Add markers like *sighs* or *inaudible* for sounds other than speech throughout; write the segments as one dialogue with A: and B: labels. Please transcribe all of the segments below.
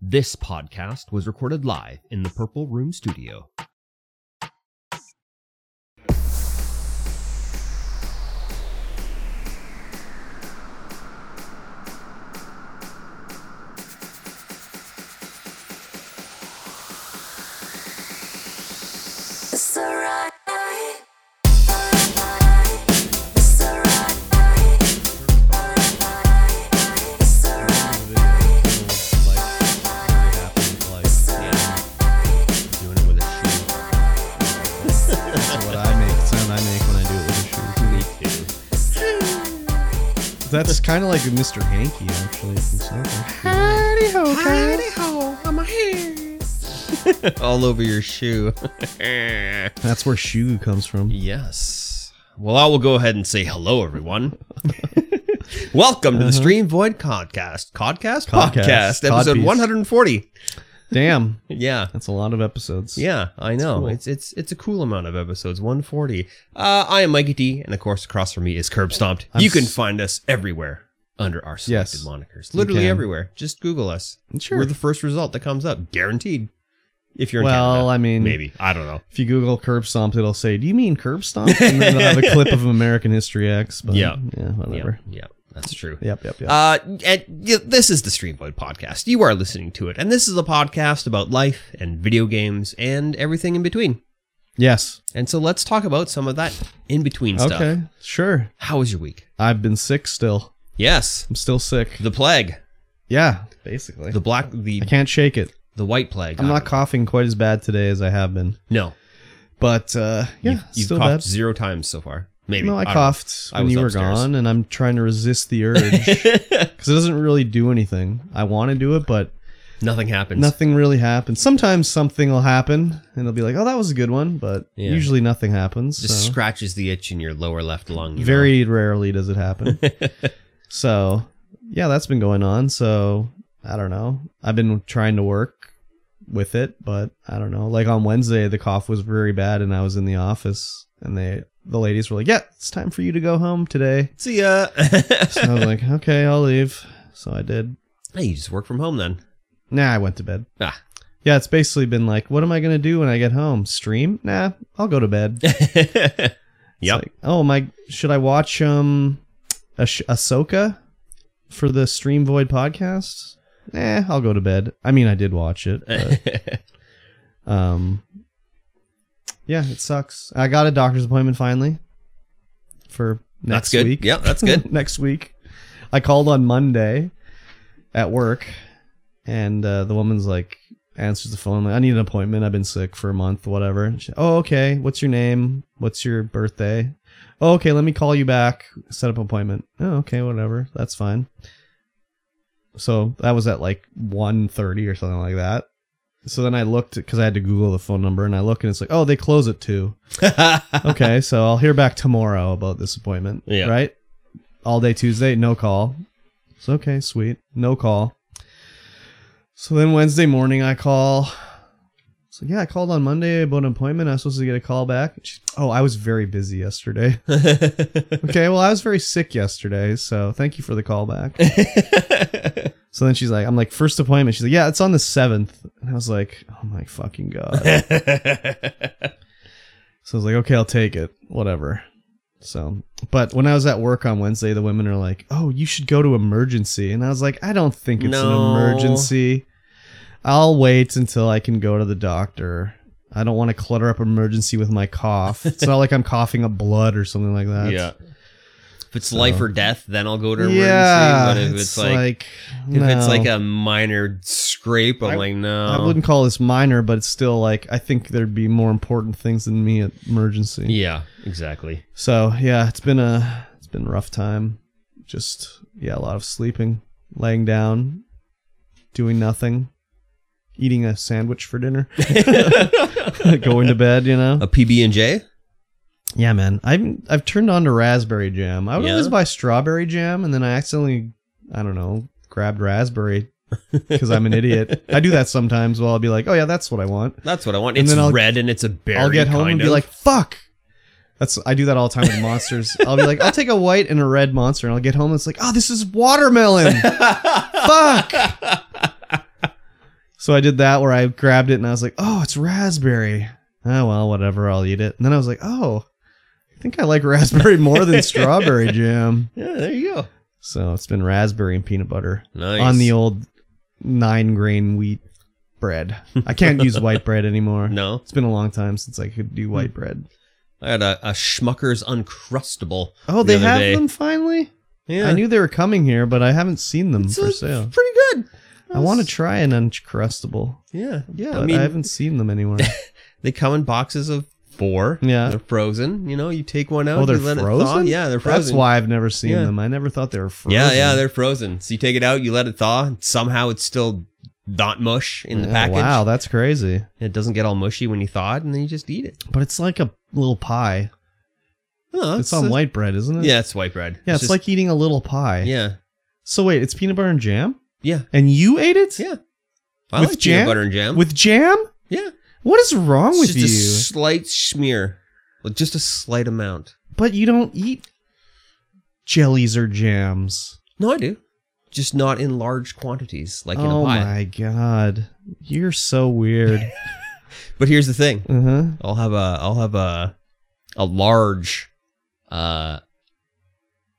A: This podcast was recorded live in the Purple Room Studio.
B: That's what I make. Sound I make when I do it with a
A: Me
B: shoe.
A: too.
B: That's kind of like Mr. Hanky, actually. From South Park.
A: *laughs* All over your shoe. *laughs*
B: That's where shoe comes from.
A: yes. Well, I will go ahead and say hello,
B: *laughs*
A: everyone. Welcome to the
B: Uh-huh.
A: Stream Void Podcast. Podcast?
B: Podcast.
A: Podcast. Episode
B: Codpiece.
A: 140.
B: Damn,
A: Yeah.
B: that's a lot of episodes.
A: Yeah, I know.
B: cool.
A: It's it's it's a cool amount of episodes, 140. Uh, I am Mikey D, and of course, across from me is Curb Stomped.
B: I'm
A: you can
B: s-
A: find us everywhere under our selected
B: Yes,
A: monikers.
B: you
A: Literally
B: can.
A: everywhere. Just Google us.
B: sure.
A: We're the first result that comes up, guaranteed. If you're in
B: well,
A: Canada,
B: I mean,
A: maybe I don't know.
B: if you Google curb stomp, it'll say, "Do you mean curb stomp?" And then they'll have a clip of American History X. But
A: Yeah.
B: yeah, whatever.
A: Yeah, yeah, that's true.
B: Yep, yep, yep.
A: Uh, and y this is the Streamload podcast. You are listening to it, and this is a podcast about life and video games and everything in between.
B: yes.
A: And so let's talk about some of that in between stuff.
B: Okay, sure.
A: How was your week?
B: I've been sick still.
A: Yes,
B: I'm still sick.
A: the plague,
B: Yeah, basically.
A: the black, the
B: I can't shake it.
A: the white plague.
B: I'm
A: I
B: not
A: don't know.
B: coughing quite as bad today as I have been.
A: No,
B: But uh, yeah,
A: you've, you've
B: still
A: coughed
B: bad.
A: zero times so far. Maybe
B: No, I,
A: don't know.
B: coughed
A: I
B: when
A: was
B: you were
A: upstairs.
B: gone, and I'm trying to
A: *laughs*
B: resist the urge because it doesn't really do anything. I want to do it, but
A: Nothing happens.
B: nothing really happens. Sometimes something will happen, and it'll be like, "Oh, that was a good one," but
A: Yeah.
B: usually nothing happens.
A: Just
B: so.
A: scratches the itch in your lower left lung. you know?
B: Very rarely does
A: *laughs*
B: it happen. so, yeah, that's been going on. So I don't know. I've been trying to work with it, but I don't know. Like on Wednesday, the cough was very bad, and I was in the office, and they the ladies were like, "Yeah, it's time for you to go home today."
A: See ya. *laughs*
B: So I was like, okay, I'll leave. So I did.
A: hey, you just work from home then. *laughs*
B: Nah, I went to bed.
A: Ah.
B: Yeah, it's basically been like, what am I gonna do when I get home? Stream? Nah, I'll go to bed. It's
A: yep.
B: like, oh my, should I watch um, Ash- Ahsoka for the Stream Void podcast? Nah, I'll go to bed. I mean, I did watch it.
A: *laughs*
B: But, um, yeah, it sucks. I got a doctor's appointment finally for
A: that's
B: next
A: good.
B: week.
A: Yeah, that's
B: *laughs*
A: good. *laughs*
B: next week. I called on Monday at work, and uh, the woman's like answers the phone like, "I need an appointment. I've been sick for a month, whatever." And she, oh, okay. What's your name? What's your birthday? Oh, okay. Let me call you back. Set up an appointment. Oh, okay. Whatever. That's fine. So that was at like 1.30 or something like that. So then I looked because I had to Google the phone number, and I look and it's like, oh, they close at two okay, so I'll hear back tomorrow about this appointment.
A: Yeah.
B: Right? All day Tuesday, no call. It's okay, sweet. No call. So then Wednesday morning I call. So yeah, I called on Monday about an appointment. I was supposed to get a call back. She- oh, I was very busy yesterday. *laughs* okay, well I was very sick yesterday, so thank you for the call back. so then she's like, I'm like, first appointment. She's like, Yeah, it's on the seventh. And I was like, Oh my fucking god. So I was like, okay, I'll take it, whatever. So, but when I was at work on Wednesday, the women are like, oh, you should go to emergency. And I was like, I don't think it's
A: No.
B: an emergency. I'll wait until I can go to the doctor. I don't want to clutter up emergency with my cough.
A: *laughs*
B: It's not like I'm coughing up blood or something like that.
A: yeah. If it's life
B: So-
A: or death, then I'll go to emergency.
B: Yeah.
A: but if it's, like, if it's like a um, minor scrape, I'm
B: I-
A: like, no.
B: I wouldn't call this minor, but it's still like I think there'd be more important things than me at emergency.
A: Yeah, *laughs* exactly.
B: So yeah, it's been a it's been a rough time. Just yeah, a lot of sleeping, laying down, doing nothing, eating a sandwich for dinner, *laughs* going to bed. You know.
A: a PB and J.
B: Yeah, man. I've I've turned on to raspberry jam. I would
A: Yeah?
B: always buy strawberry jam, and then I accidentally I don't know grabbed raspberry *laughs* because I'm an idiot. I do that sometimes. While I'll be like, oh yeah, that's what I want.
A: That's what I want.
B: And
A: It's
B: then I'll-
A: red and it's a berry.
B: I'll get home
A: kind
B: and be
A: of.
B: like, fuck. That's I do that all the time with monsters. I'll be like, I'll take a white and a red monster, and "Ah,
A: *laughs*
B: I'll get home and it's like, oh, this is watermelon. fuck. So I did that where I grabbed it and I was like, oh, it's raspberry. Oh, well, whatever, I'll eat it. And then I was like, oh, I think I like raspberry more
A: *laughs*
B: than strawberry jam.
A: Yeah, there you go.
B: So it's been raspberry and peanut butter
A: Nice.
B: on the old nine grain wheat bread. I can't use white bread
A: *laughs*
B: anymore.
A: No,
B: It's been a long time since I could
A: Hmm.
B: do white bread.
A: I had a, a Schmucker's Uncrustable.
B: Oh,
A: the
B: they
A: other
B: have
A: day.
B: them finally?
A: Yeah,
B: I knew they were coming here, but I haven't seen them
A: it's,
B: for
A: it's
B: sale.
A: pretty good.
B: I want to try an Uncrustable.
A: Yeah, yeah.
B: but
A: I mean,
B: haven't seen them
A: *laughs*
B: anywhere.
A: they come in boxes of four.
B: Yeah.
A: they're frozen. You know, you take one out.
B: oh, they're
A: you let It thaw.
B: frozen?
A: Yeah, they're frozen.
B: That's why I've never seen
A: Yeah.
B: them. I never thought they were frozen.
A: Yeah, yeah, they're frozen. So you take it out, you let it thaw. And somehow it's still not mush in the
B: Yeah,
A: package.
B: Wow, that's crazy.
A: It doesn't get all mushy when you thaw it, and then you just eat it.
B: But it's like a little pie.
A: Oh,
B: It's on white bread, isn't it?
A: Yeah, it's white bread.
B: Yeah, it's,
A: just-
B: like eating a little pie.
A: yeah,
B: So wait, it's peanut butter and jam?
A: yeah,
B: And you ate it?
A: yeah. I
B: With
A: like
B: jam?
A: peanut butter and jam.
B: With jam?
A: yeah,
B: What is wrong
A: it's
B: with
A: just
B: you?
A: a slight smear, like just a slight amount.
B: but you don't eat jellies or jams.
A: No, I do, just not in large quantities, like in
B: oh
A: a pie.
B: my god. You're
A: *laughs*
B: so weird.
A: But here's the thing:
B: uh-huh.
A: I'll have a, I'll have a, a large, uh,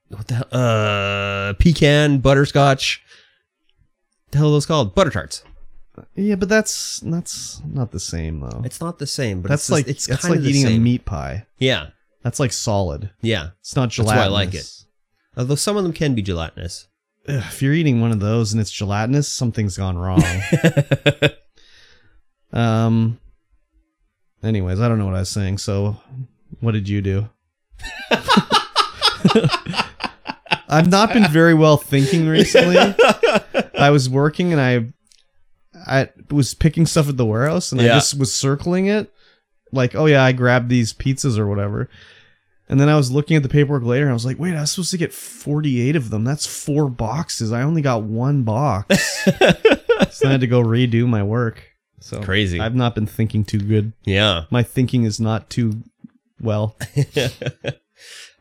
A: what the hell, uh, pecan butterscotch. The hell are those called? Butter tarts.
B: Yeah, but that's that's not the same though.
A: It's not the same, but it's
B: that's
A: just-
B: like
A: it's
B: that's
A: kind
B: like
A: of the
B: eating
A: same.
B: a meat pie.
A: Yeah,
B: That's like solid.
A: yeah.
B: It's not
A: That's
B: gelatinous.
A: why I like Although some of them can be gelatinous.
B: Ugh, if you're eating one of those and it's gelatinous, something's gone wrong. um. Anyways, I don't know what I was saying. So, what did you do? I've not been very well thinking recently. I was working and I I was picking stuff at the warehouse and I
A: Yeah.
B: just was circling it like oh yeah I grabbed these pizzas or whatever. And then I was looking at the paperwork later and I was like wait I was supposed to get 48 of them. That's four boxes. I only got one box.
A: *laughs*
B: so I had to go redo my work. So
A: Crazy.
B: Oh, I've not been thinking too good.
A: yeah.
B: My thinking is not too well.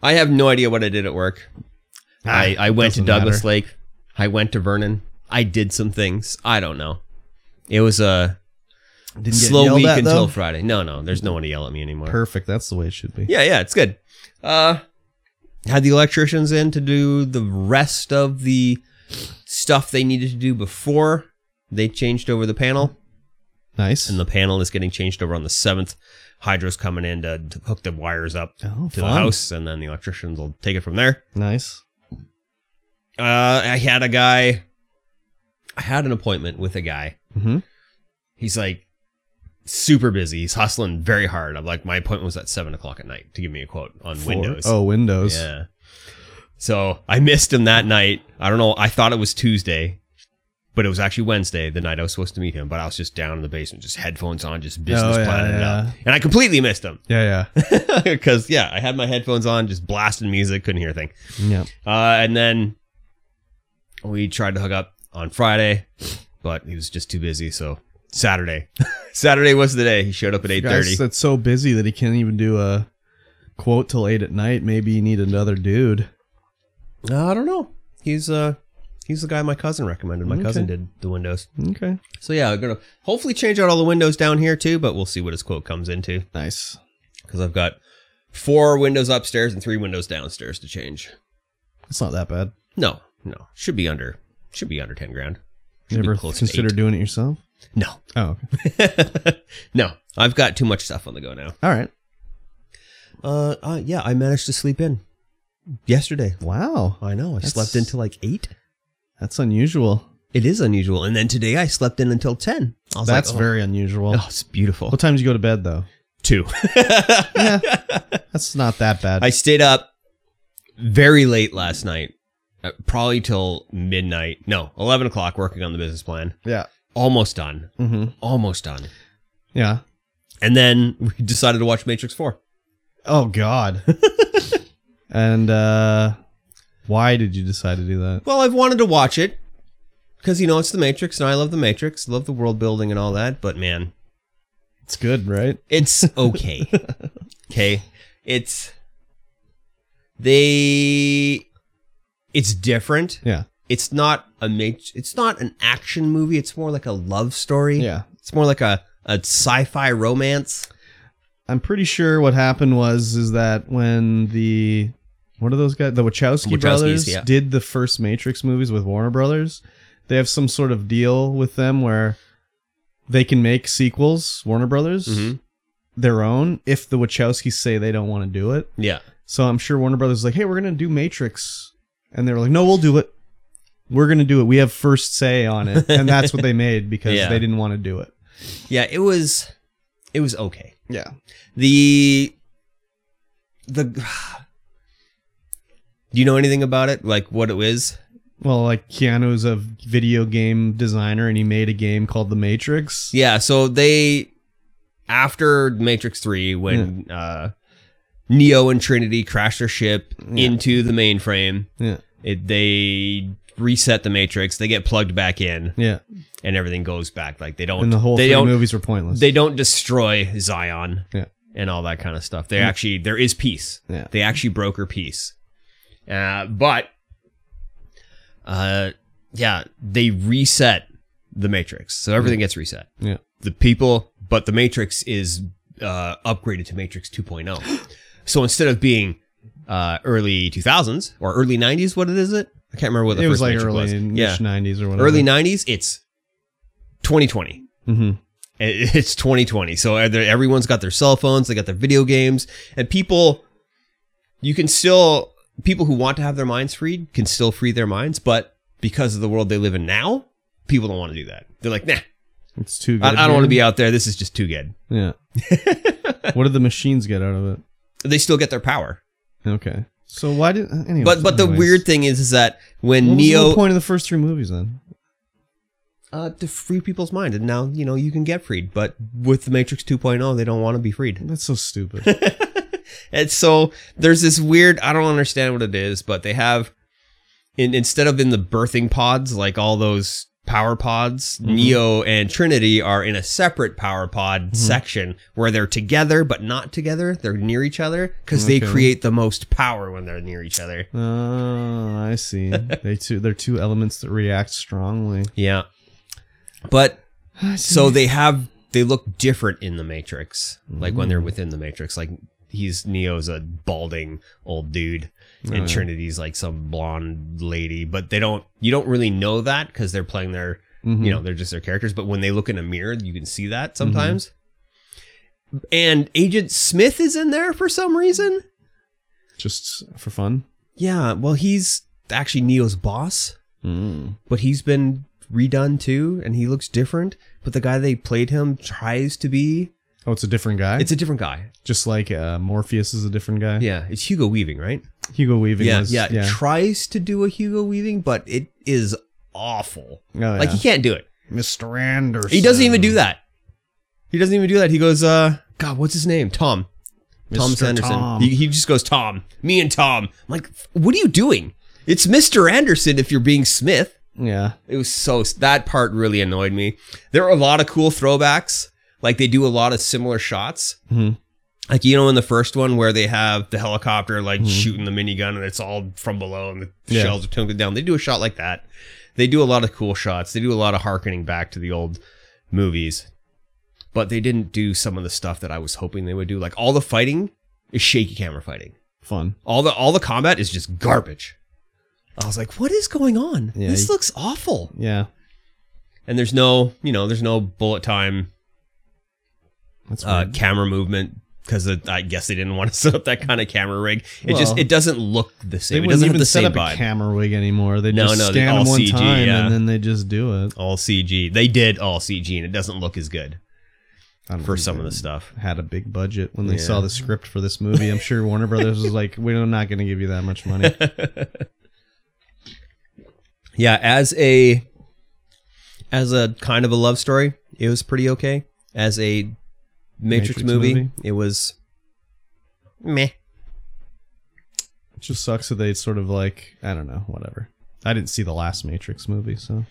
A: I have no idea what I did at work. *laughs* I, I went to
B: Ah, doesn't
A: Douglas
B: matter.
A: Lake. I went to Vernon. I did some things. I don't know. It was a
B: Didn't
A: slow
B: yelled
A: week
B: at,
A: until
B: though?
A: Friday. No, no, there's no one to yell at me anymore.
B: perfect. That's the way it should be.
A: Yeah, yeah, it's good. Uh, had the electricians in to do the rest of the stuff they needed to do before they changed over the panel,
B: Nice.
A: and the panel is getting changed over on the seventh. Hydro's coming in to, to hook the wires up
B: oh,
A: to the
B: fun.
A: house, and then the electricians will take it from there.
B: Nice.
A: Uh, I had a guy. I had an appointment with a guy.
B: Mhm.
A: He's like super busy. He's hustling very hard. I'm like, my appointment was at seven o'clock at night to give me a quote on
B: Four-
A: Windows.
B: Oh, Windows.
A: Yeah. So I missed him that night. I don't know. I thought it was Tuesday, but it was actually Wednesday, the night I was supposed to meet him. But I was just down in the basement, just headphones on, just business
B: Oh, yeah,
A: planning it
B: yeah.
A: out. And I completely missed him *laughs*
B: Yeah,
A: because, yeah, I had my headphones on, just blasting music, couldn't hear a thing.
B: yeah. Yeah.
A: Uh, and then we tried to hook up on Friday, but he was just too busy. So Saturday, *laughs* Saturday was the day he showed up at eight
B: Guys
A: thirty.
B: that's so busy that he can't even do a quote till eight at night. Maybe you need another dude.
A: Uh, I don't know. He's uh, he's the guy my cousin recommended. My cousin
B: Okay.
A: did the windows.
B: Okay.
A: So yeah, I'm gonna hopefully change out all the windows down here too, but we'll see what his quote comes into
B: Nice.
A: because I've got four windows upstairs and three windows downstairs to change.
B: It's not that bad.
A: No, no, should be under, should be under ten grand.
B: You
A: Should be
B: ever
A: close to
B: consider
A: eight.
B: doing it yourself?
A: No, *laughs*
B: Oh, okay.
A: no, I've got too much stuff on the go now.
B: *laughs* All right.
A: Uh, uh yeah, I managed to sleep in yesterday.
B: Wow.
A: I know, I
B: That's-
A: slept until like eight.
B: That's unusual.
A: It is unusual, and then today I slept in until ten. I was
B: That's
A: like, oh,
B: very unusual.
A: oh, it's beautiful.
B: What time did you go to bed, though?
A: Two.
B: yeah. That's not that bad.
A: I stayed up very late last night, uh, probably till midnight. No, eleven o'clock, working on the business plan.
B: yeah.
A: Almost done.
B: Mm-hmm.
A: Almost done.
B: Yeah.
A: And then *laughs* we decided to watch Matrix Four.
B: Oh, God. *laughs* and uh, why did you decide to do that?
A: Well, I've wanted to watch it because you know it's the Matrix, and I love the Matrix, love the world building and all that. But man,
B: It's good, right?
A: It's okay. okay. It's they it's different.
B: Yeah.
A: it's not a ma- it's not an action movie. It's more like a love story.
B: Yeah.
A: It's more like a, a sci-fi romance.
B: I'm pretty sure what happened was is that when the what are those guys the Wachowski
A: Wachowskis,
B: brothers
A: yeah.
B: did the first Matrix movies with Warner Brothers, they have some sort of deal with them where they can make sequels, Warner Brothers,
A: Mhm.
B: their own if the Wachowskis say they don't want to do it.
A: Yeah.
B: So I'm sure Warner Brothers is like, "Hey, we're going to do Matrix." And they were like, "No, we'll do it. We're going to do it. We have first say on it." And that's what they made
A: *laughs*
B: because
A: Yeah.
B: they didn't want to do it.
A: Yeah, it was it was okay.
B: Yeah.
A: The the *sighs* Do you know anything about it? Like what it is?
B: Well, like Keanu's a video game designer and he made a game called The Matrix.
A: Yeah, so they after Matrix 3 when
B: Hmm.
A: uh Neo and Trinity crash their ship
B: Yeah.
A: into the mainframe,
B: Yeah.
A: it, they reset the matrix, they get plugged back in
B: Yeah.
A: and everything goes back like they don't
B: And the whole
A: Oh, they
B: three
A: don't
B: movies were pointless.
A: they don't destroy Zion
B: Yeah.
A: and all that kind of stuff. They
B: Mm.
A: actually there is peace.
B: Yeah.
A: They actually broker peace. Uh, but uh, yeah, they reset the Matrix, so everything gets reset.
B: Yeah.
A: the people, but the Matrix is uh, upgraded to Matrix
B: *gasps*
A: 2.0. so instead of being uh, early 2000s or early 90s, what is it? I can't remember what the
B: it
A: first
B: was like
A: Matrix
B: early
A: was.
B: yeah.
A: Yeah,
B: 90s or whatever.
A: early 90s. It's 2020.
B: hmm
A: It- *laughs* It's 2020, so either- everyone's got their cell phones, they got their video games, and people, you can still people who want to have their minds freed can still free their minds, but because of the world they live in now, people don't want to do that. They're like, nah,
B: It's too good.
A: I, I don't want to be out there. This is just too good.
B: Yeah.
A: *laughs*
B: what did the machines get out of it?
A: They still get their power,
B: Okay. So why did. Anyway,
A: but but the
B: anyways.
A: weird thing is, is that when
B: What was the
A: Neo
B: whole point of the first three movies then?
A: uh, to free people's mind, and now you know you can get freed, but with the Matrix 2.0, they don't want to be freed.
B: That's so stupid.
A: *laughs* and so there's this weird i don't understand what it is but they have in, instead of in the birthing pods like all those power pods
B: Mhm.
A: neo and trinity are in a separate power pod
B: Mhm.
A: section where they're together but not together they're near each other because they
B: Okay.
A: create the most power when they're near each other
B: oh, I see. They two, they're two elements that react strongly.
A: yeah but
B: I see.
A: so they have they look different in the matrix like when they're within the matrix like he's neo's a balding old dude
B: Oh,
A: and
B: yeah.
A: Trinity's like some blonde lady, but they don't you don't really know that because they're playing their
B: Mhm.
A: you know they're just their characters. But when they look in a mirror, you can see that sometimes. And Agent Smith is in there for some reason.
B: Just for fun.
A: Yeah, well he's actually Neo's boss,
B: Mm.
A: but he's been redone too, and he looks different. But the guy they played him tries to be
B: Oh, it's a different guy.
A: it's a different guy.
B: just like uh, Morpheus is a different guy.
A: Yeah, it's Hugo Weaving, right?
B: Hugo Weaving.
A: Yeah,
B: was,
A: yeah,
B: yeah.
A: Tries to do a Hugo Weaving, but it is awful.
B: Oh,
A: Like
B: yeah.
A: he can't do it.
B: Mr. Anderson.
A: He doesn't even do that. He doesn't even do that. He goes, uh, God, what's his name? Tom. Tom
B: Mr.
A: Sanderson.
B: Tom.
A: He, he just goes, Tom. Me and Tom. I'm like, what are you doing? It's Mr. Anderson if you're being Smith.
B: Yeah.
A: It was so, that part really annoyed me. There are a lot of cool throwbacks. Like they do a lot of similar shots.
B: Mhm.
A: Like, you know, in the first one where they have the helicopter like
B: Mhm.
A: shooting the minigun and it's all from below and the
B: Yeah.
A: shells are tilted down. They do a shot like that. They do a lot of cool shots. They do a lot of harkening back to the old movies. But they didn't do some of the stuff that I was hoping they would do. Like all the fighting is shaky camera fighting.
B: Fun.
A: All the all the combat is just garbage. I was like, what is going on?
B: Yeah,
A: this
B: you-
A: looks awful.
B: Yeah.
A: And there's no, you know, there's no bullet time
B: That's
A: uh,
B: weird.
A: camera movement because I guess they didn't *laughs* want to set up that kind of camera rig. It just
B: Well,
A: it doesn't look the
B: They
A: same. It
B: wouldn't
A: doesn't
B: even
A: have the
B: set
A: same
B: up
A: vibe.
B: a camera wig anymore. They
A: No,
B: just
A: no, they-
B: scan
A: all
B: them one
A: CG,
B: time
A: yeah.
B: and then they just do it.
A: all CG. They did all CG, and it doesn't look as good
B: I don't
A: for
B: think
A: some
B: they
A: of the stuff.
B: Had a big budget when they
A: Yeah.
B: saw the script for this movie. I'm sure Warner Brothers was like, "We're not going to give you that much
A: *laughs*
B: money."
A: yeah, as a as a kind of a love story, it was pretty okay. As a Matrix,
B: Matrix
A: movie,
B: movie?
A: it was meh.
B: It just sucks that they sort of like, I don't know, whatever. I didn't see the last Matrix movie, so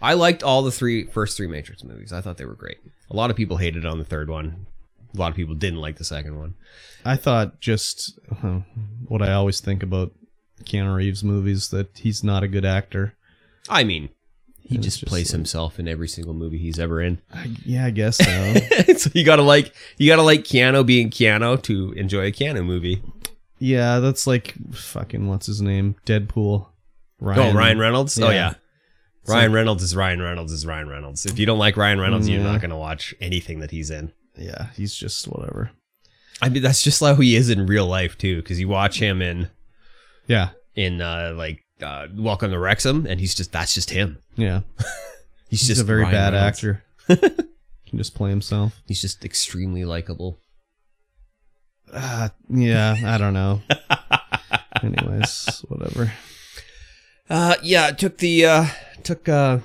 A: I liked all the three first three Matrix movies. I thought they were great. A lot of people hated on the third one. A lot of people didn't like the second one.
B: I thought just uh, what I always think about Keanu Reeves movies that he's not a good actor.
A: I mean, he
B: And it's
A: just
B: just
A: plays
B: like-
A: himself in every single movie he's ever in. *laughs*
B: I, yeah, I guess so.
A: so you gotta like you gotta like Keanu being Keanu to enjoy a Keanu movie.
B: yeah, that's like fucking what's his name? Deadpool.
A: oh, Ryan Reynolds. Oh
B: Yeah.
A: yeah,
B: It's
A: Ryan
B: like-
A: Reynolds is Ryan Reynolds is Ryan Reynolds. If you don't like Ryan Reynolds, you're
B: Yeah.
A: not gonna watch anything that he's in.
B: Yeah, he's just whatever.
A: I mean, that's just how he is in real life too. Because you watch him in
B: Yeah,
A: in uh, like uh, Welcome to Wrexham, and he's just that's just him.
B: yeah.
A: He's,
B: He's
A: just
B: a very
A: Ryan
B: bad
A: Reynolds.
B: actor. *laughs* Can just play himself.
A: He's just extremely likable.
B: Uh, yeah, I
A: *laughs*
B: don't know. Anyways, whatever.
A: Uh, yeah, it took the uh, took uh,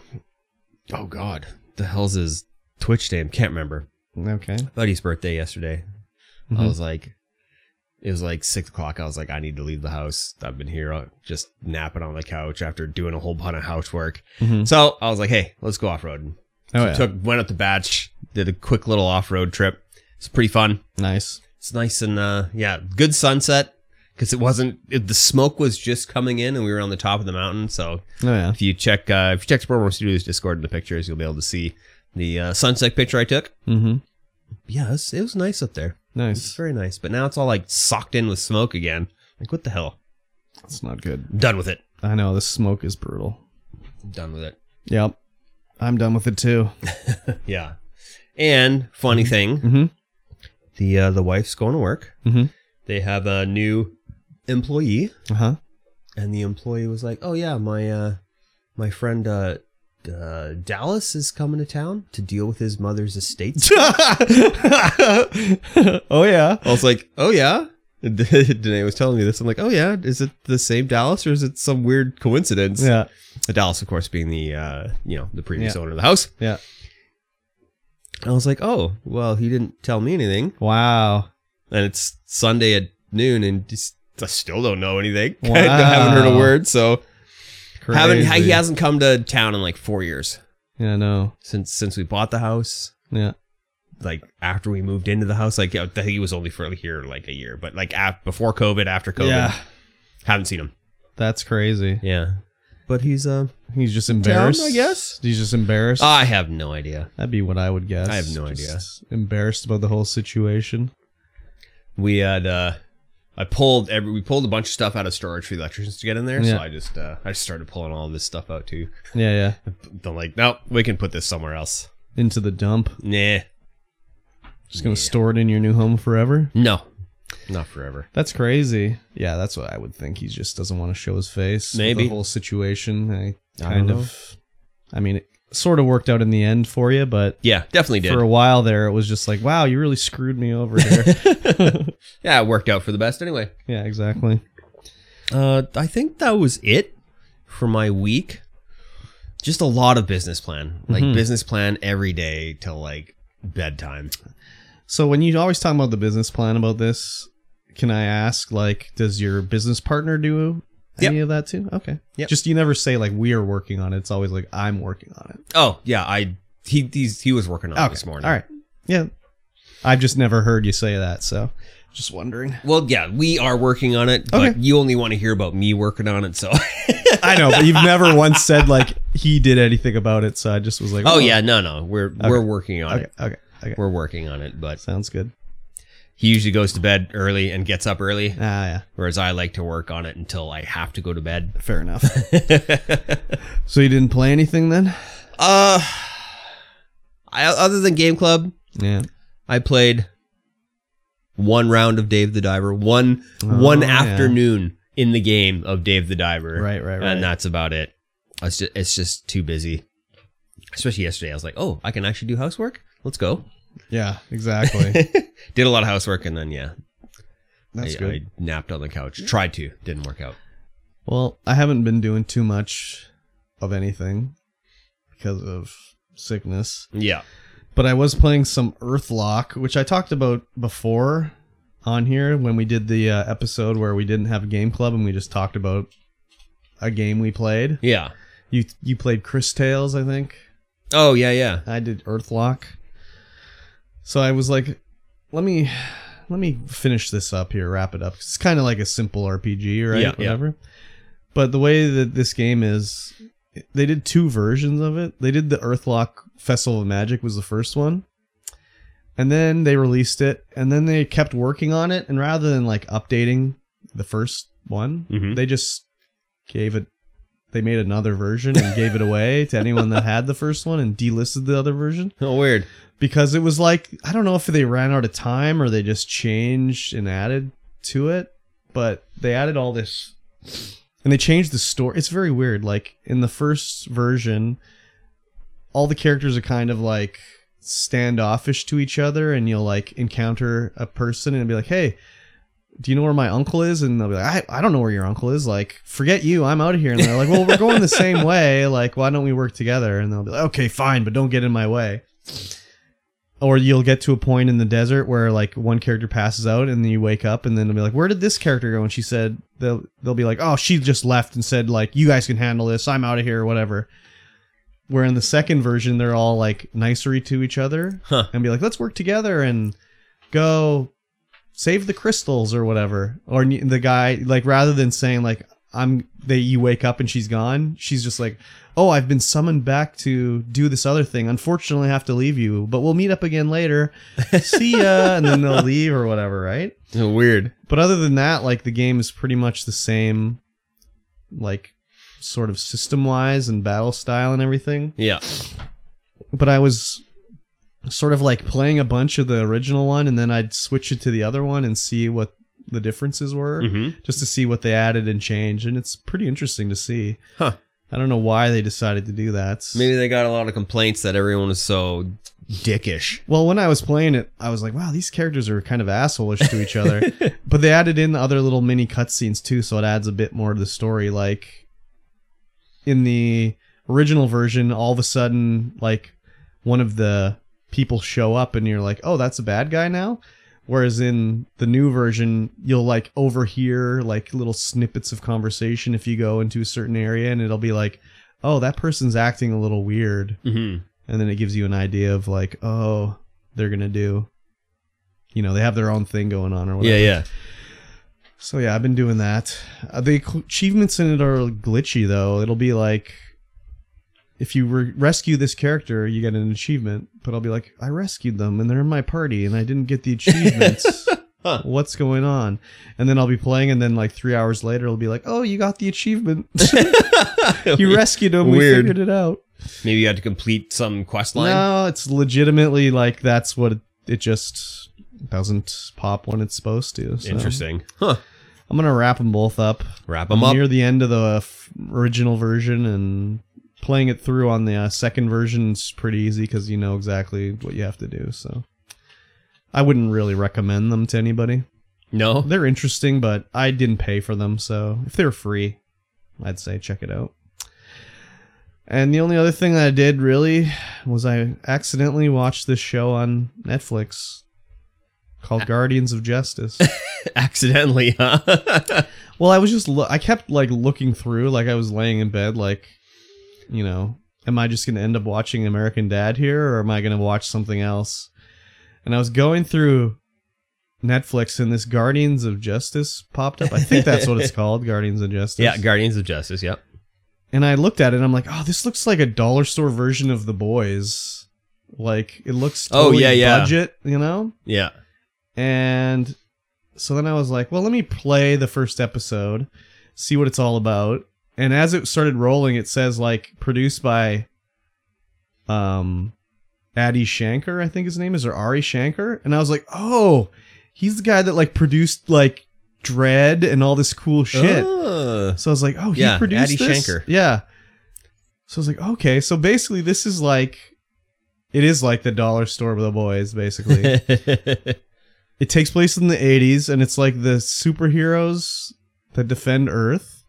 A: oh god, the hell's his Twitch name? Can't remember.
B: Okay.
A: Buddy's birthday yesterday. I
B: Mhm.
A: was like, it was like six o'clock. I was like, I need to leave the house. I've been here uh, just napping on the couch after doing a whole bunch of housework.
B: Mhm.
A: So I was like, hey, let's go off roading.
B: Oh yeah.
A: Mm-hmm. Took went up to Batch, did a quick little off road trip. It's pretty fun.
B: nice.
A: It's nice and uh, yeah, good sunset because it wasn't. It, the smoke was just coming in, and we were on the top of the mountain. So
B: Oh yeah.
A: if you check uh, if you check Sport Wars Studios Discord in the pictures, you'll be able to see the uh, sunset picture I took.
B: Mm-hmm.
A: Yeah, it was, it was nice up there. It's
B: Nice.
A: very nice, but now it's all like socked in with smoke again. Like what the hell?
B: It's not good.
A: I'm done with it.
B: I know this smoke is brutal.
A: I'm done with it.
B: Yep. I'm done with it too.
A: Yeah. And funny thing,
B: Mm-hmm.
A: the uh, the wife's going to work.
B: Mhm.
A: They have a new employee,
B: Uh huh.
A: *laughs* and the employee was like, "Oh yeah, my uh, my friend uh, uh, Dallas is coming to town to deal with his mother's
B: *laughs*
A: estate."
B: oh yeah.
A: I was like, oh yeah. *laughs* Danae was telling me this. I'm like, oh yeah. Is it the same Dallas or is it some weird coincidence? Uh,
B: Yeah.
A: Dallas, of course, being the uh, you know the previous
B: Yeah.
A: owner of the house.
B: Yeah.
A: And I was like, oh well, he didn't tell me anything.
B: Wow.
A: And it's Sunday at noon, and just, I still don't know anything. *laughs* I haven't heard a
B: Wow.
A: word. So haven't
B: Crazy.
A: he hasn't come to town in like four years
B: Yeah. No.
A: since since we bought the house.
B: Yeah.
A: like after we moved into the house, like I think he was only for here like a year, but like af- before COVID, after COVID,
B: Yeah.
A: haven't seen him.
B: That's crazy.
A: Yeah, but he's uh,
B: He's just embarrassed.
A: I guess?
B: He's just embarrassed.
A: I have no idea.
B: That'd be what I would guess.
A: I have no
B: Just Embarrassed about the whole situation.
A: We had uh, I pulled every we pulled a bunch of stuff out of storage for the electricians to get in there, so
B: Yeah.
A: I just uh, I just started pulling all this stuff out too.
B: Yeah, yeah.
A: I'm like, nope, we can put this somewhere else.
B: Into the dump.
A: Nah,
B: Just gonna
A: Yeah.
B: store it in your new home forever.
A: no, not forever.
B: That's crazy. Yeah, that's what I would think. He just doesn't want to show his face. with
A: Maybe.
B: the whole situation. I
A: I
B: kind
A: don't
B: of. I mean, it sort of worked out in the end for you, but
A: Yeah, definitely did.
B: for a while there, it was just like, wow, you really screwed me over
A: *laughs*
B: here.
A: yeah, it worked out for the best anyway.
B: yeah, exactly.
A: Uh, I think that was it for my week. Just a lot of business plan, like
B: Mhm.
A: business plan every day till like bedtime.
B: So when you always talk about the business plan about this, can I ask, like, does your business partner do any of that too? Okay.
A: Yep.
B: Just you never say like we are working on it. It's always like I'm working on it.
A: Oh yeah, I he he's, he was working on it Oh, this morning.
B: All right. Yeah. I've just never heard you say that, so just
A: *laughs*
B: wondering.
A: Well, yeah, we are working on it, but
B: Okay.
A: you only want to hear about me working on it. So, *laughs*
B: I know, but you've never once said like he did anything about it, so I just was like,
A: oh yeah, no, no, we're we're working on
B: Okay.
A: it.
B: Okay. Okay.
A: We're working on it, but
B: Sounds good.
A: he usually goes to bed early and gets up early,
B: Ah, yeah.
A: whereas I like to work on it until I have to go to bed. *laughs*
B: Fair enough. so you didn't play anything then?
A: Uh, I, other than Game Club,
B: Yeah.
A: I played one round of Dave the Diver, one one
B: Oh, yeah.
A: afternoon Uh, in the game of Dave the Diver,
B: Right. Right. Right.
A: and that's about it. It's just, it's just too busy. Especially yesterday, I was like, "Oh, I can actually do housework. Let's
B: *laughs*
A: go." *laughs*
B: yeah. Exactly.
A: Did a lot of housework, and then yeah,
B: That's
A: I,
B: good.
A: I napped on the couch. Tried to, didn't work out.
B: Well, I haven't been doing too much of anything because of sickness,
A: Yeah,
B: but I was playing some Earthlock, which I talked about before on here when we did the uh, episode where we didn't have a game club and we just talked about a game we played.
A: yeah.
B: You you played Chris Tales, I think.
A: Oh yeah, yeah.
B: I did Earthlock. So I was like, let me let me finish this up here, wrap it up. It's kind of like a simple RPG, right?
A: Yeah, yeah.
B: Whatever. But the way that this game is, they did two versions of it. They did the Earthlock Festival of Magic was the first one. And then they released it and then they kept working on it and rather than like updating the first one,
A: Mhm.
B: they just gave it they made another version and gave it away to anyone that had the first one and delisted the other version
A: Oh, weird.
B: because it was like I don't know if they ran out of time or they just changed and added to it, but they added all this and they changed the story. It's very weird. Like in the first version, all the characters are kind of like standoffish to each other, and you'll like encounter a person and be like, "Hey." Do you know where my uncle is? And they'll be like, I, I don't know where your uncle is. Like, forget you. I'm out of here. And they're like, well, we're going the same way. Like, why don't we work together? And they'll be like, okay, fine, but don't get in my way or you'll get to a point in the desert where like one character passes out and then you wake up and then it'll be like where did this character go and she said they'll they'll be like oh she just left and said like you guys can handle this i'm out of here or whatever where in the second version they're all like nicery to each other
A: Huh.
B: and be like let's work together and go save the crystals or whatever or n- the guy like rather than saying like i'm they you wake up and she's gone she's just like oh i've been summoned back to do this other thing unfortunately i have to leave you but we'll meet up again later see ya and then they'll leave or whatever right
A: Oh, weird.
B: but other than that like the game is pretty much the same like sort of system wise and battle style and everything
A: Yeah.
B: but I was sort of like playing a bunch of the original one and then I'd switch it to the other one and see what the differences were
A: hmm
B: just to see what they added and changed and it's pretty interesting to see.
A: Huh.
B: I don't know why they decided to do that.
A: Maybe they got a lot of complaints that everyone was so dickish.
B: Well, when I was playing it, I was like, wow, these characters are kind of assholeish to each other. but they added in the other little mini cutscenes too, so it adds a bit more to the story. Like in the original version, all of a sudden, like one of the people show up and you're like, oh, that's a bad guy now. Whereas in the new version, you'll like overhear like little snippets of conversation if you go into a certain area and it'll be like, oh, that person's acting a little weird
A: hmm
B: and then it gives you an idea of like oh they're gonna do you know they have their own thing going on or whatever
A: Yeah, yeah.
B: so yeah i've been doing that uh, the ac- achievements in it are glitchy though it'll be like if you re- rescue this character you get an achievement but i'll be like i rescued them and they're in my party and i didn't get the achievements
A: *laughs* Huh.
B: what's going on and then i'll be playing and then like three hours later it'll be like oh you got the achievement *laughs*
A: *laughs*
B: you rescued them we
A: Weird.
B: figured it out
A: Maybe you had to complete some quest line.
B: No, it's legitimately like that's what it, it just doesn't pop when it's supposed to. so.
A: Interesting. Huh.
B: I'm gonna wrap them both up
A: Wrap them up.
B: near the end of the uh, f- original version and playing it through on the uh, second version is pretty easy because you know exactly what you have to do. So I wouldn't really recommend them to anybody. *laughs*
A: No.
B: They're interesting, but I didn't pay for them, so if they're free, I'd say check it out. And the only other thing that I did really was I accidentally watched this show on Netflix called Guardians of Justice.
A: Accidentally, huh?
B: well, I was just lo- I kept like looking through like I was laying in bed like you know, am I just going to end up watching American Dad here or am I going to watch something else? And I was going through Netflix and this Guardians of Justice popped up. I think
A: *laughs*
B: that's what it's called, Guardians of
A: *laughs*
B: Justice.
A: yeah, Guardians of Justice. Yep.
B: And I looked at it and I'm like, oh, this looks like a dollar store version of The Boys. Like it looks
A: Oh,
B: totally
A: yeah, yeah.
B: budget, you know?
A: Yeah.
B: And so then I was like, well, let me play the first episode, see what it's all about. And as it started rolling, it says like produced by um Adi Shankar, I think his name is, or Ari Shankar. And I was like, oh, he's the guy that like produced like Dread and all this cool shit.
A: Oh.
B: So I was like, oh,
A: *laughs*
B: he
A: Yeah,
B: produced
A: Adi
B: this?
A: Shankar.
B: Yeah. So I was like, okay, so basically this is like it is like the dollar store with the
A: *laughs*
B: boys, basically. It takes place in the 80s, and it's like the superheroes that defend Earth.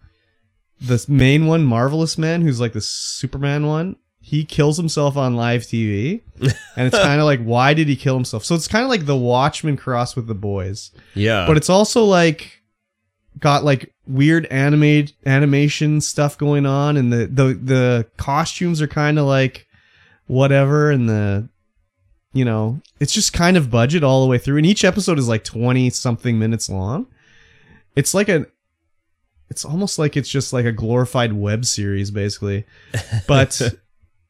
B: The main one, Marvelous Man, who's like the Superman one, he kills himself on live TV. And it's kind of like, why did he kill himself? So it's kind of like the Watchmen cross with the boys.
A: yeah.
B: But it's also like got like weird anime animation stuff going on and the the, the costumes are kind of like whatever and the you know it's just kind of budget all the way through and each episode is like 20 something minutes long it's like a it's almost like it's just like a glorified web series basically but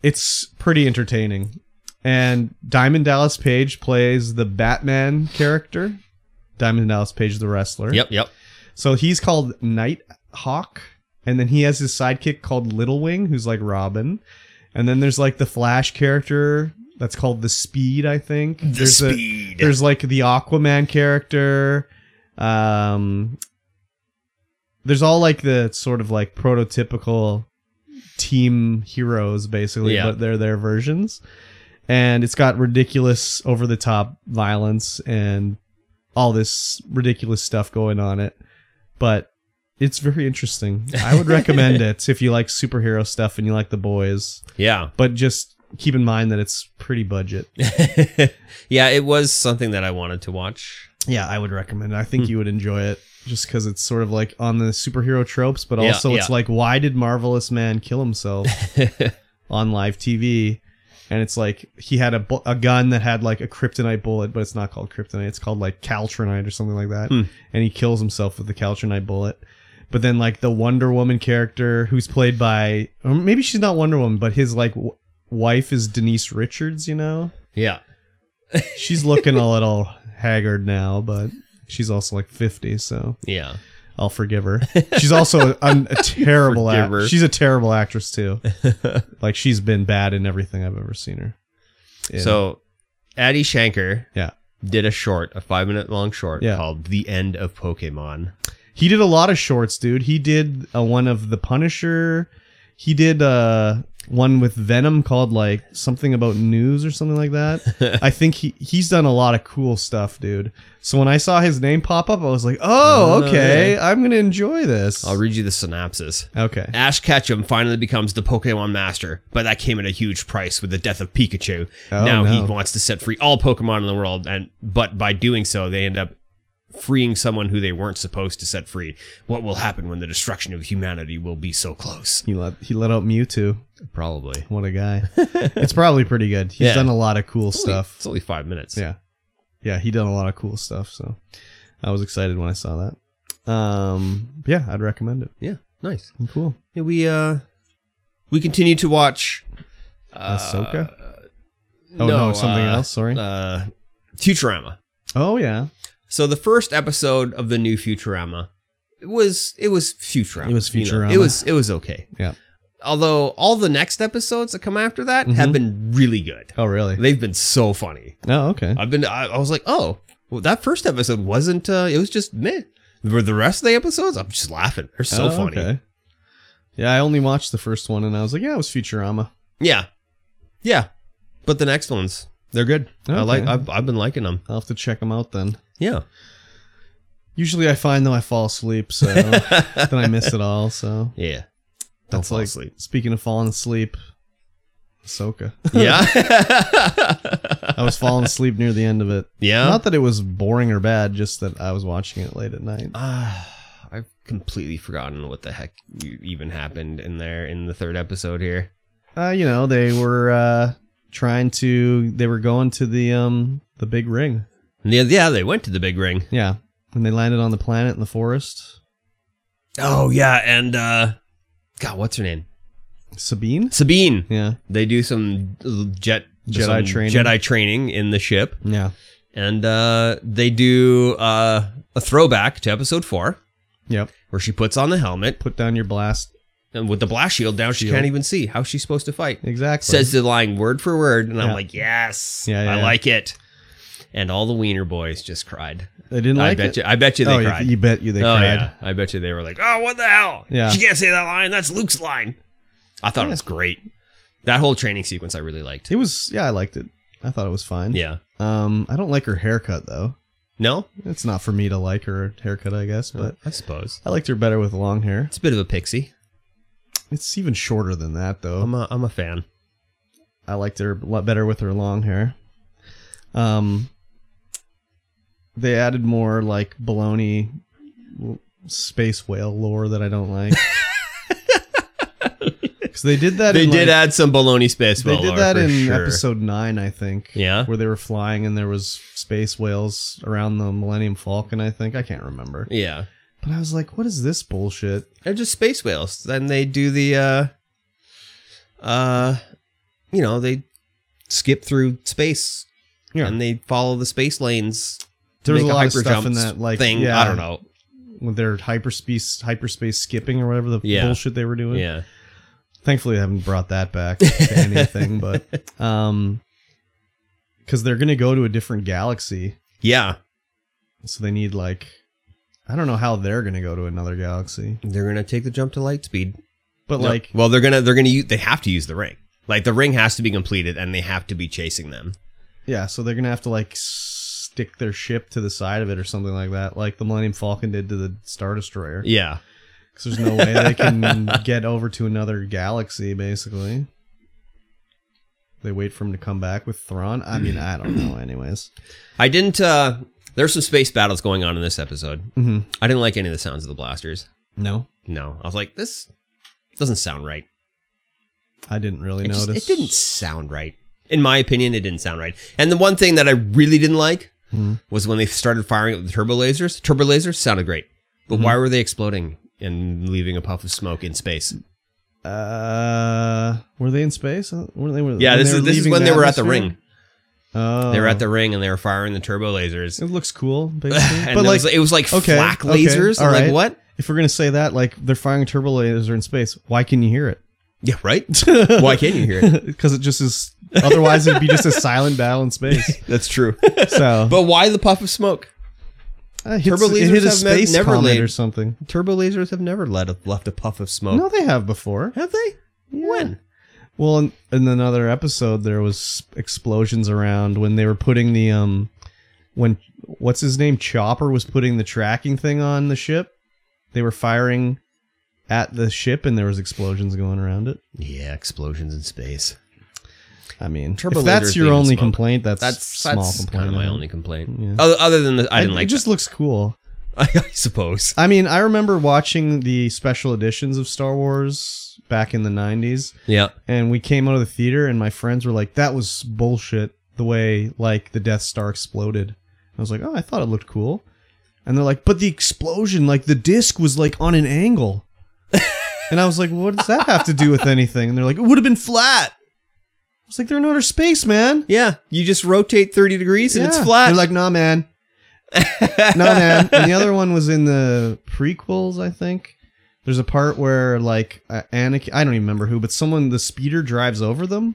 B: it's pretty entertaining and diamond dallas page plays the batman character diamond dallas page the wrestler
A: Yep, yep.
B: so he's called Night Hawk, and then he has his sidekick called Little Wing, who's like Robin. And then there's like the Flash character that's called the Speed, I think.
A: The
B: there's a-
A: speed.
B: there's like the Aquaman character. Um, there's all like the sort of like prototypical team heroes, basically,
A: Yeah.
B: but they're their versions. And it's got ridiculous, over the top violence and all this ridiculous stuff going on it. But it's very interesting. I would recommend it if you like superhero stuff and you like the boys.
A: yeah. *laughs*
B: But just keep in mind that it's pretty budget.
A: yeah, it was something that I wanted to watch. *laughs*
B: Yeah, I would recommend. it. I
A: Hmm.
B: think you would enjoy it just because it's sort of like on the superhero tropes, but
A: Yeah,
B: also it's
A: yeah.
B: like, why did Marvelous Man
A: *laughs*
B: kill himself on live TV? And it's like he had a, bu- a gun that had like a kryptonite bullet, but it's not called kryptonite. It's called like caltrinite or something like that.
A: Hmm.
B: And he kills himself with the caltrinite bullet. But then like the Wonder Woman character, who's played by, or maybe she's not Wonder Woman, but his like w- wife is Denise Richards. You know,
A: yeah.
B: She's looking a little haggard now, but she's also like 50, so
A: Yeah.
B: I'll forgive her. She's also a, a, a terrible
A: Forgive
B: act-
A: her.
B: She's a terrible actress too. Like she's been bad in everything I've ever seen her. in.
A: So, Addie Shanker
B: Yeah.
A: did a short, a five minute long short
B: Yeah.
A: called The End of Pokemon.
B: he did a lot of shorts, dude. He did uh, one of The Punisher. He did uh, one with Venom called like something about news or something
A: *laughs*
B: like that. I think he he's done a lot of cool stuff, dude. So when I saw his name pop up, I was like,
A: Oh,
B: "Oh, okay, I'm gonna enjoy this."
A: I'll read you the synopsis.
B: Okay.
A: Ash Ketchum finally becomes the Pokemon Master, but that came at a huge price with the death of Pikachu.
B: Oh,
A: now he
B: no.
A: wants to set free all Pokemon in the world, and but by doing so, they end up freeing someone who they weren't supposed to set free. What will happen when the destruction of humanity will be so close?
B: He let he let out Mewtwo.
A: Probably.
B: What
A: *laughs*
B: a guy! it's probably pretty good. He's
A: Yeah.
B: done a lot of cool stuff.
A: It's only five minutes.
B: Yeah, yeah, he done a lot of cool stuff. So I was excited when I saw that. Um, yeah, I'd recommend it.
A: Yeah. Nice.
B: Cool.
A: Yeah, we uh we continue to watch uh,
B: Ahsoka?
A: no,
B: Oh no, something
A: uh,
B: else. Sorry.
A: Uh, Futurama.
B: oh yeah,
A: So the first episode of the new Futurama it was it was Futurama.
B: It was
A: you know.
B: Futurama.
A: it was it was okay.
B: Yeah.
A: Although all the next episodes that come after that have
B: Mhm.
A: been really good.
B: Oh really?
A: They've been so funny.
B: oh okay.
A: I've been I, I was like, oh, well, that first episode wasn't. Uh, it was just meh. For the rest of the episodes, I'm just laughing. They're so
B: Oh,
A: funny.
B: okay. Yeah, I only watched the first one and I was like, yeah, it was Futurama.
A: Yeah, yeah. But the next ones, they're good. I like.
B: Okay.
A: I've, I've been liking them.
B: I'll have to check them out then.
A: Yeah. *laughs*
B: Usually, I find though I fall
A: *laughs*
B: asleep, so then I miss it all. So
A: yeah.
B: *laughs*
A: Don't
B: that's
A: fall
B: like
A: asleep.
B: speaking of falling asleep, Ahsoka.
A: Yeah.
B: I was falling asleep near the end of it.
A: yeah.
B: Not that it was boring or bad, just that I was watching it late at night.
A: Ah, I've completely forgotten what the heck e- even happened in there in the third episode here.
B: Uh, you know, they were uh, trying to they were going to the um the big ring.
A: And Yeah, yeah, they went to the big ring.
B: Yeah. And they landed on the planet in the forest.
A: Oh yeah, and uh God, what's her name?
B: Sabine?
A: Sabine.
B: Yeah.
A: They do some l- jet
B: Jedi
A: some
B: training.
A: Jedi training in the ship,
B: Yeah.
A: and uh they do uh a throwback to episode four
B: Yep.
A: where she puts on the helmet
B: Put down your blast.
A: and with the blast shield down, she
B: Shield.
A: can't even see how she's supposed to fight.
B: Exactly.
A: says the line word for word, and I'm
B: Yeah.
A: like, yes,
B: Yeah, yeah,
A: I
B: yeah.
A: like it. And all the Wiener boys just cried.
B: they didn't
A: I
B: like
A: bet
B: it.
A: you. I bet you they
B: oh, you-
A: cried.
B: You, bet you they
A: oh
B: cried.
A: yeah, I bet you they were like, oh, what the hell?
B: Yeah.
A: she can't say that line. That's Luke's line. I thought it was great. That whole training sequence, I really liked.
B: It was yeah, I liked it. I thought it was fine.
A: Yeah.
B: Um I don't like her haircut though.
A: No,
B: It's not for me to like her haircut, I guess, but
A: I suppose
B: I liked her better with long hair.
A: it's a bit of a pixie.
B: It's even shorter than that though.
A: I'm a, I'm a fan.
B: I liked her a lot better with her long hair. Um, they added more like baloney l- space whale lore that I
A: *laughs*
B: don't like. *laughs* Because they did that.
A: They
B: in,
A: did
B: Like,
A: add some baloney space.
B: they
A: Valor,
B: did that
A: for
B: in
A: sure.
B: episode nine, I think.
A: Yeah.
B: where they were flying and there was space whales around the Millennium Falcon. I think I can't remember,
A: Yeah.
B: But I was like, what is this bullshit?
A: They're just space whales. Then they do the, uh, uh, you know, they skip through space
B: Yeah.
A: and they follow the space lanes. to
B: There was
A: make
B: a lot of
A: hyper
B: stuff in
A: jumps
B: that, like,
A: thing.
B: yeah.
A: I don't know.
B: With their hyperspace hyperspace skipping or whatever the
A: Yeah.
B: bullshit they were doing.
A: Yeah,
B: Thankfully, I haven't brought
A: *laughs*
B: that back to anything, but um, because they're gonna go to a different galaxy,
A: yeah.
B: so they need like, I don't know how they're gonna go to another galaxy,
A: They're gonna take the jump to light speed.
B: but
A: Yep.
B: like,
A: well, they're gonna they're gonna use, they have to use the ring. Like the ring has to be completed, and they have to be chasing them.
B: yeah, so they're gonna have to like stick their ship to the side of it or something like that, like the Millennium Falcon did to the Star Destroyer,
A: Yeah,
B: because there's no way
A: *laughs*
B: they can get over to another galaxy. Basically, they wait for him to come back with Thrawn. I mean, I don't know. Anyways,
A: I didn't. uh There's some space battles going on in this episode.
B: mm-hmm.
A: I didn't like any of the sounds of the blasters.
B: no,
A: No, I was like, this doesn't sound right.
B: I didn't really
A: It, just-
B: notice.
A: it didn't sound right. In my opinion, it didn't sound right. And the one thing that I really didn't like
B: Mhm.
A: was when they started firing up the turbo lasers. Turbo lasers sounded great, but
B: Mm-hmm.
A: why were they exploding and leaving a puff of smoke in space?
B: Uh, were they in space? Uh, Were they? Were,
A: Yeah,
B: when
A: this is
B: they were
A: this is
B: leaving
A: when they were at the
B: atmosphere?
A: ring.
B: Oh,
A: They were at the ring and they were firing the turbo lasers.
B: It looks
A: *laughs*
B: cool, basically.
A: and
B: but
A: it
B: like,
A: was, it was like
B: okay,
A: flak
B: okay,
A: lasers. I'm
B: all
A: Like
B: right.
A: what?
B: if we're gonna say that, like they're firing turbo lasers in space, why can you hear it?
A: Yeah, right. *laughs* Why can't you hear it?
B: *laughs* Because it just is. Otherwise, it'd be
A: *laughs*
B: just a silent battle in space.
A: That's
B: *laughs*
A: true.
B: So
A: but why the puff of smoke?
B: uh, it's-
A: turbo
B: it
A: lasers
B: hit a
A: have
B: space
A: never
B: comet
A: laid-
B: or something.
A: Turbo lasers have never let a, left a puff of smoke.
B: No, they have before.
A: Have they? When?
B: Well, in, in another episode, there was explosions around when they were putting the um, when what's his name Chopper was putting the tracking thing on the ship. They were firing at the ship, and there was explosions going around it.
A: Yeah, explosions in space.
B: I mean,
A: Turbo
B: if that's
A: lasers
B: your
A: leaving
B: only
A: smoke.
B: complaint, that's
A: That's
B: small
A: that's
B: complaint.
A: kind of my
B: yeah.
A: only complaint.
B: Yeah.
A: Other, other than the, I didn't
B: it,
A: like.
B: It just looks cool.
A: that. *laughs* I suppose.
B: I mean, I remember watching the special editions of Star Wars back in the '90s,
A: Yeah.
B: and we came out of the theater and my friends were like that was bullshit the way like the death star exploded i was like oh i thought it looked cool and they're like but the explosion like the disc was like on an angle and i was like what does that have to do with anything and they're like it would have been flat i was like they're in outer space man
A: Yeah. You just rotate thirty degrees and it's
B: Yeah.
A: flat.
B: they're like nah man no man and the other one was in the prequels i think there's a part where like uh, Anakin I don't even remember who but someone the speeder drives over them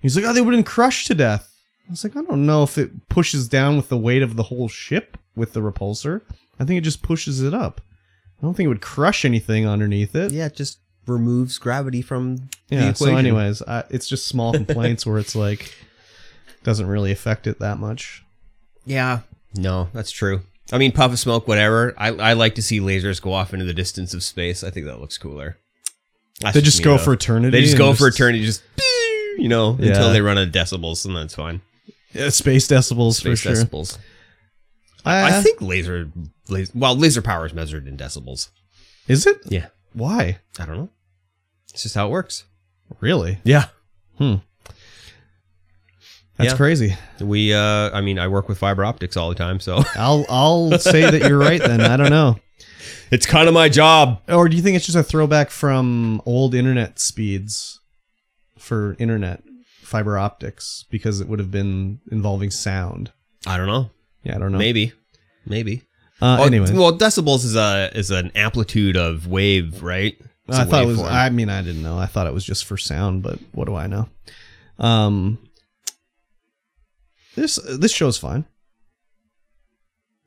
B: he's like oh they would have been crushed to death I was like I don't know if it pushes down with the weight of the whole ship with the repulsor I think it just pushes it up I don't think it would crush anything underneath
A: *laughs*
B: it
A: yeah, it just removes gravity from the
B: yeah
A: equation.
B: so anyways I, it's
A: *laughs*
B: just small complaints where it's like doesn't really affect it that much
A: Yeah. No, that's true. I mean, puff of smoke, whatever. I, I like to see lasers go off into the distance of space. I think that looks cooler. That's
B: they just
A: me,
B: go
A: though.
B: for eternity
A: They just
B: and
A: go for eternity, just *laughs* you know,
B: Yeah.
A: until they run out of decibels, and that's fine.
B: yeah, space decibels
A: Space
B: for sure
A: decibels.
B: Uh,
A: I think laser, laser, well, laser power is measured in decibels.
B: Is it?
A: Yeah.
B: Why?
A: I don't know. It's just how it works.
B: Really?
A: Yeah.
B: That's
A: Yeah.
B: crazy.
A: We, uh, I mean, I work with fiber optics all the time, so *laughs*
B: I'll I'll say that you're right then. I don't know.
A: it's kind of my job.
B: Or do you think it's just a throwback from old internet speeds for internet fiber optics because it would have been involving sound?
A: I don't know.
B: Yeah, I don't know.
A: Maybe, maybe.
B: Uh,
A: Oh,
B: anyway,
A: well, decibels is a is an amplitude of wave, right? It's
B: Uh, I
A: a
B: thought it was.
A: waveform.
B: I mean, I didn't know. I thought it was just for sound, but what do I know? Um, this this show's fine.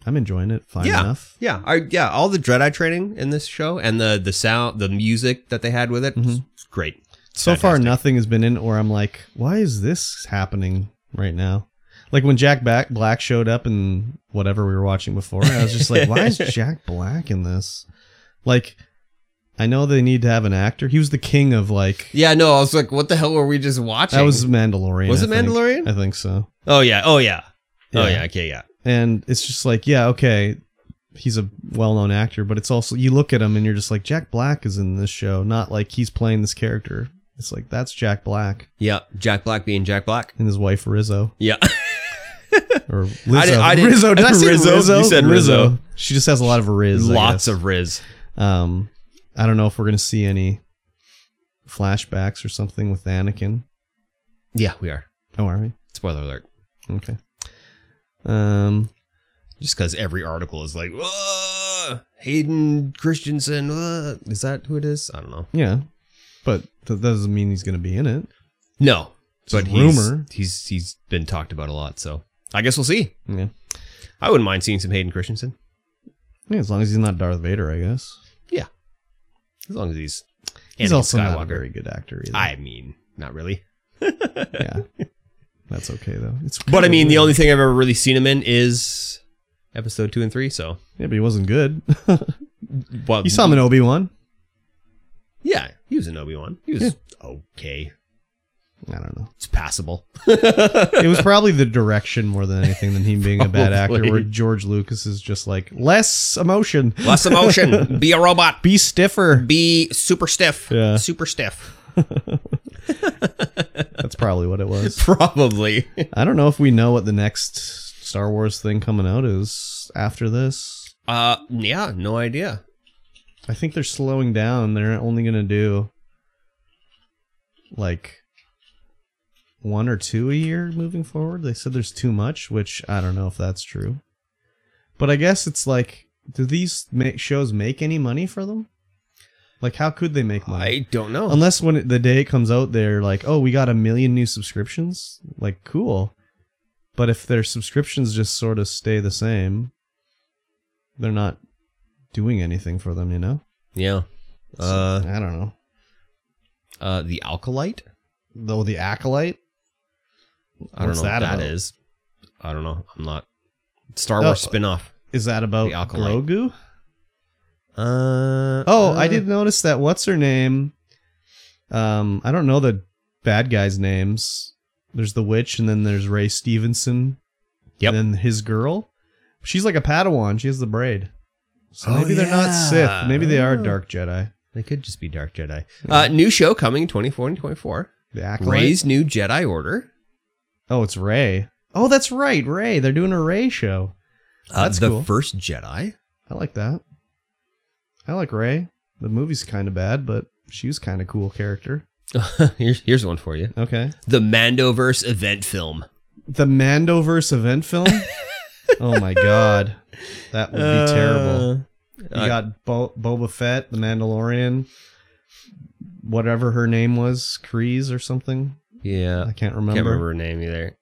B: I'm enjoying it fine
A: Yeah.
B: enough.
A: yeah, I, yeah. All the dread eye training in this show and the the sound, the music that they had with it,
B: Mhm.
A: it's great.
B: So far,
A: Fantastic.
B: nothing has been in, or I'm like, why is this happening right now? Like when Jack Back Black showed up in whatever we were watching before, I was just like,
A: *laughs*
B: why is Jack Black in this? Like, I know they need to have an actor. He was the king of like
A: Yeah, no, I was like, what the hell were we just watching?
B: that was Mandalorian.
A: was
B: I
A: it
B: think.
A: Mandalorian?
B: I think so.
A: Oh yeah, oh yeah, oh yeah. Okay, yeah.
B: And it's just like, yeah, okay, he's a well-known actor, but it's also you look at him and you're just like, Jack Black is in this show, not like he's playing this character. It's like that's Jack Black
A: Yeah, Jack Black being Jack Black.
B: and his wife Rizzo.
A: Yeah.
B: or
A: *laughs*
B: Lizzo.
A: I didn't- I didn't- *laughs*
B: Rizzo. Did I say
A: Rizzo?
B: Rizzo?
A: You said Rizzo.
B: She just has a lot of Riz.
A: *laughs*
B: I
A: Lots
B: guess.
A: of Riz.
B: Um, I don't know if we're gonna see any flashbacks or something with Anakin.
A: Yeah, we are.
B: Oh, are we?
A: Spoiler alert.
B: Okay. Um,
A: Just because every article is like, "Whoa, Hayden Christensen. whoa." Is that who it is? I don't know.
B: yeah, but that doesn't mean he's gonna be in it.
A: No,
B: It's
A: but
B: a
A: he's-
B: rumor.
A: He's he's been talked about a lot, so I guess we'll see.
B: Yeah.
A: I wouldn't mind seeing some Hayden Christensen
B: yeah, as long as he's not Darth Vader, I guess.
A: as long as he's.
B: He's
A: Anakin
B: also
A: Skywalker.
B: not a very good actor either.
A: I mean, not really.
B: yeah, *laughs* that's okay though. It's
A: But I
B: kinda
A: mean, the
B: weird.
A: only thing I've ever really seen him in is episode two and three. So,
B: yeah, but he wasn't good. *laughs*
A: well,
B: you saw him in Obi Wan.
A: Yeah, he was an Obi Wan. He was
B: Yeah.
A: okay.
B: I don't know.
A: It's passable.
B: It was probably the direction more than anything than him being a bad actor.
A: Probably.
B: Where George Lucas is just like less emotion,
A: Less
B: *laughs*
A: emotion. Be a robot.
B: be stiffer.
A: Be super stiff.
B: Yeah.
A: Super stiff.
B: That's probably what it *laughs* was.
A: *laughs* Probably.
B: I don't know if we know what the next Star Wars thing coming out is after this.
A: Uh, yeah, no idea.
B: I think they're slowing down. They're only going to do like one or two a year moving forward. They said there's too much, which I don't know if that's true. But I guess it's like, do these ma- shows make any money for them? Like, how could they make money?
A: I don't know.
B: Unless when it, the day it comes out, they're like, "Oh, we got a million new subscriptions." Like, cool. But if their subscriptions just sort of stay the same, they're not doing anything for them, you know.
A: yeah.
B: So,
A: Uh,
B: I don't know.
A: uh, the Alkalite.
B: Though the acolyte,
A: I don't
B: What's
A: know what
B: that
A: that
B: about?
A: is. I don't know. I'm not. Star
B: Oh.
A: Wars spin-off.
B: is that about
A: The Acolyte.
B: Grogu?
A: Uh,
B: Oh,
A: uh,
B: I did notice that. What's her name? Um, I don't know the bad guys' names. There's the witch, and then there's Ray Stevenson.
A: Yep.
B: And then his girl. She's like a Padawan. She has the braid. So
A: Oh,
B: maybe they're not
A: yeah.
B: Sith. Maybe they are
A: Oh.
B: Dark Jedi.
A: They could just be Dark Jedi. Uh, new show coming 24 and 24.
B: The Hmm. Acolyte.
A: Ray's new Jedi Order.
B: Oh, it's Ray. Oh, that's right, Ray. They're doing a Ray show.
A: Uh,
B: That's
A: the
B: cool.
A: first Jedi. *laughs*
B: I like that. I like Ray. The movie's kind of bad, but she was kind of cool character.
A: here's here's one for you.
B: Okay.
A: The Mandoverse event film.
B: The Mandoverse
A: *laughs*
B: event film? oh my god. That would be terrible. You
A: uh,
B: got Bo- Boba Fett, the Mandalorian, whatever her name was, Kreese or something.
A: Yeah,
B: I can't remember.
A: can't remember her name either.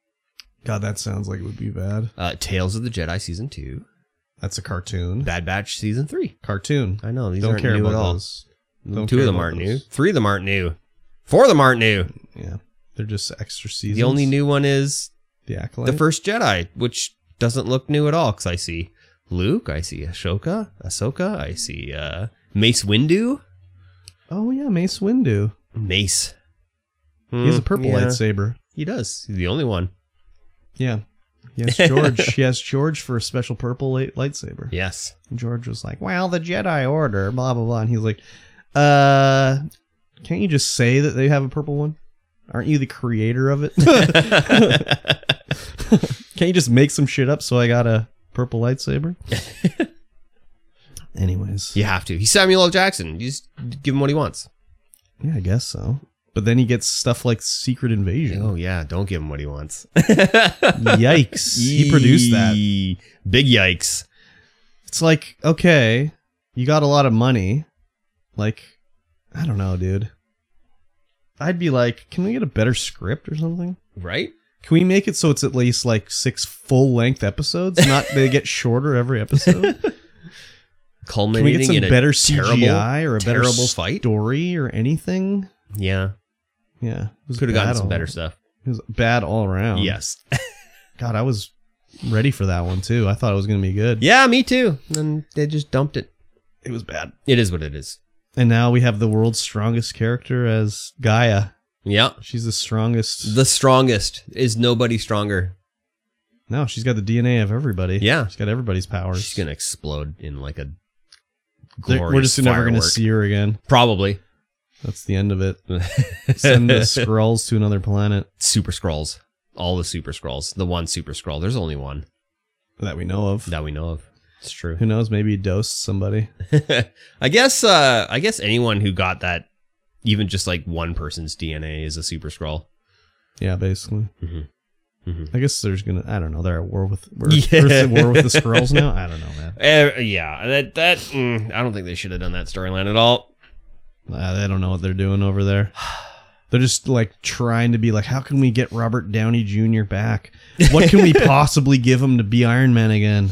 B: God, that sounds like it would be bad.
A: Uh, Tales of the Jedi season two,
B: That's a cartoon.
A: Bad Batch season three.
B: cartoon.
A: I know these
B: Don't
A: aren't
B: care
A: new
B: about
A: at all.
B: those. Don't
A: two
B: care
A: of them
B: about
A: aren't new.
B: those.
A: Three of them aren't new. Four of them aren't new.
B: Yeah, they're just extra seasons.
A: The only new one is
B: the acolyte.
A: the first Jedi, which doesn't look new at all because I see Luke, I see Ashoka, Ahsoka, I see uh, Mace Windu,
B: oh yeah, Mace Windu.
A: Mace.
B: he has a
A: Mm,
B: purple
A: yeah.
B: lightsaber.
A: He does. He's the only one.
B: Yeah.
A: *laughs*
B: Yes, George. he has George for a special purple light- lightsaber.
A: Yes.
B: And George was like, "Well, the Jedi Order, blah blah blah," and he's like, "Uh, can't you just say that they have a purple one? Aren't you the creator
A: *laughs*
B: of it? *laughs* can't you just make some shit up so I got a
A: *laughs*
B: purple lightsaber?" Anyways,
A: *laughs* You have to. He's Samuel L. Jackson. You just give him what he wants.
B: yeah, I guess so. But then he gets stuff like Secret Invasion.
A: Oh yeah, don't give him what he wants.
B: Yikes! *laughs* he produced that.
A: Yee. Big yikes.
B: It's like, okay, you got a lot of money. Like, I don't know, dude. I'd be like, can we get a better script or something?
A: Right?
B: Can we make it so it's at least like six full length
A: *laughs*
B: episodes? Not they get shorter every episode. Can we
A: Culminating
B: get some
A: in a
B: better
A: terrible-
B: CGI or a better
A: terrible fight?
B: story or anything?
A: Yeah.
B: Yeah,
A: Could have gotten some
B: all,
A: better stuff.
B: It was bad all around.
A: yes.
B: God, I was ready for that one too. I thought it was gonna be good.
A: Yeah, me too. And they just dumped it.
B: it was bad.
A: It is what it is.
B: And now we have the world's strongest character as Gaia.
A: Yeah.
B: She's the strongest.
A: The strongest is nobody stronger.
B: no, she's got the DNA of everybody.
A: Yeah.
B: she's got everybody's powers.
A: She's gonna explode in like a
B: They're-
A: glorious
B: We're just never going to
A: firework.
B: see her again.
A: Probably. *laughs*
B: That's the end of it. Send the Skrulls to another planet.
A: Super scrolls. all the super scrolls. The one super scroll. There's only one
B: that we know of.
A: that we know of. It's true. *laughs*
B: Who knows? Maybe he dosed somebody.
A: I guess uh I guess anyone who got that even just like one person's DNA is a super scroll.
B: Yeah, basically.
A: Mhm. Mhm.
B: I guess there's gonna. I don't know. They're at war with. We're,
A: *laughs* Yeah.
B: Earth's at war with the squirrels now. I don't know, man.
A: Eh, yeah, that that mm, I don't think they should have done that storyline at all.
B: Uh, they don't know what they're doing over there. They're just like trying to be like, how can we get Robert Downey Jr. back?
A: *laughs*
B: What can we possibly give him to be Iron Man again?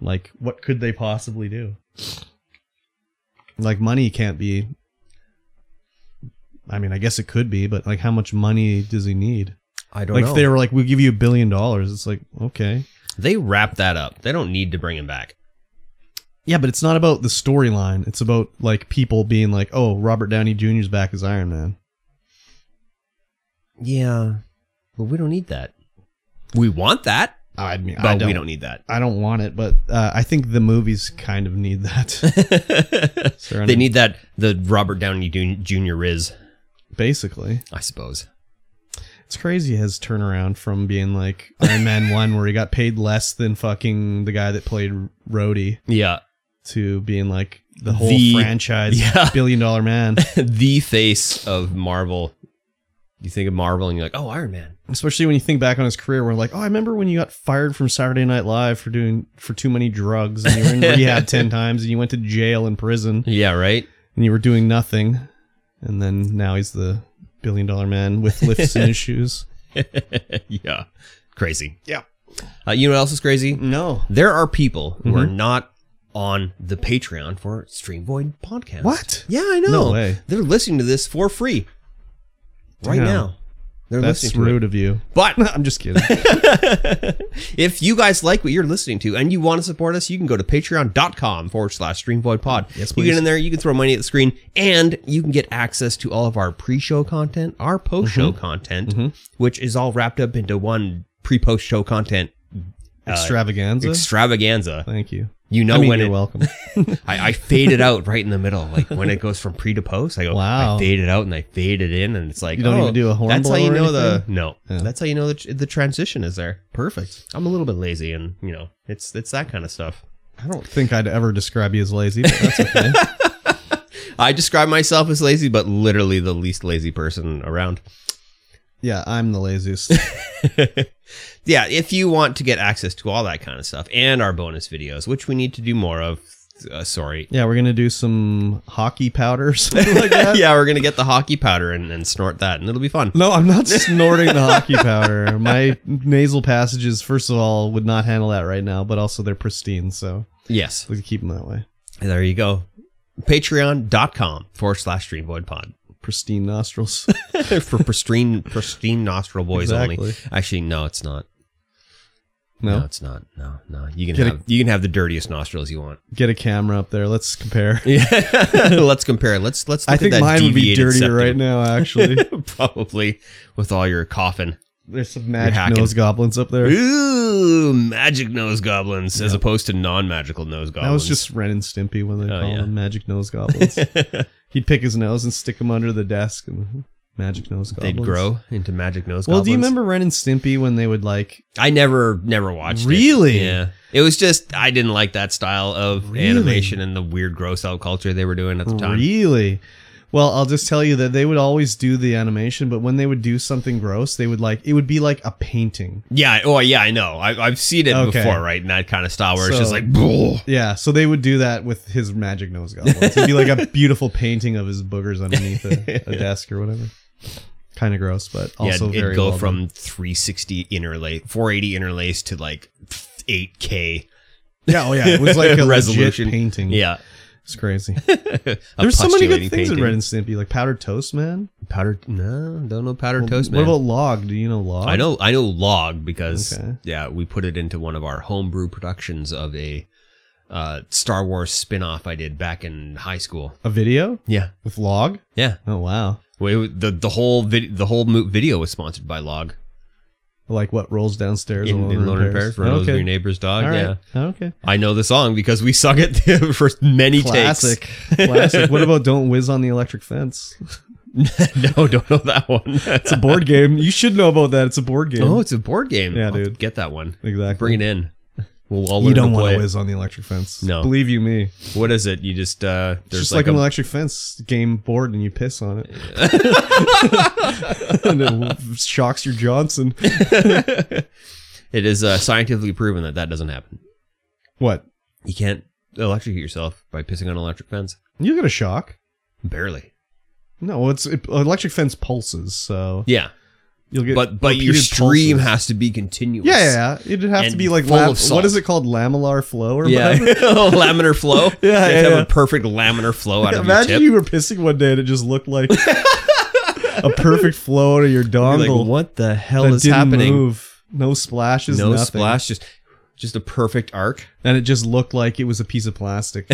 B: Like, what could they possibly do? Like, money can't be. I mean, I guess it could be, but like, how much money does he need?
A: I don't
B: Like, if they were like, we'll give you a billion dollars, it's like, okay.
A: They wrap that up. They don't need to bring him back.
B: Yeah, but it's not about the storyline. It's about like people being like, "Oh, Robert Downey Jr.'s back as Iron Man."
A: Yeah, but we don't need that. We want that,
B: I mean,
A: but
B: I don't,
A: we don't need *laughs* that.
B: I don't want it, but uh, I think the movies kind of need that. *laughs* Surrounding-
A: they need that the Robert Downey Jr. is,
B: basically.
A: I suppose.
B: It's crazy his turnaround from being like
A: *laughs*
B: Iron Man One, where he got paid less than fucking the guy that played Rhodey,
A: Yeah, *laughs*
B: to being like the whole
A: The- *laughs*
B: franchise
A: yeah.
B: billion dollar
A: *laughs*
B: man.
A: the face of Marvel. You think of Marvel and you're like, oh, Iron Man.
B: Especially when you think back on his career, we're like, "Oh, I remember when you got fired from Saturday Night Live for doing for too many drugs, and
A: *laughs*
B: you were in rehab ten times, and you went to jail and prison."
A: Yeah, right.
B: and you were doing nothing, and then now he's the billion dollar man with
A: *laughs*
B: lifts in his shoes.
A: *laughs* yeah, crazy.
B: Yeah.
A: Uh, you know what else is crazy?
B: No.
A: There are people who
B: Mm-hmm.
A: are not on the Patreon for Stream Void podcast.
B: What?
A: Yeah, I know.
B: No way.
A: They're listening to this for free right
B: Damn.
A: now. They're
B: That's
A: listening to
B: rude of you.
A: it. But
B: *laughs* I'm just *laughs* kidding. Uh,
A: if you guys like what you're listening to and you want to support us, you can go to patreon.com forward slash streamvoidpod.
B: Yes,
A: You
B: please.
A: get in there, you can throw money at the screen, and you can get access to all of our pre-show content, our post-show content,
B: Mhm.
A: which is all wrapped up into one pre-post show content
B: Extravaganza.
A: extravaganza.
B: Thank you.
A: You know
B: *laughs* I mean,
A: when
B: you're
A: it,
B: welcome.
A: I, I fade it out right in the middle, like when it goes from pre to post. I go,
B: Wow.
A: I fade it out and I fade it in, and it's like
B: You don't
A: oh,
B: even do a horn
A: That's how
B: blow
A: you
B: or
A: know the
B: anything?
A: no.
B: Yeah.
A: That's how you know the tr- the transition is there.
B: Perfect.
A: I'm a little bit lazy, and you know, it's it's that kind of stuff.
B: I don't think I'd ever describe you as lazy, but that's *laughs* okay.
A: I describe myself as lazy, but literally the least lazy person around.
B: yeah, I'm the laziest.
A: yeah, if you want to get access to all that kind of stuff and our bonus videos, which we need to do more of. Uh, sorry. *laughs*
B: *laughs* Yeah, we're gonna do some hockey powder or something *laughs* like that.
A: yeah, we're gonna get the hockey powder and, and snort that, and it'll be fun.
B: No, I'm not snorting the hockey *laughs* powder. My nasal passages, first of all, would not handle that right now, but also they're pristine, so
A: Yes.
B: we can keep them that way.
A: There you go. Patreon.com forward slash Dream Void
B: *laughs*
A: Pod
B: Pristine nostrils. *laughs*
A: for pristine, pristine nostril boys only.
B: Exactly.
A: Actually, no, it's not.
B: No,
A: it's not. No, no. You can
B: Get a-
A: have you can have the dirtiest nostrils
B: *laughs*
A: you want.
B: get a camera up there. Let's compare.
A: Yeah. *laughs* Let's compare. Let's let's. Look
B: I
A: at
B: think
A: that
B: mine would be
A: deviated
B: dirtier
A: septum.
B: right now. Actually, *laughs*
A: *laughs* Probably with all your coughing.
B: there's some
A: hacking.
B: magic nose goblins up there.
A: Ooh, magic nose goblins as opposed to non-magical nose goblins.
B: That was just Ren and Stimpy when they
A: Oh,
B: called
A: yeah.
B: them
A: *laughs*
B: magic nose goblins. He'd pick his nose and stick him under the desk, and magic nose goblins.
A: they'd grow into magic nose.
B: Well,
A: goblins.
B: do you remember Ren and Stimpy when they would like?
A: I never never watched it.
B: Really?
A: Yeah. It was just I didn't like that style of
B: Really?
A: animation and the weird gross out culture they were doing at the time.
B: Really? Well, I'll just tell you that they would always do the animation, but when they would do something gross, they would like it would be like a painting.
A: Yeah, oh yeah, I know. I have seen it
B: Okay.
A: before, right? In that kind of style where it's just
B: So-
A: like "Bleh."
B: Yeah, so they would do that with his magic nose goblins. It'd be like
A: *laughs*
B: a beautiful painting of his boogers underneath a, a desk or whatever. Kind of gross, but
A: yeah,
B: also
A: it'd
B: very
A: go
B: well done.
A: from 360 interlace, 480 interlace to like 8K.
B: yeah, oh yeah,
A: *laughs*
B: it was like a
A: Resolution.
B: resolution painting.
A: Yeah,
B: it's crazy.
A: A
B: There's so many good
A: postulating
B: things in
A: painting.
B: Red and Stimpy, like powdered toast, man.
A: Powdered? No, don't know powdered
B: Well,
A: toast.
B: What
A: man.
B: about log? Do you know log?
A: I know I know log because
B: Okay.
A: yeah, we put it into one of our homebrew productions of a uh, Star Wars spin-off I did back in high school.
B: a video
A: Yeah.
B: with log.
A: Yeah.
B: Oh wow,
A: We, the the whole vid, the whole mo- video was sponsored by Log
B: like what rolls downstairs
A: in,
B: alone
A: in Lone and Paris. Reynolds
B: okay.
A: Your Neighbor's Dog.
B: All right.
A: Yeah.
B: Okay.
A: I know the song because we *laughs* sung it for many
B: Classic.
A: takes.
B: Classic. What about Don't Whiz on the Electric Fence?
A: *laughs* no, don't know that one.
B: It's
A: *laughs*
B: a board game. You should know about that. It's a board game.
A: Oh, it's a board game.
B: Yeah,
A: I'll
B: dude.
A: Get that one.
B: exactly.
A: Bring it in. We'll all learn
B: you don't
A: to
B: want
A: play.
B: to
A: it.
B: whiz on the electric fence.
A: No.
B: Believe you me. It's
A: What is it? You just uh there's
B: just like, an
A: a,
B: electric fence game board and you piss on it. *laughs* and it shocks your Johnson.
A: *laughs* it is uh, scientifically proven that that doesn't happen.
B: What?
A: You can't electrocute yourself by pissing on an electric fence.
B: You get a shock.
A: Barely.
B: No, it's it, electric fence pulses, so
A: Yeah,
B: you'll get
A: but but your
B: repeated
A: stream
B: pulses.
A: has to be continuous.
B: Yeah, yeah, yeah. It'd have to
A: And
B: be like
A: full
B: lam-
A: of salt.
B: what is it called? Lamellar flow or
A: Yeah, *laughs*
B: whatever?
A: laminar flow. you
B: *laughs* yeah,
A: have to have
B: yeah.
A: a perfect laminar flow out of your
B: Imagine
A: tip.
B: you were pissing one day and it just looked like a perfect flow out
A: *laughs*
B: of your
A: You're like,
B: dongle.
A: what the hell
B: that
A: is
B: didn't
A: happening?
B: move. No splashes.
A: No
B: nothing.
A: splash, just just a perfect
B: *laughs*
A: arc.
B: and it just looked like it was a piece
A: *laughs*
B: of plastic.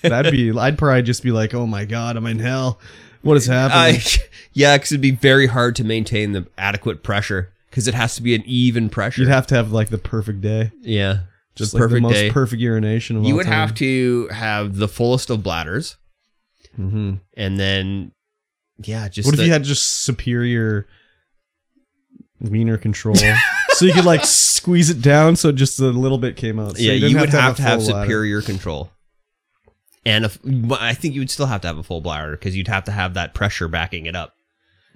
B: That'd be. I'd probably just be like, "Oh my god, I'm in hell. What is happening?"
A: I, *laughs* yeah, because it'd be very hard to maintain the adequate pressure because it has to be an even pressure.
B: You'd have to have like the perfect day,
A: yeah,
B: just
A: just
B: like the
A: perfect
B: most
A: day.
B: perfect urination of
A: you
B: all
A: would have to have the fullest of bladders,
B: hmm
A: and then yeah, just
B: What if
A: the-
B: you had just superior wiener control? so you could
A: *laughs*
B: like squeeze it down so just a little bit came out. So
A: yeah,
B: didn't
A: you would have to
B: a
A: have
B: full bladder.
A: superior control. And if, but I think you would still have to have a full bladder because you'd have to have that pressure backing it up.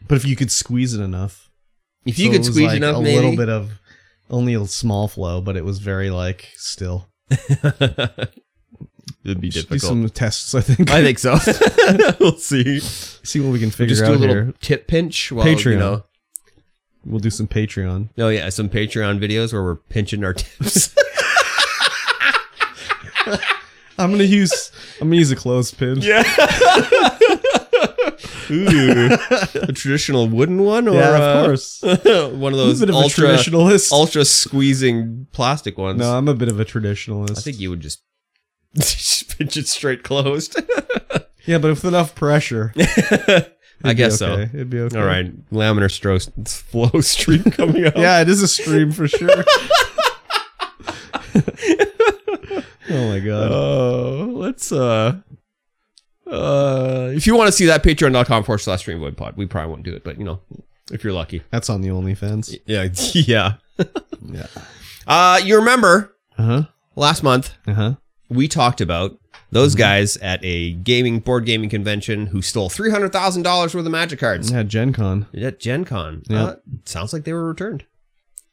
B: But if you could squeeze it enough,
A: If you
B: So
A: could
B: was,
A: squeeze
B: like,
A: enough,
B: a
A: maybe.
B: little bit of only a small flow, but it was very like still.
A: It'd be
B: Should Do some tests, I
A: *laughs*
B: think.
A: I think so. *laughs* we'll see.
B: *laughs* See what we can figure
A: Just
B: out
A: do a little
B: here.
A: tip pinch while
B: Patreon.
A: you know.
B: We'll do some Patreon.
A: Oh yeah, some Patreon videos where we're pinching our tips. *laughs*
B: I'm gonna
A: *laughs*
B: use I'm gonna use a clothespin.
A: yeah.
B: *laughs*
A: a traditional wooden one, or
B: yeah of
A: uh,
B: course.
A: *laughs*
B: I'm
A: one of
B: a
A: those
B: bit of
A: ultra
B: a traditionalist.
A: ultra squeezing plastic ones.
B: no, I'm a bit of a traditionalist.
A: I think you would *laughs* just just pinch it straight *laughs* closed.
B: yeah, but with enough
A: *laughs*
B: pressure,
A: I
B: it'd be
A: guess
B: okay. It'd be okay.
A: so. All right, laminar stro- flow *laughs* stream coming up.
B: Yeah, it is a stream for
A: *laughs*
B: sure. *laughs* oh my god.
A: Oh, let's uh uh if you want to see that patreon.com forward slash streamvoid pod we probably won't do it but you know if you're lucky
B: That's on the OnlyFans.
A: *laughs* yeah *laughs* yeah
B: Yeah.
A: uh you remember
B: Uh-huh.
A: last month
B: Uh-huh.
A: we talked about those guys at a gaming board gaming convention who stole three hundred thousand dollars worth of magic cards
B: Yeah, Gen Con.
A: at gen con
B: Yeah.
A: uh, sounds like they were returned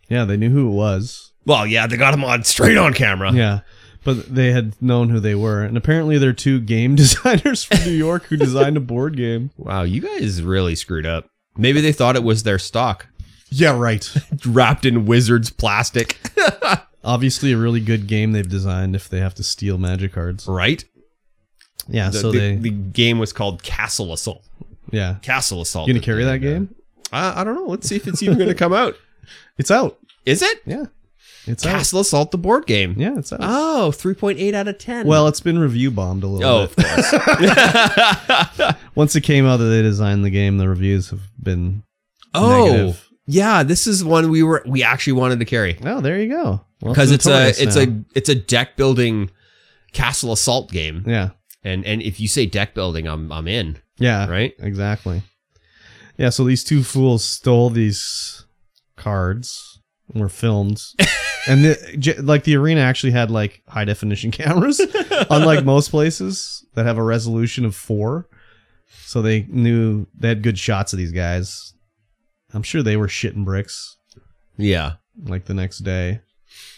B: Yeah, they knew who it was.
A: well yeah they got them on straight on camera
B: Yeah. But they had known who they were. And apparently they're two game *laughs* designers from New York who designed a board game.
A: wow you guys really screwed up maybe they thought it was their stock
B: Yeah, right.
A: wrapped in wizard's plastic
B: *laughs* Obviously a really good game they've designed if they have to steal magic cards.
A: right
B: Yeah,
A: The,
B: so
A: the,
B: they
A: the game was called Castle Assault.
B: Yeah.
A: Castle Assault.
B: You gonna carry that game?
A: Uh, I don't know. Let's see if it's even gonna come out.
B: It's out.
A: Is it?
B: Yeah. It's out.
A: Castle Assault, the board game.
B: Yeah, it's out.
A: Oh, 3.8 out of 10.
B: Well, it's been review bombed a little
A: oh,
B: bit.
A: of course.
B: Once it came out that they designed the game, the reviews have been
A: *laughs* oh,
B: negative.
A: yeah. This is one we were we actually wanted to carry
B: Oh, there you go. Well,
A: because it's a
B: notorious
A: it's
B: now.
A: a it's a deck building Castle Assault game.
B: yeah
A: And and if you say deck building, I'm I'm in.
B: yeah
A: Right?
B: exactly. Yeah, so these two fools stole these cards and were filmed, and the, j- like the arena actually had like high definition *laughs* cameras, unlike most places that have a resolution of four. So they knew they had good shots of these guys. I'm sure they were shitting bricks
A: Yeah.
B: like the next day.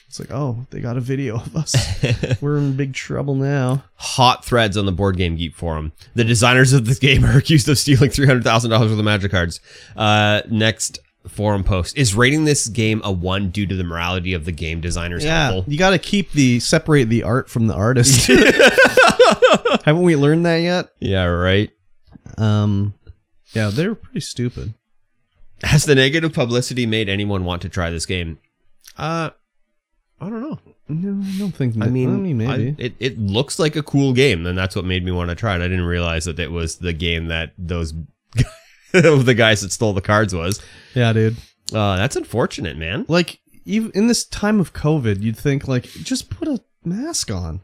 B: It's like, oh, they got a video of us. We're in big trouble now.
A: hot threads on the board game geek forum. The *laughs* designers of this game are accused of stealing three hundred thousand dollars worth of magic cards. Uh, next forum post is rating this game a one due to the morality of the game designers. *laughs* helpful?
B: you got to keep the separate the art from the *laughs* artist. Haven't we learned that yet?
A: yeah, right.
B: Um, yeah, they were pretty stupid.
A: Has the negative publicity made anyone want to try this game? Uh, I don't know.
B: No, I don't think.
A: I mean,
B: maybe.
A: I- it it looks like a cool game, and that's what made me want to try it. I didn't realize that it was the game that those *laughs* the guys that stole the cards was.
B: yeah, dude.
A: Uh, that's unfortunate, man.
B: Like, even in this time of COVID, you'd think like just put a mask on.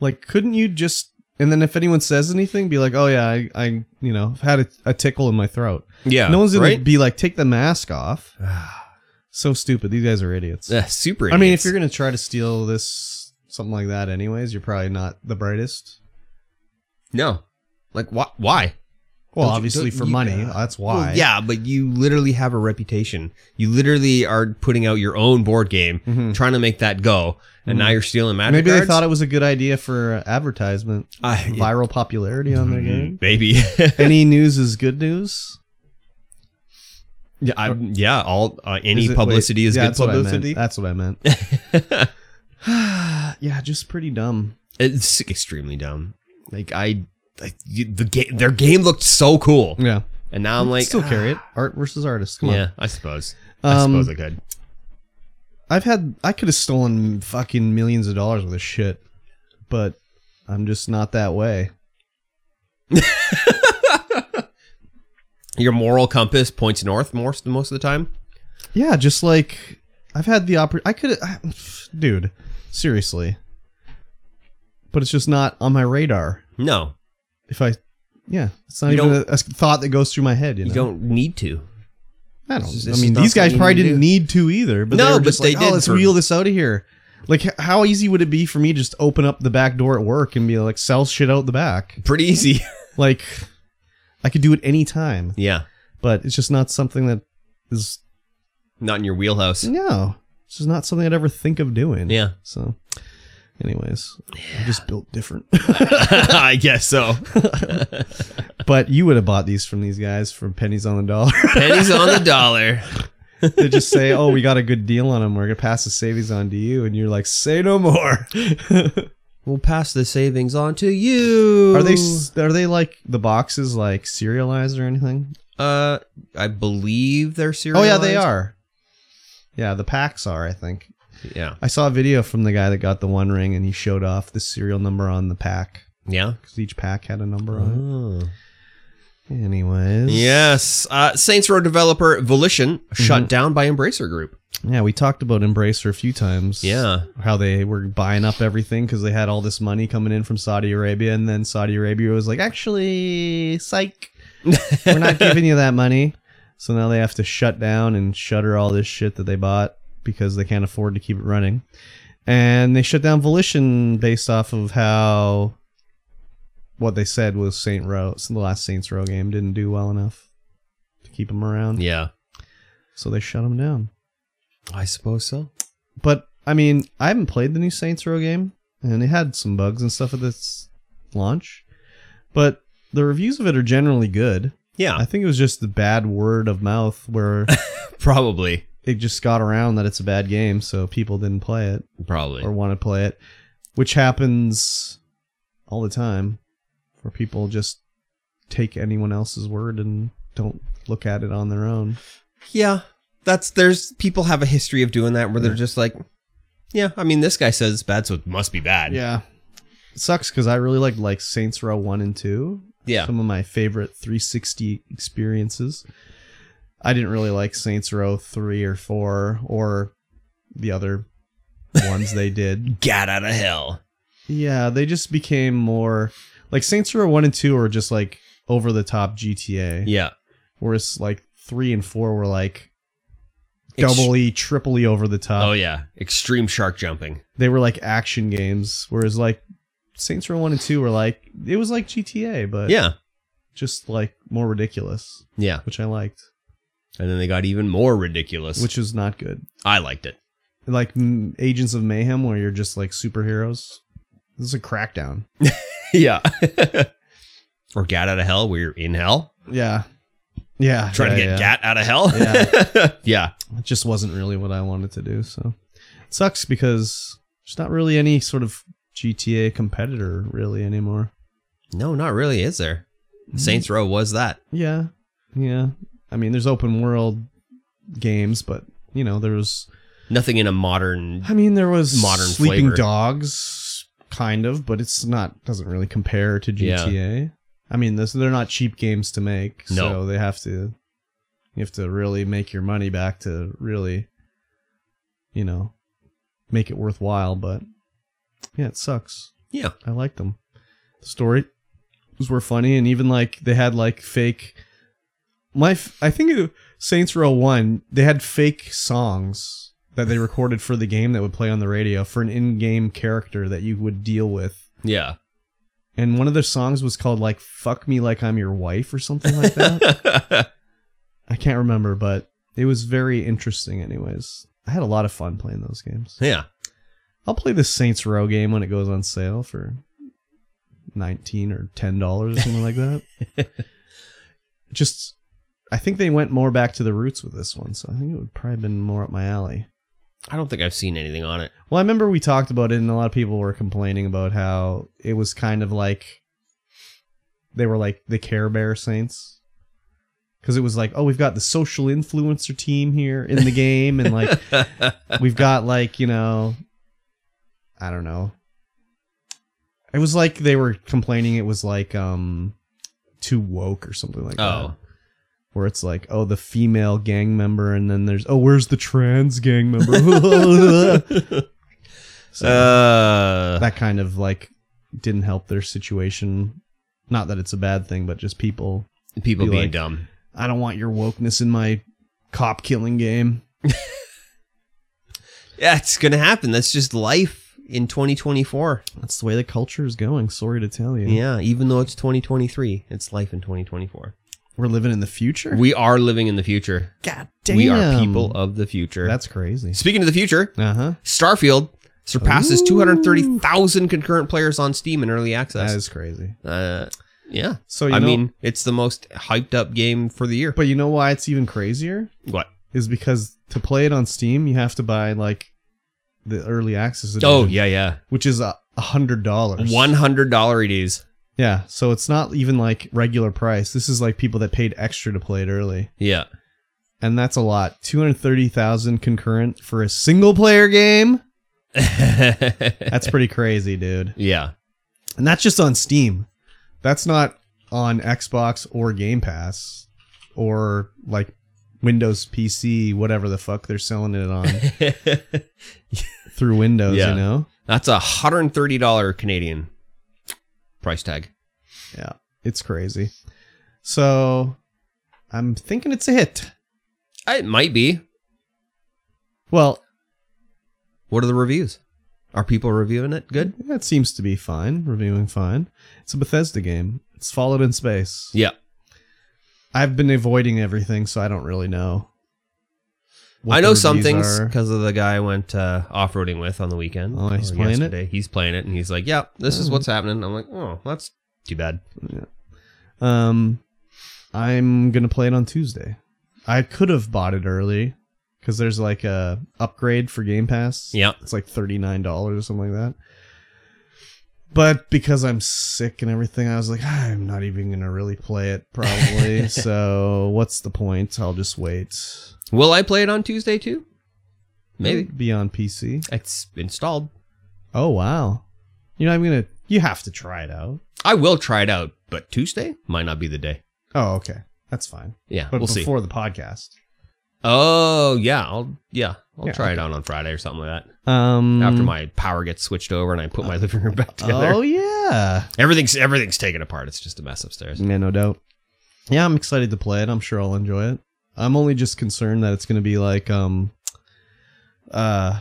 B: Like, couldn't you just And then if anyone says anything, be like, "Oh yeah, I, I you know, had a, a tickle in my throat."
A: Yeah.
B: no one's gonna
A: right?
B: be like, "Take the mask off." *sighs* So stupid. These guys are idiots.
A: Ugh, super.
B: I mean, if
A: idiots.
B: you're gonna try to steal this something like that, anyways, you're probably not the brightest.
A: no, like why? Why?
B: Well,
A: Don't you-
B: obviously
A: don't
B: for
A: you-
B: *laughs* money.
A: uh,
B: that's why.
A: Well, yeah, but you literally have a reputation. You literally are putting out your own board game,
B: Mhm.
A: trying to make that go, and now
B: Mhm.
A: you're stealing magic
B: Maybe
A: cards.
B: they thought it was a good idea for uh,
A: *laughs*
B: advertisement,
A: I,
B: viral popularity on their
A: Mm-hmm.
B: game. *laughs*
A: maybe.
B: Any news is good news.
A: yeah, I, yeah. All uh, any
B: it- wait,
A: publicity is
B: yeah,
A: good
B: that's what I meant.
A: publicity.
B: That's what I meant.
A: *laughs*
B: *sighs* yeah, just pretty dumb.
A: it's extremely dumb. Like I, like, you, the game, their game looked so cool,
B: Yeah,
A: and now I'm like,
B: Mm. still
A: ah, *sighs*
B: carry it. Art versus artist. Come on.
A: Yeah, I suppose. I
B: Um,
A: suppose I could.
B: I've had I could have stolen fucking millions of dollars worth of shit, but I'm just not that way.
A: Your moral compass points north most most of the time.
B: Yeah, just like I've had the oppor- I could, I, *sighs* dude, seriously. But it's just not on my radar.
A: No,
B: If I, yeah, it's not
A: You
B: even a, a thought that goes through my head. You,
A: you
B: know?
A: don't need to.
B: I
A: This is-
B: don't. I
A: this
B: mean,
A: is not
B: these guys
A: something
B: probably
A: you
B: didn't
A: do.
B: need to either. But
A: No,
B: they were
A: but
B: just
A: they
B: like,
A: did
B: Oh, let's
A: for-
B: wheel this out of here. Like, h- how easy would it be for me to just open up the back door at work and be like, sell shit out the back?
A: Pretty easy. *laughs*
B: Like, I could do it any time,
A: yeah,
B: but it's just not something that is
A: not in your wheelhouse. *laughs*
B: no. It's just not something I'd ever think of doing.
A: Yeah,
B: So, anyways, I just built different. *laughs*
A: I guess so.
B: but you would have bought these from these guys for pennies on the dollar.
A: Pennies on the dollar.
B: they just say, "Oh, we got a good deal on them. We're gonna pass the savings on to you," and you're like, "Say no more." *laughs*
A: We'll pass the savings on to you.
B: are they s- are they like the boxes like serialized or anything?
A: Uh, I believe they're serial.
B: Oh yeah, they are. Yeah, the packs are. I think
A: Yeah,
B: I saw a video from the guy that got the One Ring, and he showed off the serial number on the pack
A: yeah. Oh.
B: because each pack had a number on it. Anyways,
A: Yes. Uh, Saints Row developer Volition
B: Mm-hmm.
A: shut down by Embracer Group.
B: yeah, we talked about Embracer a few times.
A: *laughs* Yeah.
B: how they were buying up everything because they had all this money coming in from Saudi Arabia, and then Saudi Arabia was like, actually, psych, we're not giving you that money. *laughs* So now they have to shut down and shutter all this shit that they bought because they can't afford to keep it running. And they shut down Volition based off of how what they said was Saint Row, so the last Saints Row game didn't do well enough to keep them around.
A: Yeah.
B: So they shut them down.
A: I suppose so.
B: But I mean, I haven't played the new Saints Row game, and it had some bugs and stuff at this launch. But the reviews of it are generally good.
A: Yeah.
B: I think it was just the bad word of mouth *laughs* where
A: Probably.
B: it just got around that it's a bad game, so people didn't play it
A: Probably.
B: or want to play it, which happens all the time, where people just take anyone else's word and don't look at it on their own.
A: yeah. That's there's people have a history of doing that where they're just like, yeah. I mean, this guy says it's bad, so it must be bad.
B: Yeah. It sucks because I really like like Saints Row one and two.
A: Yeah.
B: Some of my favorite 360 experiences. I didn't really like Saints Row three or four or the other ones they did.
A: Got out of hell.
B: Yeah, they just became more like Saints Row one and two were just like over the top GTA.
A: Yeah.
B: Whereas like three and four were like
A: Ex-
B: doubly, triply over the top.
A: oh yeah. Extreme shark jumping.
B: they were like action games, whereas like Saints Row One and Two were like it was like GTA, but
A: Yeah.
B: just like more ridiculous,
A: Yeah.
B: which I liked,
A: And then they got even more ridiculous, which
B: which is not good.
A: I liked it. *laughs*
B: Like mm, Agents of Mayhem, where you're just like superheroes. This is a crackdown.
A: yeah. *laughs* or got out of hell where you're in hell.
B: Yeah, yeah.
A: trying to
B: yeah,
A: get
B: yeah.
A: Gat out of hell.
B: Yeah.
A: *laughs* yeah.
B: It just wasn't really what I wanted to do. So it sucks because there's not really any sort of GTA competitor really anymore.
A: No, not really, is there? Saints Row was that.
B: Yeah, yeah. I mean, there's open world games, but you know, there was
A: Nothing in a modern.
B: I mean, there was
A: Modern
B: Sleeping
A: flavor.
B: Dogs, kind of, but it's not doesn't really compare to
A: Yeah.
B: GTA. I mean, this, they're not cheap games to make,
A: No.
B: so they have to you have to really make your money back to really, you know, make it worthwhile. But yeah, it sucks.
A: Yeah.
B: I like them. The stories were funny, and even like they had like fake. My, f- I think it, Saints Row One. They had fake songs that they recorded for the game that would play on the radio for an in-game character that you would deal with
A: Yeah.
B: and one of their songs was called like "Fuck Me Like I'm Your Wife" or something
A: *laughs*
B: like that. I can't remember, but it was very interesting. Anyways, I had a lot of fun playing those games.
A: yeah.
B: I'll play the Saints Row game when it goes on sale for nineteen or ten dollars or something like that. Just, I think they went more back to the roots with this one, so I think it would probably been more up my alley.
A: I don't think I've seen anything on it.
B: Well, I remember we talked about it, and a lot of people were complaining about how it was kind of like they were like the Care Bear Saints. Because it was like, oh, we've got the social influencer team here in the game, and like
A: *laughs*
B: we've got like, you know, I don't know. It was like they were complaining it was like um too woke or something like
A: Oh.
B: that. Where it's like, oh, the female gang member, and then there's, oh, where's the trans gang member? *laughs* So
A: uh,
B: that kind of like didn't help their situation. Not that it's a bad thing, but just people.
A: people
B: be
A: being
B: like-
A: dumb.
B: I don't want your wokeness in my cop killing game.
A: Yeah, it's gonna happen. That's just life in 2024.
B: That's the way the culture is going. Sorry to tell you.
A: Yeah, even though it's 2023, it's life in 2024.
B: We're living in the future.
A: We are living in the future.
B: God damn.
A: We are people of the uh-huh. future.
B: That's crazy.
A: Speaking of the future,
B: Uh huh.
A: Starfield surpasses
B: Ooh.
A: 230,000 concurrent players on Steam in early
B: That
A: access.
B: is crazy.
A: uh, yeah.
B: So you
A: I
B: know,
A: mean, it's the most hyped up game for the year.
B: but you know why it's even crazier
A: What?
B: is because to play it on Steam, you have to buy like the early access edition,
A: Oh, yeah, yeah.
B: which is a hundred dollars.
A: $100 it is.
B: Yeah, so it's not even like regular price. This is like people that paid extra to play it early.
A: Yeah. *laughs*
B: And that's a lot. 230,000 concurrent for a single player game? That's pretty *laughs* crazy, dude.
A: yeah. *laughs*
B: And that's just on Steam. That's not on Xbox or Game Pass or like Windows PC, whatever the fuck they're selling it
A: *laughs*
B: on through Windows,
A: Yeah.
B: you know?
A: That's a $130 Canadian price tag.
B: It's crazy. So I'm thinking it's a hit.
A: Uh, It might be.
B: Well,
A: What are the reviews? Are people reviewing it good?
B: That seems to be fine. Reviewing fine. It's a Bethesda game. It's Fallout in space.
A: Yeah.
B: I've been avoiding everything, so I don't really know. what
A: I
B: the
A: know some
B: reviews
A: things
B: are.
A: because of the guy I went uh, off roading with on the weekend.
B: Oh, he's
A: Or
B: playing it?
A: yesterday. He's playing it, and he's like, "Yeah, this is
B: Mhm.
A: what's happening." I'm like, "Oh, that's too bad."
B: Um, I'm gonna play it on Tuesday. I could have bought it early because there's like a upgrade for Game Pass.
A: Yeah,
B: It's like thirty nine dollars or something like that. But because I'm sick and everything, I was like, I'm not even gonna really play it probably.
A: *laughs*
B: so what's the point? I'll just wait.
A: will I play it on Tuesday too? Maybe
B: It'll be on PC.
A: it's installed.
B: Oh wow. You know I'm gonna you have to try it out.
A: I will try it out, but Tuesday might not be the day.
B: Oh, okay. That's fine.
A: Yeah,
B: But
A: we'll see.
B: before the podcast.
A: Oh yeah, I'll yeah I'll
B: Yeah,
A: try it out on Friday or something like that.
B: Um
A: After my power gets switched over and I put my living room back together,
B: Oh yeah.
A: everything's everything's taken apart. It's just a mess upstairs.
B: Yeah, no doubt. Yeah, I'm excited to play it. I'm sure I'll enjoy it. I'm only just concerned that it's going to be like um uh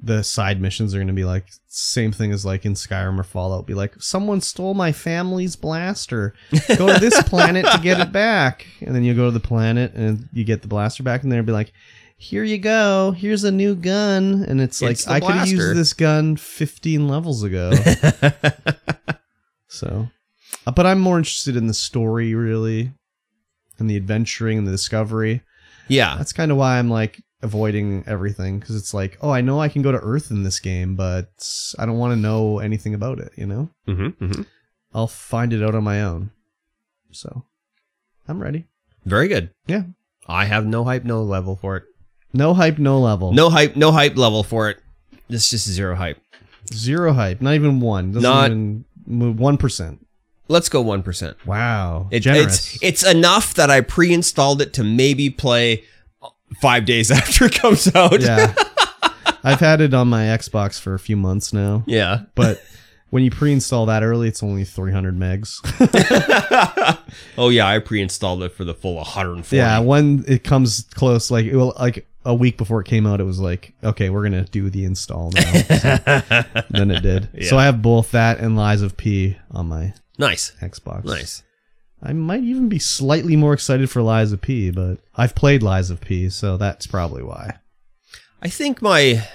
B: the side missions are going to be like same thing as like in Skyrim or Fallout be like someone stole my family's blaster. Go
A: *laughs*
B: to this planet to get it back. And then you go to the planet and you get the blaster back and they'll be like here you go. Here's a new gun and it's like
A: It's the
B: I could have
A: blaster.
B: used this gun 15
A: *laughs*
B: levels ago. So, uh, but I'm more interested in the story, really, and the adventuring and the discovery.
A: yeah,
B: That's kind of why I'm like avoiding everything because it's like, oh, I know I can go to Earth in this game, but I don't want to know anything about it. You know,
A: hmm hmm
B: I'll find it out on my own. So, I'm ready.
A: very good.
B: Yeah.
A: I have no hype, no level for it.
B: No hype, no level.
A: No hype, no hype level for it. It's just zero hype.
B: zero hype. Not even one. Doesn't
A: Not-
B: even move one percent.
A: Let's go one percent.
B: Wow,
A: *laughs* It,
B: generous.
A: it's it's enough that I pre-installed it to maybe play five days *laughs* after it comes out. *laughs*
B: yeah. I've had it on my Xbox for a few months now.
A: yeah.
B: but when you pre-install that early, it's only 300 megs.
A: oh yeah, I pre-installed it for the full 140.
B: yeah, when it comes close, like it will, like a week before it came out, it was like, okay, we're gonna do the install
A: *laughs*
B: now. So then it did.
A: Yeah.
B: So I have both that and Lies of P on my
A: nice,
B: Xbox.
A: nice.
B: I might even be slightly more excited for Lies of P, but I've played Lies of P, so that's probably why.
A: I think my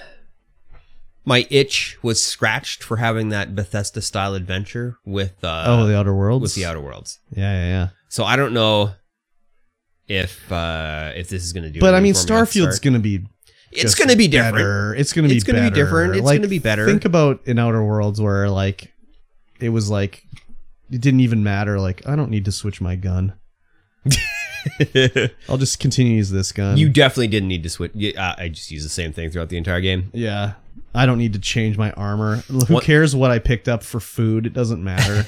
A: my itch was scratched for having that Bethesda style adventure with uh,
B: oh, the Outer Worlds.
A: with the Outer Worlds.
B: Yeah, yeah, yeah.
A: So I don't know if uh, if this is going to do.
B: But
A: it
B: I mean,
A: for me at the
B: Starfield's
A: start.
B: gonna be
A: it's
B: just
A: going to be different.
B: better. It's gonna be
A: It's gonna be
B: better.
A: different. It's
B: Like,
A: gonna be better.
B: Think about in Outer Worlds where like it was like it didn't even matter. Like I don't need to switch my gun. *laughs* I'll just continue to use this gun.
A: you definitely didn't need to switch. yeah, Uh, I just use the same thing throughout the entire game. *laughs*
B: yeah. I don't need to change my armor. Who
A: What-
B: cares what I picked up for food? It
A: *laughs*
B: doesn't matter.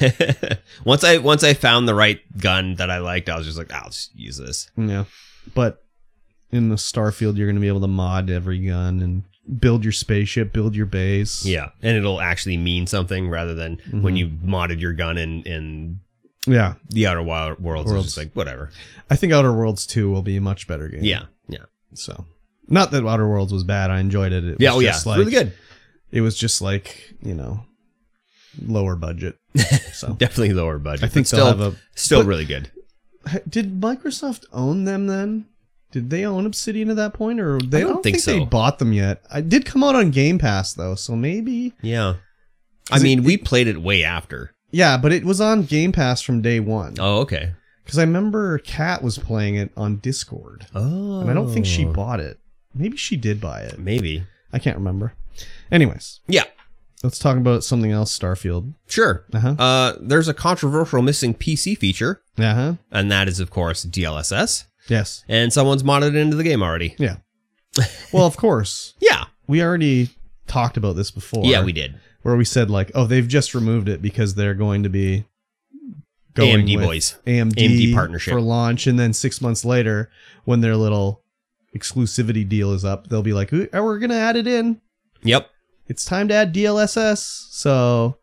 A: once I once I found the right gun that I liked, I was just like, I'll just use this.
B: Yeah. But in the Starfield, you're going to be able to mod every gun and build your spaceship, build your base.
A: Yeah, and it'll actually mean something rather than when
B: Mhm.
A: you modded your gun in in
B: Yeah.
A: the Outer Wild Worlds. It's
B: Worlds.
A: just like whatever.
B: I think Outer Worlds 2 will be a much better game.
A: Yeah, yeah,
B: So, not that Outer Worlds was bad. I enjoyed it. It
A: yeah.
B: was
A: Oh yeah,
B: just like,
A: really good.
B: It was just like, you know,
A: *laughs*
B: lower budget. So,
A: Definitely lower budget.
B: Oh. I think
A: but
B: they'll
A: still
B: have
A: still
B: but-
A: really good.
B: a. Did Microsoft own them then? Did they own Obsidian at that point, or they
A: I don't think
B: they
A: so.
B: bought them yet? I did come out on Game Pass though, so maybe
A: Yeah. I
B: Is it-
A: mean, we played it way after.
B: Yeah, but it was on Game Pass from day one.
A: Oh, okay.
B: Because I remember Kat was playing it on Discord.
A: Oh.
B: And I don't think she bought it. Maybe she did buy it.
A: Maybe.
B: I can't remember. Anyways,
A: Yeah,
B: let's talk about something else, Starfield.
A: sure.
B: Uh-huh.
A: Uh, there's a controversial missing PC feature,
B: Uh-huh.
A: and that is, of course, DLSS.
B: Yes.
A: And someone's modded it into the game already.
B: Yeah. Well, of course.
A: Yeah.
B: We already talked about this before.
A: yeah, we did.
B: Where we said like, oh, they've just removed it because they're going to be going
A: AMD
B: with
A: boys.
B: AMD,
A: AMD partnership.
B: for launch, and then six months later, when their little exclusivity deal is up, they'll be like, "Ooh, oh, "We're gonna add it in.
A: Yep.
B: It's time to add DLSS." So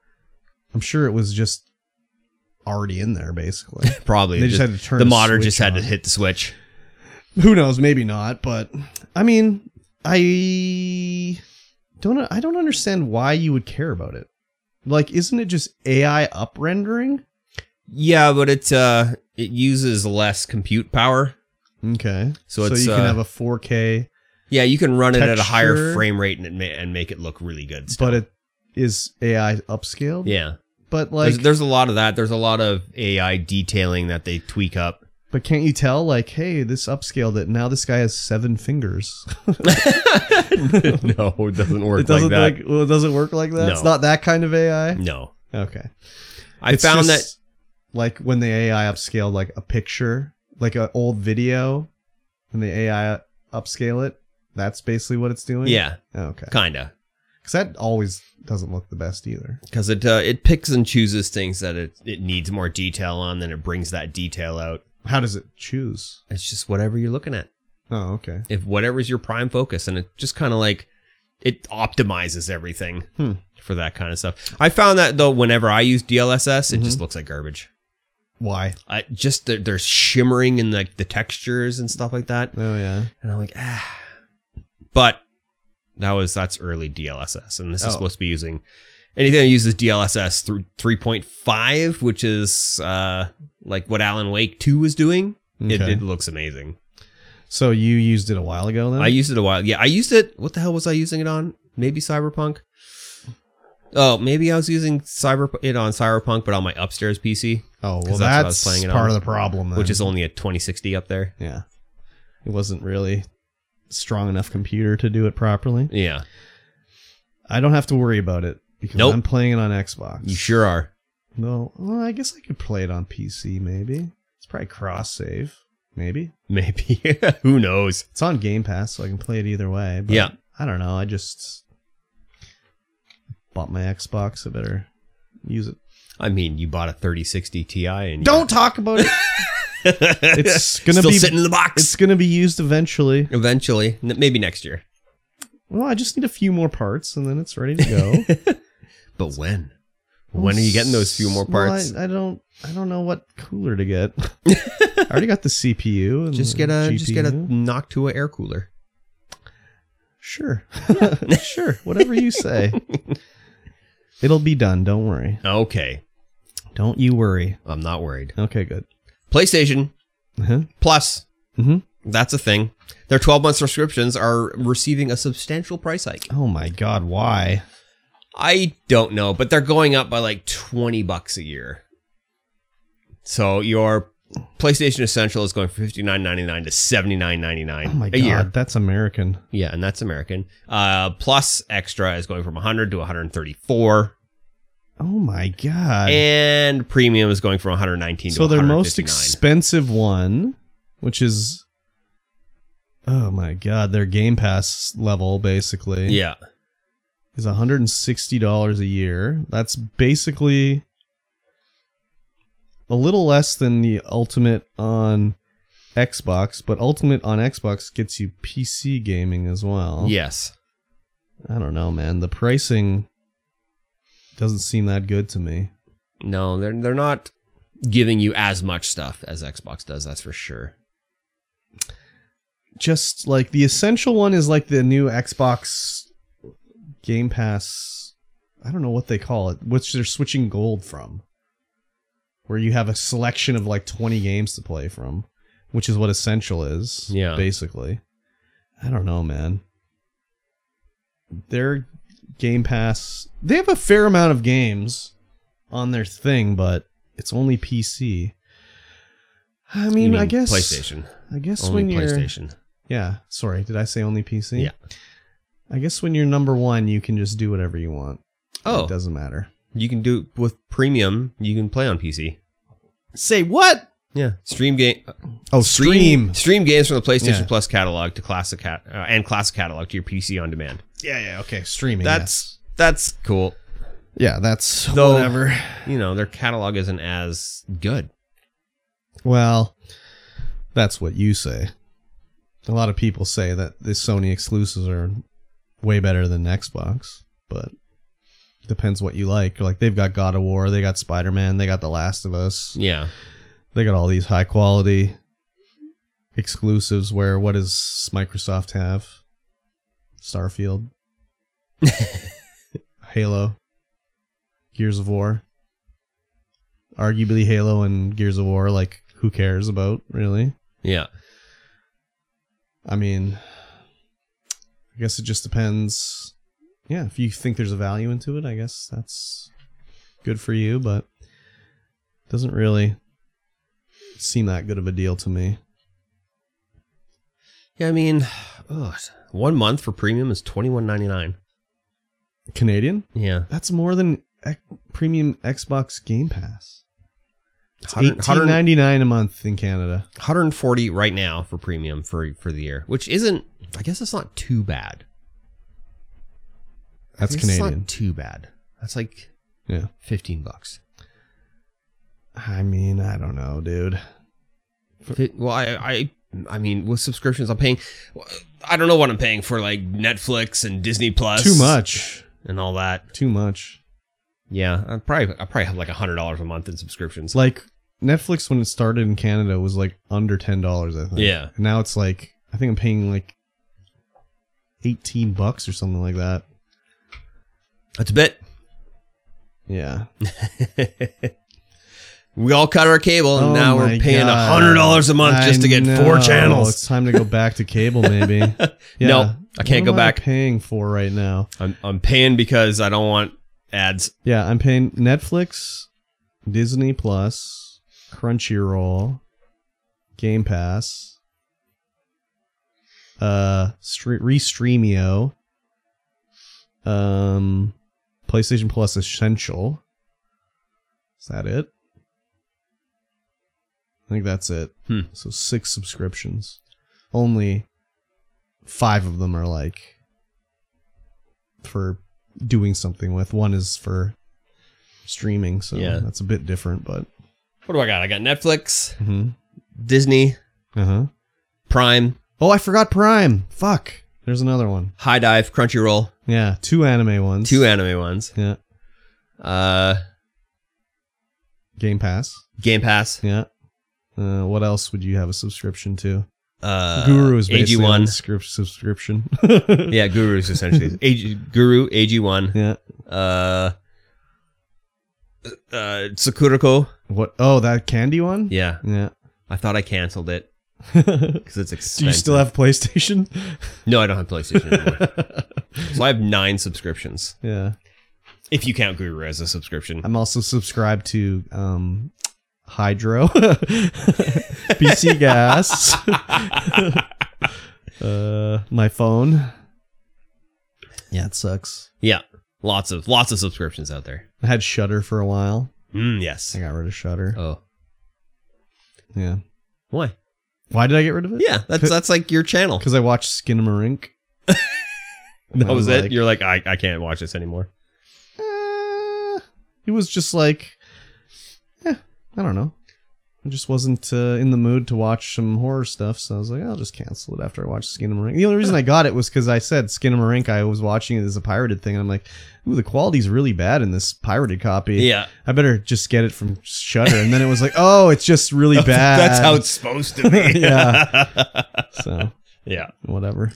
B: I'm sure it was just already in
A: *laughs*
B: there, basically.
A: Probably.
B: they just,
A: Just-
B: had to turn
A: the
B: a
A: modder
B: switch
A: just had to
B: on.
A: hit the switch.
B: Who knows? Maybe not, but I mean, I don't. I don't understand why you would care about it. Like, isn't it just AI up rendering?
A: Yeah, but it uh it uses less compute power.
B: Okay,
A: So it's,
B: you can
A: uh,
B: have a 4K
A: Yeah, you can run it at a higher
B: Texture.
A: frame rate and it ma- and make it look really good. still.
B: but it is AI upscaled.
A: yeah.
B: but like,
A: there's, there's a lot of that. There's a lot of AI detailing that they tweak
B: *laughs*
A: up. *laughs*
B: but can't you tell? Like, hey, this upscaled it. Now this guy has seven fingers.
A: no, it doesn't work
B: it doesn't
A: like that.
B: like, well, it doesn't work like that. It's
A: No.
B: not that kind of AI.
A: no,
B: Okay,
A: I found that.
B: that like when the AI upscaled like a picture, like an old video, and the AI upscale it. That's basically what it's doing. Oh,
A: Yeah,
B: Okay.
A: kinda,
B: Because that always doesn't look the best either.
A: because it uh, it picks and chooses things that it it needs more detail on, then it brings that detail out.
B: How does it choose?
A: It's just whatever you're looking at.
B: Oh, okay.
A: If whatever's your prime focus, and it just kind of like it optimizes everything
B: Hmm.
A: for that kind of stuff. I found that though, whenever I use DLSS, it
B: Mhm.
A: just looks like garbage.
B: Why?
A: I just they're, they're shimmering in like the textures and stuff like that.
B: Oh yeah.
A: And I'm like, ah. But that was that's early DLSS, and this
B: Oh.
A: is supposed to be using anything that uses DLSS through 3.5, which is uh like what Alan Wake 2 was doing. It,
B: Okay.
A: it looks amazing.
B: So you used it a while ago then?
A: I used it a while. Yeah, I used it. What the hell was I using it on? Maybe Cyberpunk. Oh, maybe I was using cyber it on Cyberpunk, but on my upstairs PC,
B: oh well,
A: 'Cause
B: that's,
A: that's what I was playing it
B: part
A: on,
B: of the problem, then.
A: which is only a 2060 up there.
B: yeah, it wasn't really strong enough computer to do it properly.
A: Yeah,
B: I don't have to worry about it because
A: Nope.
B: I'm playing it on Xbox.
A: you sure are. *laughs*
B: No, well, I guess I could play it on PC. Maybe it's probably cross save. Maybe
A: Maybe *laughs* who knows?
B: it's on Game Pass, so I can play it either way. But
A: Yeah.
B: I don't know. I just bought my Xbox. I better use it.
A: I mean, you bought a 3060 Ti and *laughs*
B: Don't talk about it.
A: it's
B: gonna
A: Still
B: be-
A: sitting in the box
B: it's gonna be used eventually.
A: eventually, n- maybe next year.
B: Well, I just need a few more parts, and then it's ready to go.
A: But when? *laughs* When are you getting those few more
B: Well,
A: parts?
B: I, I don't. I don't know what cooler
A: *laughs*
B: to get. I already got the CPU. And
A: just
B: the
A: get a just get a
B: GPU.
A: Noctua air cooler.
B: Sure, *laughs* sure. Whatever
A: *laughs*
B: you say. It'll be done. Don't worry.
A: Okay,
B: Don't you worry.
A: I'm not worried.
B: Okay, good. *laughs*
A: PlayStation
B: Uh-huh.
A: Plus,
B: Mhm.
A: that's a thing. Their 12 month subscriptions are receiving a substantial price hike.
B: Oh my God, why?
A: I don't know, but they're going up by like 20 bucks a year. So your PlayStation Essential is going from 59.99 to
B: Oh
A: 79.99
B: my
A: a
B: God,
A: year.
B: that's American.
A: Yeah, and that's American. Uh plus extra is going from 100 to 134
B: Oh my God.
A: and premium is going from 119
B: so
A: to
B: their most
A: 159.
B: expensive one, which is, oh my God, their Game Pass level basically.
A: Yeah.
B: is $160 a year. That's basically a little less than the ultimate on Xbox, but ultimate on Xbox gets you PC gaming as well.
A: Yes.
B: I don't know, man. The pricing doesn't seem that good to me.
A: No, they're they're not giving you as much stuff as Xbox does, that's for sure.
B: Just like the essential one is like the new Xbox Game Pass. I don't know what they call it, which they're switching gold from. Where you have a selection of like 20 games to play from, which is what essential is.
A: Yeah.
B: Basically. I don't know, man. Their Game Pass, they have a fair amount of games on their thing, but it's only PC. I mean,
A: You mean
B: I guess
A: PlayStation.
B: I guess
A: Only
B: when you're
A: PlayStation.
B: yeah, sorry, did I say only PC?
A: Yeah.
B: I guess when you're number one, you can just do whatever you want.
A: Oh,
B: it doesn't matter.
A: You can do with premium. You can play on PC.
B: Say what?
A: Yeah, stream game.
B: Oh, stream.
A: stream games from the PlayStation
B: Yeah.
A: Plus catalog to classic cat uh, and classic catalog to your PC on demand.
B: Yeah, yeah, okay, streaming.
A: That's that's cool.
B: yes. yeah, that's
A: Though-
B: whatever.
A: You know their catalog isn't as good.
B: Well, that's what you say. A lot of people say that the Sony exclusives are way better than Xbox, but depends what you like. Like they've got God of War, they got Spider Man, they got The Last of Us.
A: Yeah,
B: they got all these high quality exclusives where what does microsoft have starfield halo gears of war arguably halo and gears of war like who cares about really
A: yeah.
B: i mean i guess it just depends yeah if you think there's a value into it i guess that's good for you but doesn't really seem that good of a deal to me
A: Yeah, I mean, *sighs* ugh, one month for premium is twenty one ninety nine.
B: Canadian?
A: Yeah,
B: That's more than X- premium Xbox Game Pass. It's
A: 100
B: eighteen ninety nine a month in Canada.
A: 140 right now for premium for for the year, which isn't. I guess it's not too bad. I
B: That's
A: guess it's not
B: Canadian.
A: too bad. That's like
B: Yeah.
A: fifteen bucks.
B: I mean, I don't know, dude.
A: Fi- well, I, I, I mean, with subscriptions, I'm paying. I don't know what I'm paying for, like Netflix and Disney Plus,
B: Too much.
A: and all that.
B: Too much.
A: Yeah, I probably, I probably have like hundred dollars a month in subscriptions.
B: It's like Netflix when it started in Canada was like under ten dollars, I think.
A: Yeah.
B: And now it's like I think I'm paying like eighteen bucks or something like that.
A: That's a bit. *laughs*
B: Yeah.
A: we all cut our cable, and
B: Oh
A: now
B: my
A: we're paying
B: God.
A: hundred dollars a month just
B: I
A: to get
B: know.
A: four channels.
B: It's time to go back to
A: *laughs*
B: cable, maybe. yeah.
A: No, I can't go
B: What am
A: back.
B: paying for right now.
A: I'm, I'm paying because I don't want ads.
B: Yeah, I'm paying Netflix, Disney Plus, Crunchyroll, Game Pass, uh, Stre- Restreamio, um, PlayStation Plus Essential. Is that it? I think that's it.
A: Hmm.
B: So six subscriptions. Only five of them are like for doing something with. One is for streaming, so
A: Yeah.
B: that's a bit different, but
A: What do I got? I got Netflix,
B: Mhm.
A: Disney,
B: uh-huh.
A: Prime,
B: Oh, I forgot Prime. Fuck. There's another one.
A: High Dive, Crunchyroll,
B: Yeah, two anime ones.
A: two anime ones.
B: Yeah.
A: Uh,
B: Game Pass.
A: Game Pass.
B: Yeah. Uh, what else would you have a subscription to?
A: Uh,
B: Guru is basically
A: AG1.
B: on scri- subscription.
A: *laughs* Yeah, Guru is
B: *laughs*
A: essentially AG, Guru AG1.
B: Yeah.
A: Uh, uh, Sakurako.
B: What? Oh, that candy one.
A: Yeah,
B: Yeah. *laughs*
A: I thought I canceled it
B: Do
A: because it's expensive.
B: you still have PlayStation? *laughs*
A: No, I don't have PlayStation anymore. so I have nine subscriptions.
B: yeah.
A: If you count Guru as a subscription,
B: I'm also subscribed to um, Hydro, *laughs* BC Gas, *laughs* uh, my phone. Yeah, it sucks.
A: yeah, lots of lots of subscriptions out there.
B: I had Shutter for a while.
A: Mm, yes.
B: I got rid of Shutter.
A: Oh,
B: Yeah.
A: why?
B: Why did I get rid of it?
A: Yeah, that's that's like your *laughs* channel.
B: because I watched Skinamarink. And
A: *laughs* Oh, That
B: I
A: was it.
B: like,
A: You're like, I, I can't watch this
B: *laughs*
A: anymore.
B: "Eh." it was just like, eh, I don't know. I just wasn't uh, in the mood to watch some horror stuff, so I was like, I'll just cancel it after I watched Skinamarink. The only reason I got it was because I said Skinamarink. I was watching it as a pirated thing, and I'm like, ooh, the quality's really bad in this pirated copy.
A: Yeah,
B: I better just get it from Shutter. And then it was like, oh, it's just really
A: *laughs*
B: bad.
A: That's how it's supposed to
B: *laughs*
A: be. yeah,
B: so
A: *laughs* yeah.
B: whatever.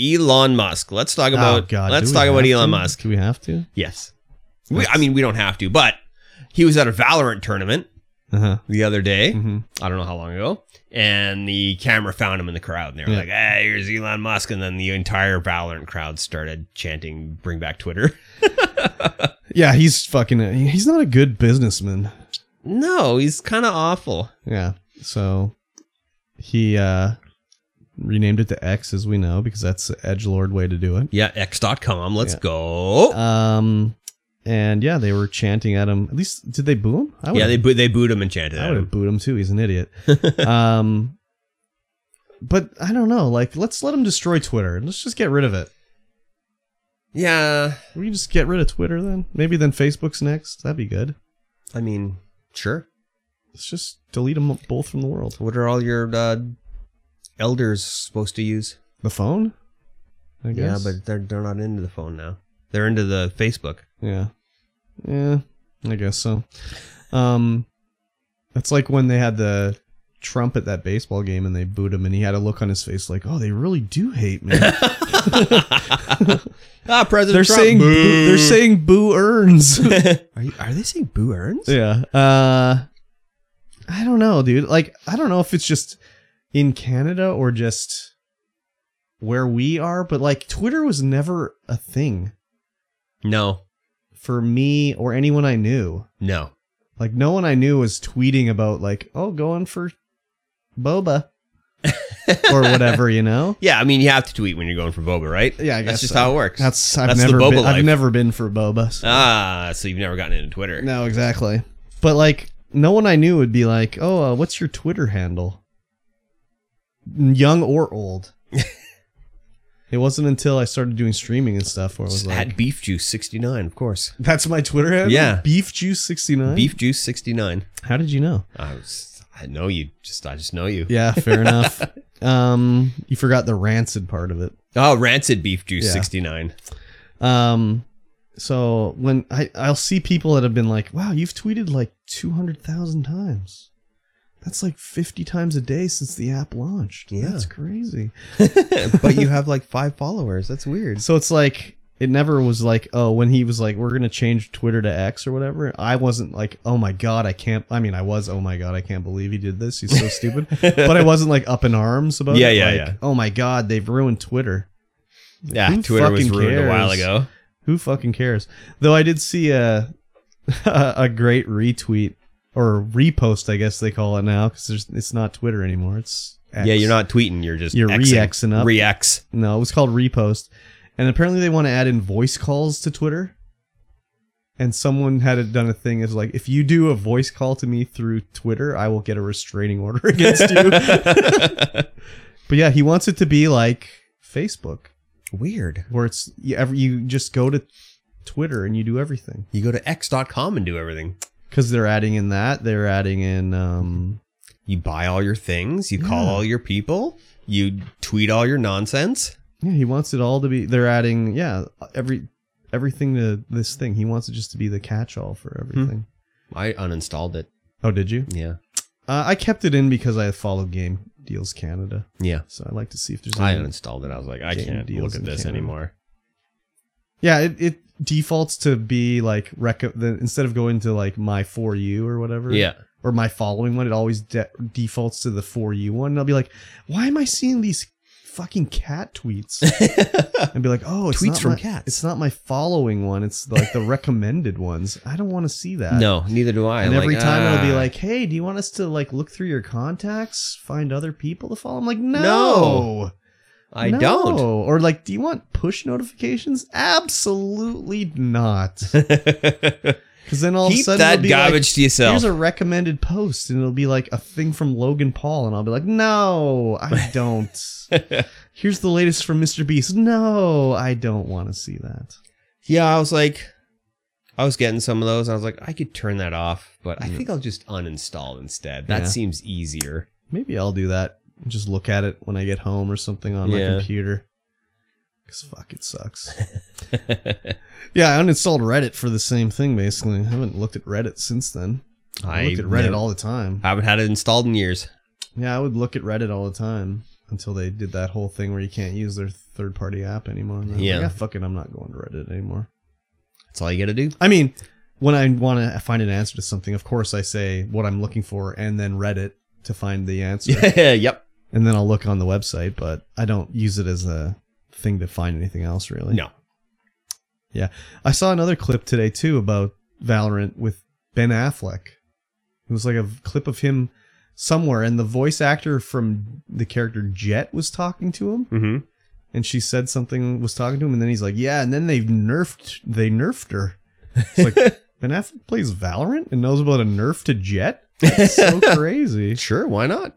A: Elon Musk. Let's talk about.
B: oh God,
A: let's
B: do we
A: talk about
B: have
A: Elon
B: to?
A: Musk.
B: Do we have to?
A: Yes. We, I
B: That's-
A: mean, we don't have to, but he was at a Valorant tournament
B: Uh huh.
A: the other day.
B: hmm
A: I don't know how long ago, and the camera found him in the crowd, and they were
B: Yeah.
A: like, "Hey, here's Elon Musk," and then the entire Valorant crowd started chanting, "Bring back Twitter." *laughs*
B: Yeah, he's fucking. He's not a good businessman.
A: No, he's kind of awful.
B: Yeah. So he uh renamed it to X, as we know, because that's the edge lord way to do it.
A: Yeah, X.com. Let's
B: Yeah.
A: go.
B: Um, and yeah, they were chanting at him. At least, did they boo him? I
A: yeah,
B: would've-
A: they boo- they booed him and chanted
B: I
A: at
B: would
A: him.
B: have booed him too. He's an idiot.
A: *laughs*
B: um, but I don't know. Like, let's let him destroy Twitter. and Let's just get rid of it.
A: Yeah,
B: We can just get rid of Twitter then. Maybe then Facebook's next. That'd be good.
A: I mean, sure.
B: Let's just delete them both from the world.
A: What are all your uh, elders supposed to use?
B: The phone. I
A: Yeah,
B: guess.
A: but they're they're not into the phone now. They're into the Facebook. *laughs*
B: Yeah. Yeah, I guess so. Um that's like when they had the Trump at that baseball game and they booed him and he had a look on his face like, "Oh, they really do hate me."
A: ah, President
B: they're
A: Trump.
B: saying boo. they're saying boo earns.
A: are, you, are they saying boo earns?
B: yeah. Uh I don't know, dude. Like I don't know if it's just in Canada or just where we are, but like Twitter was never a thing
A: No,
B: for me or anyone I knew.
A: no.
B: Like no one I knew was tweeting about like, oh, going for
A: *laughs*
B: boba or whatever, you know.
A: Yeah, I mean, you have to tweet when you're going for boba, right?
B: Yeah, I
A: That's
B: guess
A: just
B: so.
A: how it works.
B: That's I've
A: That's the
B: never
A: boba
B: been,
A: life.
B: I've never been for boba. so-
A: ah, so you've never gotten into Twitter.
B: No, exactly. But like, no one I knew would be like, oh, uh, what's your Twitter handle? Young or
A: *laughs*
B: old. it wasn't until I started doing streaming and stuff where I was
A: At
B: like,
A: Beef Juice 69, of course.
B: that's my Twitter handle.
A: Yeah.
B: beef juice sixty nine.
A: Beef Juice 69.
B: How did you know?
A: I was, I know you. Just I just know you.
B: Yeah,
A: *laughs*
B: fair enough. Um, you forgot the rancid part of it.
A: Oh, Rancid Beef Juice
B: Yeah.
A: 69.
B: Um, so when I I'll see people that have been like, "Wow, you've tweeted like two hundred thousand times. That's like fifty times a day since the app launched.
A: Yeah.
B: That's crazy."
A: *laughs* but you have like five followers. That's weird.
B: So it's like it never was like, oh, when he was like, "We're gonna change Twitter to X or whatever." I wasn't like, "Oh my god, I can't." I mean, I was, "Oh my god, I can't believe he did this. He's
A: *laughs*
B: so stupid." But I wasn't like up in arms about
A: Yeah,
B: it.
A: yeah,
B: like,
A: yeah.
B: Oh my god, they've ruined Twitter.
A: *laughs* yeah,
B: who
A: Twitter was
B: fucking
A: ruined a while
B: cares?
A: ago.
B: Who fucking cares? Though I did see a *laughs* a great retweet or repost, I guess they call it now, because it's not Twitter anymore. It's X.
A: Yeah, you're not tweeting. You're just
B: You're
A: Xing.
B: re-Xing up.
A: Re-X.
B: No, it was called repost, and apparently they want to add in voice calls to Twitter. And someone had it done a thing is like, if you do a voice call to me through Twitter, I will get a restraining order *laughs*
A: *laughs*
B: against you. but yeah, he wants it to be like Facebook,
A: Weird.
B: where it's you, ever, you just go to Twitter and you do everything.
A: You go to X.com and do everything.
B: because they're adding in that they're adding in um
A: You buy all your things. You call
B: Yeah.
A: all your people. You tweet all your nonsense.
B: yeah he wants it all to be they're adding
A: Hmm.
B: yeah every everything to this thing he wants it just to be the catch all for everything
A: I uninstalled it.
B: Oh, did you?
A: Yeah.
B: Uh, I kept it in because I follow Game Deals Canada,
A: Yeah.
B: so I like to see if there's.
A: I
B: any-
A: uninstalled it. I was like, I
B: Game
A: can't
B: deals
A: look at
B: in
A: this
B: Canada.
A: anymore.
B: Yeah, it, it defaults to be like rec- the, instead of going to like my for you or whatever.
A: Yeah.
B: Or my following one, it always de- defaults to the for you one. And I'll be like, why am I seeing these fucking cat
A: *laughs*
B: tweets? and be like, oh, it's
A: Tweets
B: not
A: from
B: my-
A: cats.
B: It's not my following one. It's
A: *laughs*
B: like the recommended ones. I don't want to see that.
A: no, neither do I.
B: And
A: I'm
B: every
A: like,
B: time it'll be
A: "Ah."
B: like, hey, do you want us to like look through your contacts, find other people to follow? I'm like, no.
A: No. I
B: No."
A: don't.
B: Or like, do you want push notifications? Absolutely not. Because then all of
A: *laughs*
B: a
A: Keep
B: sudden
A: that
B: it'll be
A: garbage to
B: Like,
A: yourself.
B: Here's a recommended post, and it'll be like a thing from Logan Paul, and I'll be like, "No, I
A: *laughs*
B: don't." Here's the latest from Mr. Beast. No, I don't want to see that.
A: yeah, I was like, I was getting some of those. I was like, I could turn that off, but I
B: Yeah.
A: think I'll just uninstall instead. That
B: Mm. Yeah.
A: seems easier. *laughs*
B: Maybe I'll do that. Just look at it when I get home or something on
A: Yeah.
B: my computer. Cause fuck, it sucks. *laughs* yeah, I uninstalled Reddit for the same thing. Basically, I haven't looked at Reddit since then. I, look at Reddit
A: never-
B: all the time.
A: haven't had it installed in years.
B: Yeah, I would look at Reddit all the time until they did that whole thing where you can't use their third party app anymore. And I was
A: Yeah.
B: Like, "Ah, fuck it, I'm not going to Reddit anymore.
A: That's all you got to
B: *laughs*
A: do.
B: I mean, when I want to find an answer to something, of course I say what I'm looking for and then Reddit to find
A: *laughs*
B: the answer.
A: Yeah, yep.
B: And then I'll look on the website, but I don't use it as a thing to find anything else really.
A: No.
B: I saw another clip today too about Valorant with Ben Affleck. It was like a v- clip of him somewhere, and the voice actor from the character Jet was talking to him,
A: Mm-hmm.
B: and she said something was talking to him, and then he's like, "Yeah," and then they nerfed they nerfed her. It's like Ben Affleck plays Valorant and knows about a nerf to Jet. That's so crazy.
A: Sure, why not?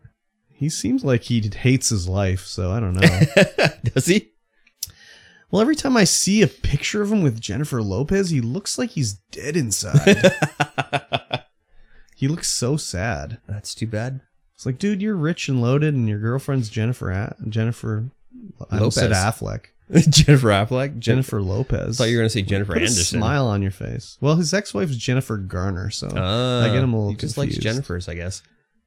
B: He seems like he hates his life, so I don't know.
A: *laughs* Does he?
B: Well, every time I see a picture of him with Jennifer Lopez, he looks like he's dead inside.
A: *laughs*
B: He looks so sad.
A: That's too bad.
B: It's like, dude, you're rich and loaded, and your girlfriend's Jennifer. A- Jennifer. I almost said
A: Lopez.
B: Affleck.
A: *laughs* Jennifer Affleck.
B: Jennifer
A: I
B: Lopez.
A: thought you were going to say Jennifer
B: Put a
A: Anderson.
B: smile on your face. Well, his ex-wife's Jennifer Garner. So
A: Ah,
B: I get him a little
A: He just likes
B: confused.
A: Jennifer's, I guess.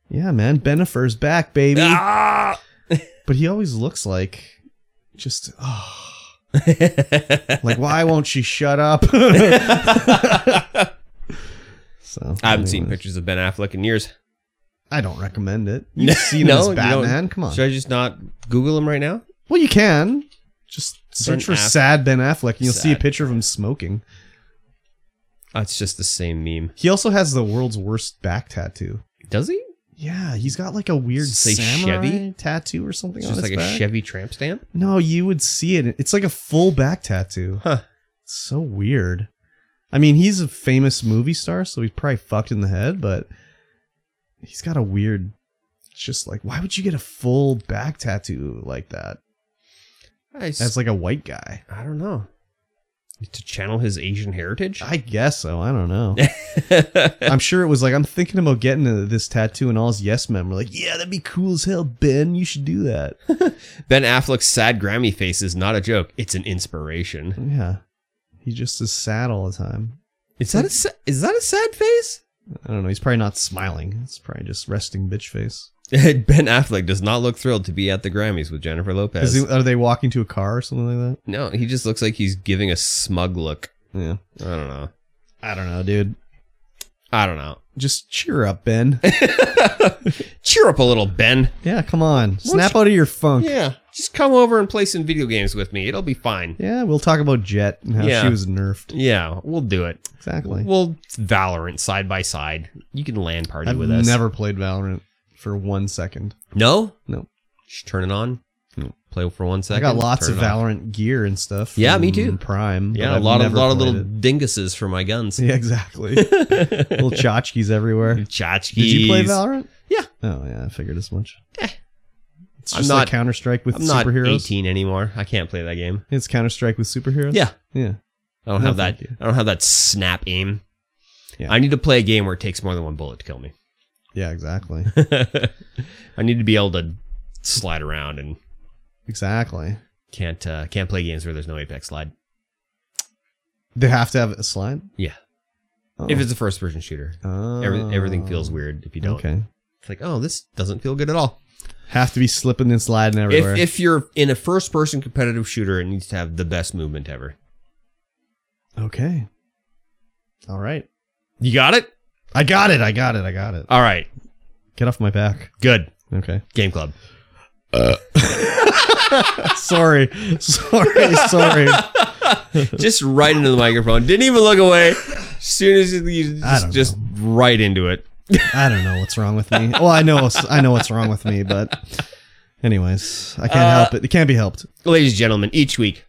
B: yeah, man, Benifer's back, baby. *laughs*
A: Ah! *laughs*
B: But he always looks like just oh, like why won't she shut up?
A: *laughs*
B: *laughs* so
A: I
B: I
A: haven't seen pictures of Ben Affleck in years.
B: I don't
A: *laughs*
B: recommend it.
A: No,
B: You've seen
A: no,
B: him as
A: you don't.
B: Batman. Come on.
A: Should I just not Google him right now?
B: Well, you can just search for
A: Affleck.
B: sad Ben Affleck, and you'll see a
A: Sad.
B: picture of him smoking.
A: Oh, it's just the same meme.
B: He also has the world's worst back tattoo.
A: Does he?
B: Yeah, he's got like a weird
A: Does it say
B: samurai
A: Chevy?
B: tattoo or something
A: It's
B: on
A: just
B: his
A: like a
B: back.
A: Chevy tramp stamp.
B: No, you would see it. It's like a full back tattoo.
A: Huh.
B: It's so weird. I mean, he's a famous movie star, so he's probably fucked in the head, but he's got a weird. It's just like, why would you get a full back tattoo like that?
A: I, s-
B: As like a white guy.
A: I don't know. To channel his Asian heritage?
B: I guess so. I don't know. *laughs* I'm sure it was like I'm thinking about getting uh, this tattoo, and all his yes men were like, "Yeah, that'd be cool as hell, Ben. You should do
A: *laughs*
B: that."
A: ben Affleck's sad Grammy face is not a joke. It's an inspiration.
B: yeah, he just is sad all the time.
A: Is that a sa- is that a sad face?
B: I don't know. He's probably not smiling. It's probably just resting bitch face.
A: *laughs* ben Affleck does not look thrilled to be at the Grammys with Jennifer Lopez.
B: Is he, are they walking to a car or something like
A: no, he just looks like he's giving a smug look.
B: that? Yeah,
A: I don't know.
B: I don't know, dude.
A: I don't know.
B: Just cheer
A: *laughs*
B: up, Ben.
A: Cheer up a little, Ben.
B: yeah, come on,
A: you-
B: snap out of your funk. Yeah.
A: Yeah, just come over and play some video games with me. It'll be fine.
B: we'll talk about Jet and how
A: Yeah.
B: she was nerfed.
A: Yeah, we'll do it.
B: Exactly.
A: We'll Valorant side by side. You can land party
B: I've
A: with us.
B: never played Valorant for one second.
A: No.
B: No.
A: Just turn it on.
B: No.
A: Play for one
B: I
A: second.
B: got lots
A: turn
B: of
A: it off.
B: Valorant gear and stuff.
A: Yeah, me
B: from
A: too.
B: Prime. but
A: Yeah, a
B: I've
A: lot of
B: never
A: lot of
B: played
A: little *laughs*
B: it.
A: dinguses for my guns.
B: Yeah, exactly. *laughs* little tchotchkes everywhere.
A: *laughs*
B: Did
A: Tchotchkes.
B: you play Valorant?
A: Yeah. Eh.
B: Oh yeah, I figured as much. It's
A: I'm
B: just like
A: not-
B: Counter Strike with
A: I'm not
B: superheroes.
A: 18 anymore. I can't play that game.
B: It's Counter Strike with superheroes.
A: Yeah,
B: Yeah.
A: I don't
B: No,
A: have that.
B: thank you.
A: I don't have that snap aim.
B: Yeah.
A: I need to play a game where it takes more than one bullet to kill me. *laughs*
B: Yeah, exactly.
A: I need to be able to slide around and
B: exactly.
A: can't uh, can't play games where there's no apex slide.
B: They have to have a slide?
A: Yeah.
B: Oh.
A: If it's a first person shooter, every, everything feels weird if you don't.
B: Okay.
A: It's like, oh, this doesn't feel good at all.
B: Have to be slipping and sliding
A: If,
B: everywhere.
A: if you're in a first person competitive shooter, it needs to have the best movement ever.
B: okay. All right.
A: You got it?
B: I got it. I got it. I got it.
A: All right.
B: Get off my back.
A: Good.
B: Okay.
A: Game
B: *laughs*
A: Club.
B: sorry. Sorry. Sorry.
A: just right into the microphone. Didn't even look away. Soon as you
B: I
A: just,
B: don't
A: just right into it.
B: I don't know what's wrong with me. Well, I know I know what's wrong with me, but anyways, I can't
A: Uh,
B: help it. It can't be helped.
A: Ladies and gentlemen, each week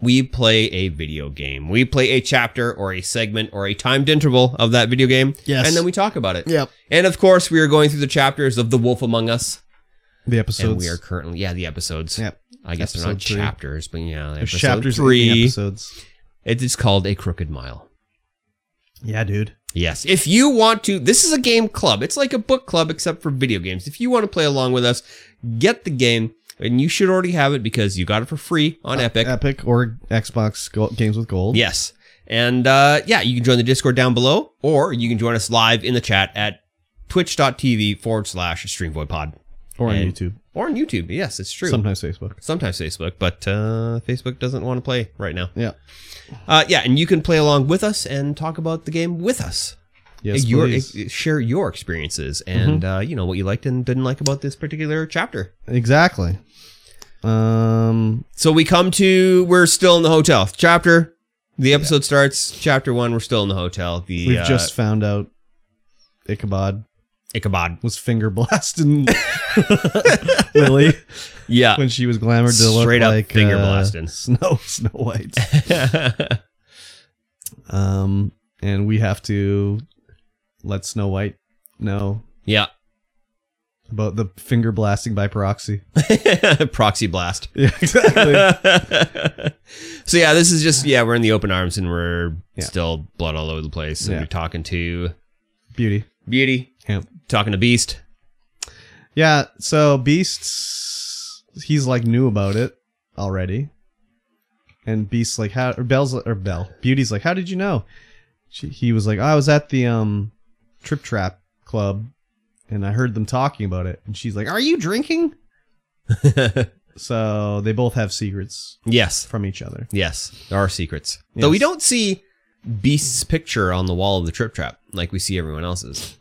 A: we play a video game. We play a chapter or a segment or a timed interval of that video game.
B: Yes.
A: And then we talk about it.
B: Yep.
A: And of course, we are going through the chapters of The Wolf Among Us.
B: The
A: and
B: episodes.
A: we are currently, yeah, the episodes.
B: Yep.
A: I guess they're not
B: Episode three.
A: chapters, but yeah,
B: There's
A: episode
B: chapters in the
A: three.
B: episodes.
A: It is called A Crooked Mile.
B: Yeah, dude.
A: Yes. If you want to, this is a game club. It's like a book club except for video games. If you want to play along with us, get the game, and you should already have it because you got it for free on
B: Uh,
A: Epic.
B: Epic or Xbox Go- games with gold.
A: yes. And uh, yeah, you can join the Discord down below, or you can join us live in the chat at twitch.tv forward slash streamvoidpod.
B: Or on
A: And-
B: YouTube.
A: Or on YouTube. Yes, it's true.
B: Sometimes Facebook.
A: Sometimes Facebook, but uh, Facebook doesn't want to play right now.
B: Yeah.
A: Uh, yeah, and you can play along with us and talk about the game with us.
B: Yes,
A: your
B: please. Mm-hmm.
A: ex- share your experiences and uh, you know what you liked and didn't like about this particular chapter.
B: Exactly. Um.
A: So we come to we're still in the hotel chapter. The episode starts chapter one. We're still in the hotel. The
B: We've
A: uh,
B: just found out Ichabod
A: Ichabod.
B: was finger
A: *laughs*
B: blasting Lily
A: Yeah,
B: *laughs* when she was glamored to look
A: Straight up
B: like
A: finger
B: uh,
A: blasting. *laughs*
B: *laughs* Snow Snow White. Um, and we have to let Snow White know
A: yeah. *laughs*
B: about the finger blasting by proxy. *laughs*
A: Proxy blast. *laughs*
B: Yeah, exactly.
A: so yeah, this is just yeah. We're in the open arms and we're
B: Yeah.
A: still blood all over the place. And
B: Yeah.
A: we're talking to
B: Beauty.
A: Beauty.
B: Yep.
A: Talking to Beast. *laughs*
B: Yeah. So Beasts, he's like knew about it already, and Beast's like how or Belle's or Belle Beauty's like how did you know? She, he was like I was at the um Trip Trap Club, and I heard them talking about it, and she's like Are you drinking? So they both have secrets
A: yes.
B: from each other.
A: Yes, there are secrets. Though we
B: Yes.
A: don't see Beast's picture on the wall of the trip trap like we see everyone else's.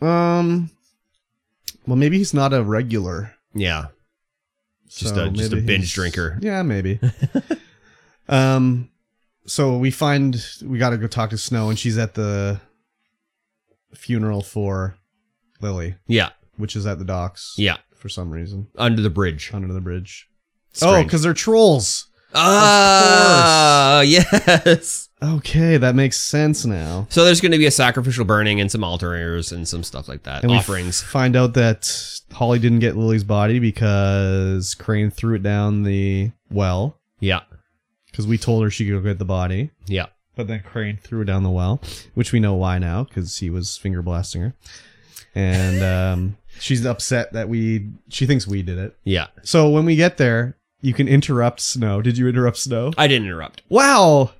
B: Um. Well, maybe he's not a regular.
A: Yeah. Just
B: so
A: a- just a
B: maybe
A: binge
B: he's-
A: drinker.
B: Yeah, maybe. *laughs* um. So we find we got to go talk to Snow, and she's at the funeral for Lily,
A: Yeah.
B: which is at the docks.
A: Yeah.
B: For some reason,
A: Under the bridge.
B: under the bridge. Oh,
A: Strange.
B: because they're trolls.
A: Ah, yes.
B: Okay, that makes sense now.
A: So there's going to be a sacrificial burning and some altars and some stuff like that.
B: And we f-
A: Offerings.
B: find out that Holly didn't get Lily's body because Crane threw it down the well.
A: yeah.
B: because we told her she could go get the body,
A: Yeah.
B: but then Crane threw her down the well, which we know why now because he was finger blasting her, and um, *laughs* she's upset that we she thinks we did it.
A: Yeah.
B: So when we get there, you can interrupt Snow. Did you interrupt Snow?
A: I didn't interrupt.
B: Wow,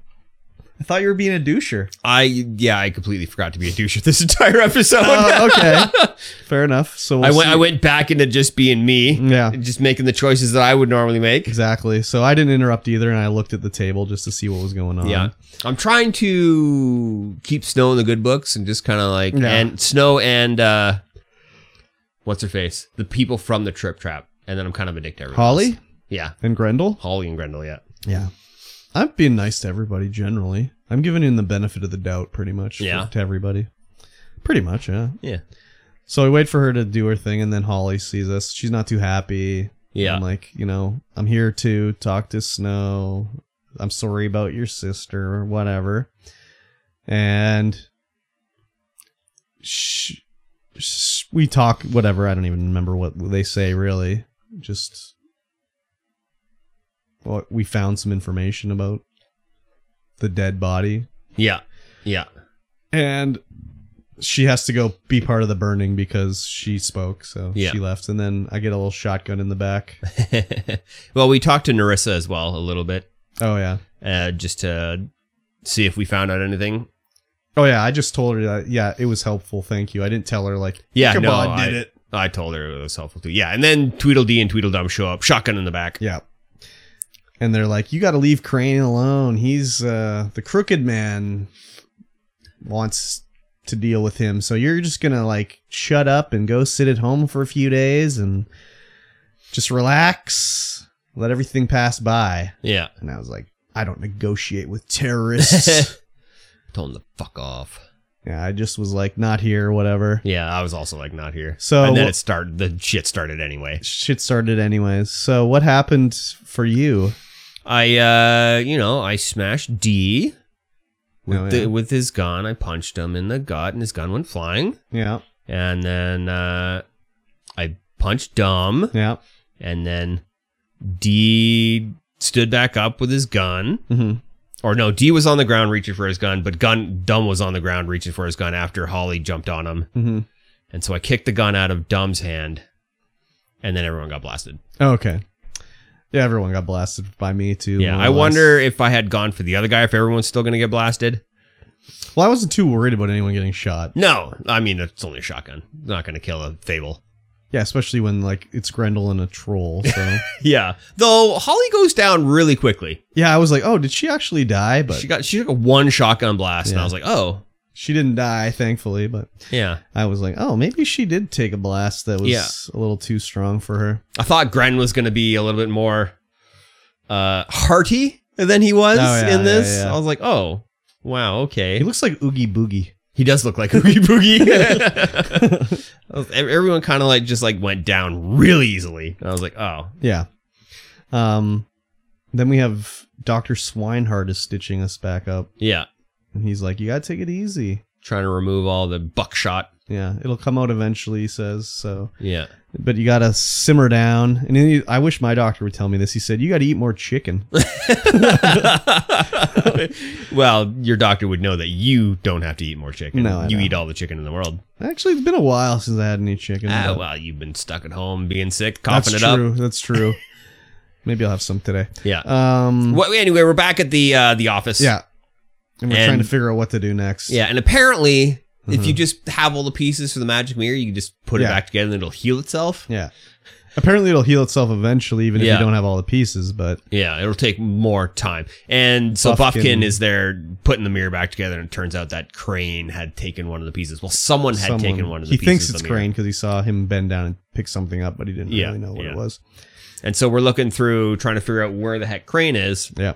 B: I thought you were being a doucher.
A: I yeah, I completely forgot to be a douche this *laughs* entire episode.
B: Uh,
A: *laughs*
B: okay, fair enough. So we'll
A: Oh, I went
B: see- Mm.
A: I went back into just being me,
B: Yeah,
A: just making the choices that I would normally make.
B: *laughs* exactly. So I didn't interrupt either, and I looked at the table just to see what was going on.
A: Yeah.
B: Uh-huh.
A: I'm trying to keep Snow in the good books and just kind of like
B: Yeah.
A: and Snow and uh what's her face? The people from the Trip Trap. And then I'm kind of addicted to everyone. else.
B: Holly Oh
A: Yeah.
B: and Grendel.
A: Holly and Grendel, yeah.
B: Yeah. I'm being nice to everybody generally. I'm giving in the benefit of the doubt pretty much for-
A: Yeah.
B: to everybody. Pretty much, yeah.
A: Yeah.
B: So I wait for her to do her thing and then Holly sees us. She's not too happy.
A: Yeah.
B: I'm like, you know, I'm here to talk to Snow. I'm sorry about your sister or whatever. And sh- sh- we talk whatever. I don't even remember what they say really. Just well, we found some information about the dead body
A: yeah. Yeah. *laughs*
B: and she has to go be part of the burning because she spoke so
A: Yeah.
B: she left and then i get a little shotgun in
A: *laughs*
B: the back
A: well, we talked to Narissa as well a little bit,
B: oh yeah
A: uh, just to see if we found out anything.
B: Oh yeah, I just told her that. Yeah, it was helpful. Thank you. I didn't tell her like
A: Yeah, no,
B: Ichabod
A: I-
B: did it.
A: I told her it was helpful too. Yeah, and then Tweedledee and Tweedledum show up, shotgun in the back.
B: Yeah. And they're like, you got to leave Crane alone. He's uh, the crooked man wants to deal with him. So you're just going to like shut up and go sit at home for a few days and just relax, let everything pass by.
A: Yeah,
B: And I was like, I don't negotiate
A: *laughs*
B: with terrorists.
A: told him to fuck off.
B: yeah, I just was like, not here, whatever.
A: Yeah, I was also like not here.
B: So-
A: and then it started. The shit started anyway.
B: Shit started anyways. So what happened for you?
A: I, uh you know, I smashed D with
B: Oh, yeah.
A: the, with his gun. I punched him in the gut, and his gun went flying.
B: Yeah.
A: And then uh I punched Dumb,
B: Yeah.
A: and then D stood back up with his gun.
B: hmm
A: or no, D was on the ground reaching for his gun, but gun Dumb was on the ground reaching for his gun after Holly jumped on him,
B: hmm
A: and so I kicked the gun out of Dumb's hand, and then everyone got blasted.
B: Okay. Yeah, everyone got blasted by me too.
A: yeah,
B: more or
A: I
B: less.
A: wonder if I had gone for the other guy, if everyone's still gonna get blasted.
B: Well, I wasn't too worried about anyone getting shot.
A: No, I mean it's only a shotgun, It's not gonna kill a Fable. *laughs*
B: Yeah, especially when like it's Grendel and a troll.
A: *laughs*
B: So
A: Yeah, though Holly goes down really quickly.
B: yeah, I was like, oh, did she actually die? But
A: she
B: she,
A: got she took a one shotgun blast, and I
B: Yeah.
A: was like, oh
B: didn't die, thankfully. But
A: yeah.
B: I was like, oh, maybe she did take a blast that was
A: Yeah.
B: a little too strong for her.
A: I thought Gren was going to be a little bit more uh, hearty than he was
B: Oh, yeah,
A: in this.
B: yeah, yeah.
A: I was like, oh, wow, okay.
B: He looks like Oogie Boogie.
A: He does look like Oogie Boogie. *laughs* I was- e-, Everyone kind of like just like went down really easily. I was like, oh,
B: Yeah. Um, then we have Doctor Swinehart is stitching us back up,
A: yeah.
B: and he's like, you gotta take it easy.
A: Trying to remove all the buckshot.
B: Yeah, it'll come out eventually. He says so.
A: Yeah.
B: but you gotta simmer down. And then he, I wish my doctor would tell me this. He said you gotta eat
A: *laughs*
B: more chicken.
A: *laughs* well, your doctor would know that you don't have to eat more chicken.
B: No, I
A: you
B: know.
A: eat all the chicken in the world.
B: Actually, it's been a while since I hadn't eaten chicken.
A: Ah,
B: but
A: well, you've been stuck at home being sick,
B: that's
A: coughing it up.
B: true.
A: *laughs*
B: That's true. Maybe I'll have some today.
A: Yeah.
B: Um.
A: Well, anyway, we're back at the uh, the office.
B: Yeah. And we're
A: And-
B: trying to figure out what to do next.
A: yeah, and apparently, if
B: Mhm.
A: you just have all the pieces for the magic mirror, you can just put it
B: Yeah.
A: back together and it'll heal itself.
B: Yeah. Apparently, it'll heal itself eventually, even if
A: Yeah.
B: you don't have all the pieces. But
A: Yeah, it'll take more time. And so Buffkin,
B: Buffkin-
A: is there putting the mirror back together, and it turns out that Crane had taken one of the pieces. Well, someone had
B: someone-
A: taken one of the
B: he
A: pieces.
B: thinks
A: of
B: it's
A: the mirror.
B: Crane because he saw him bend down and pick something up, but he didn't
A: Yeah,
B: really know what
A: yeah.
B: it was.
A: And so we're looking through, trying to figure out where the heck Crane is.
B: Yeah.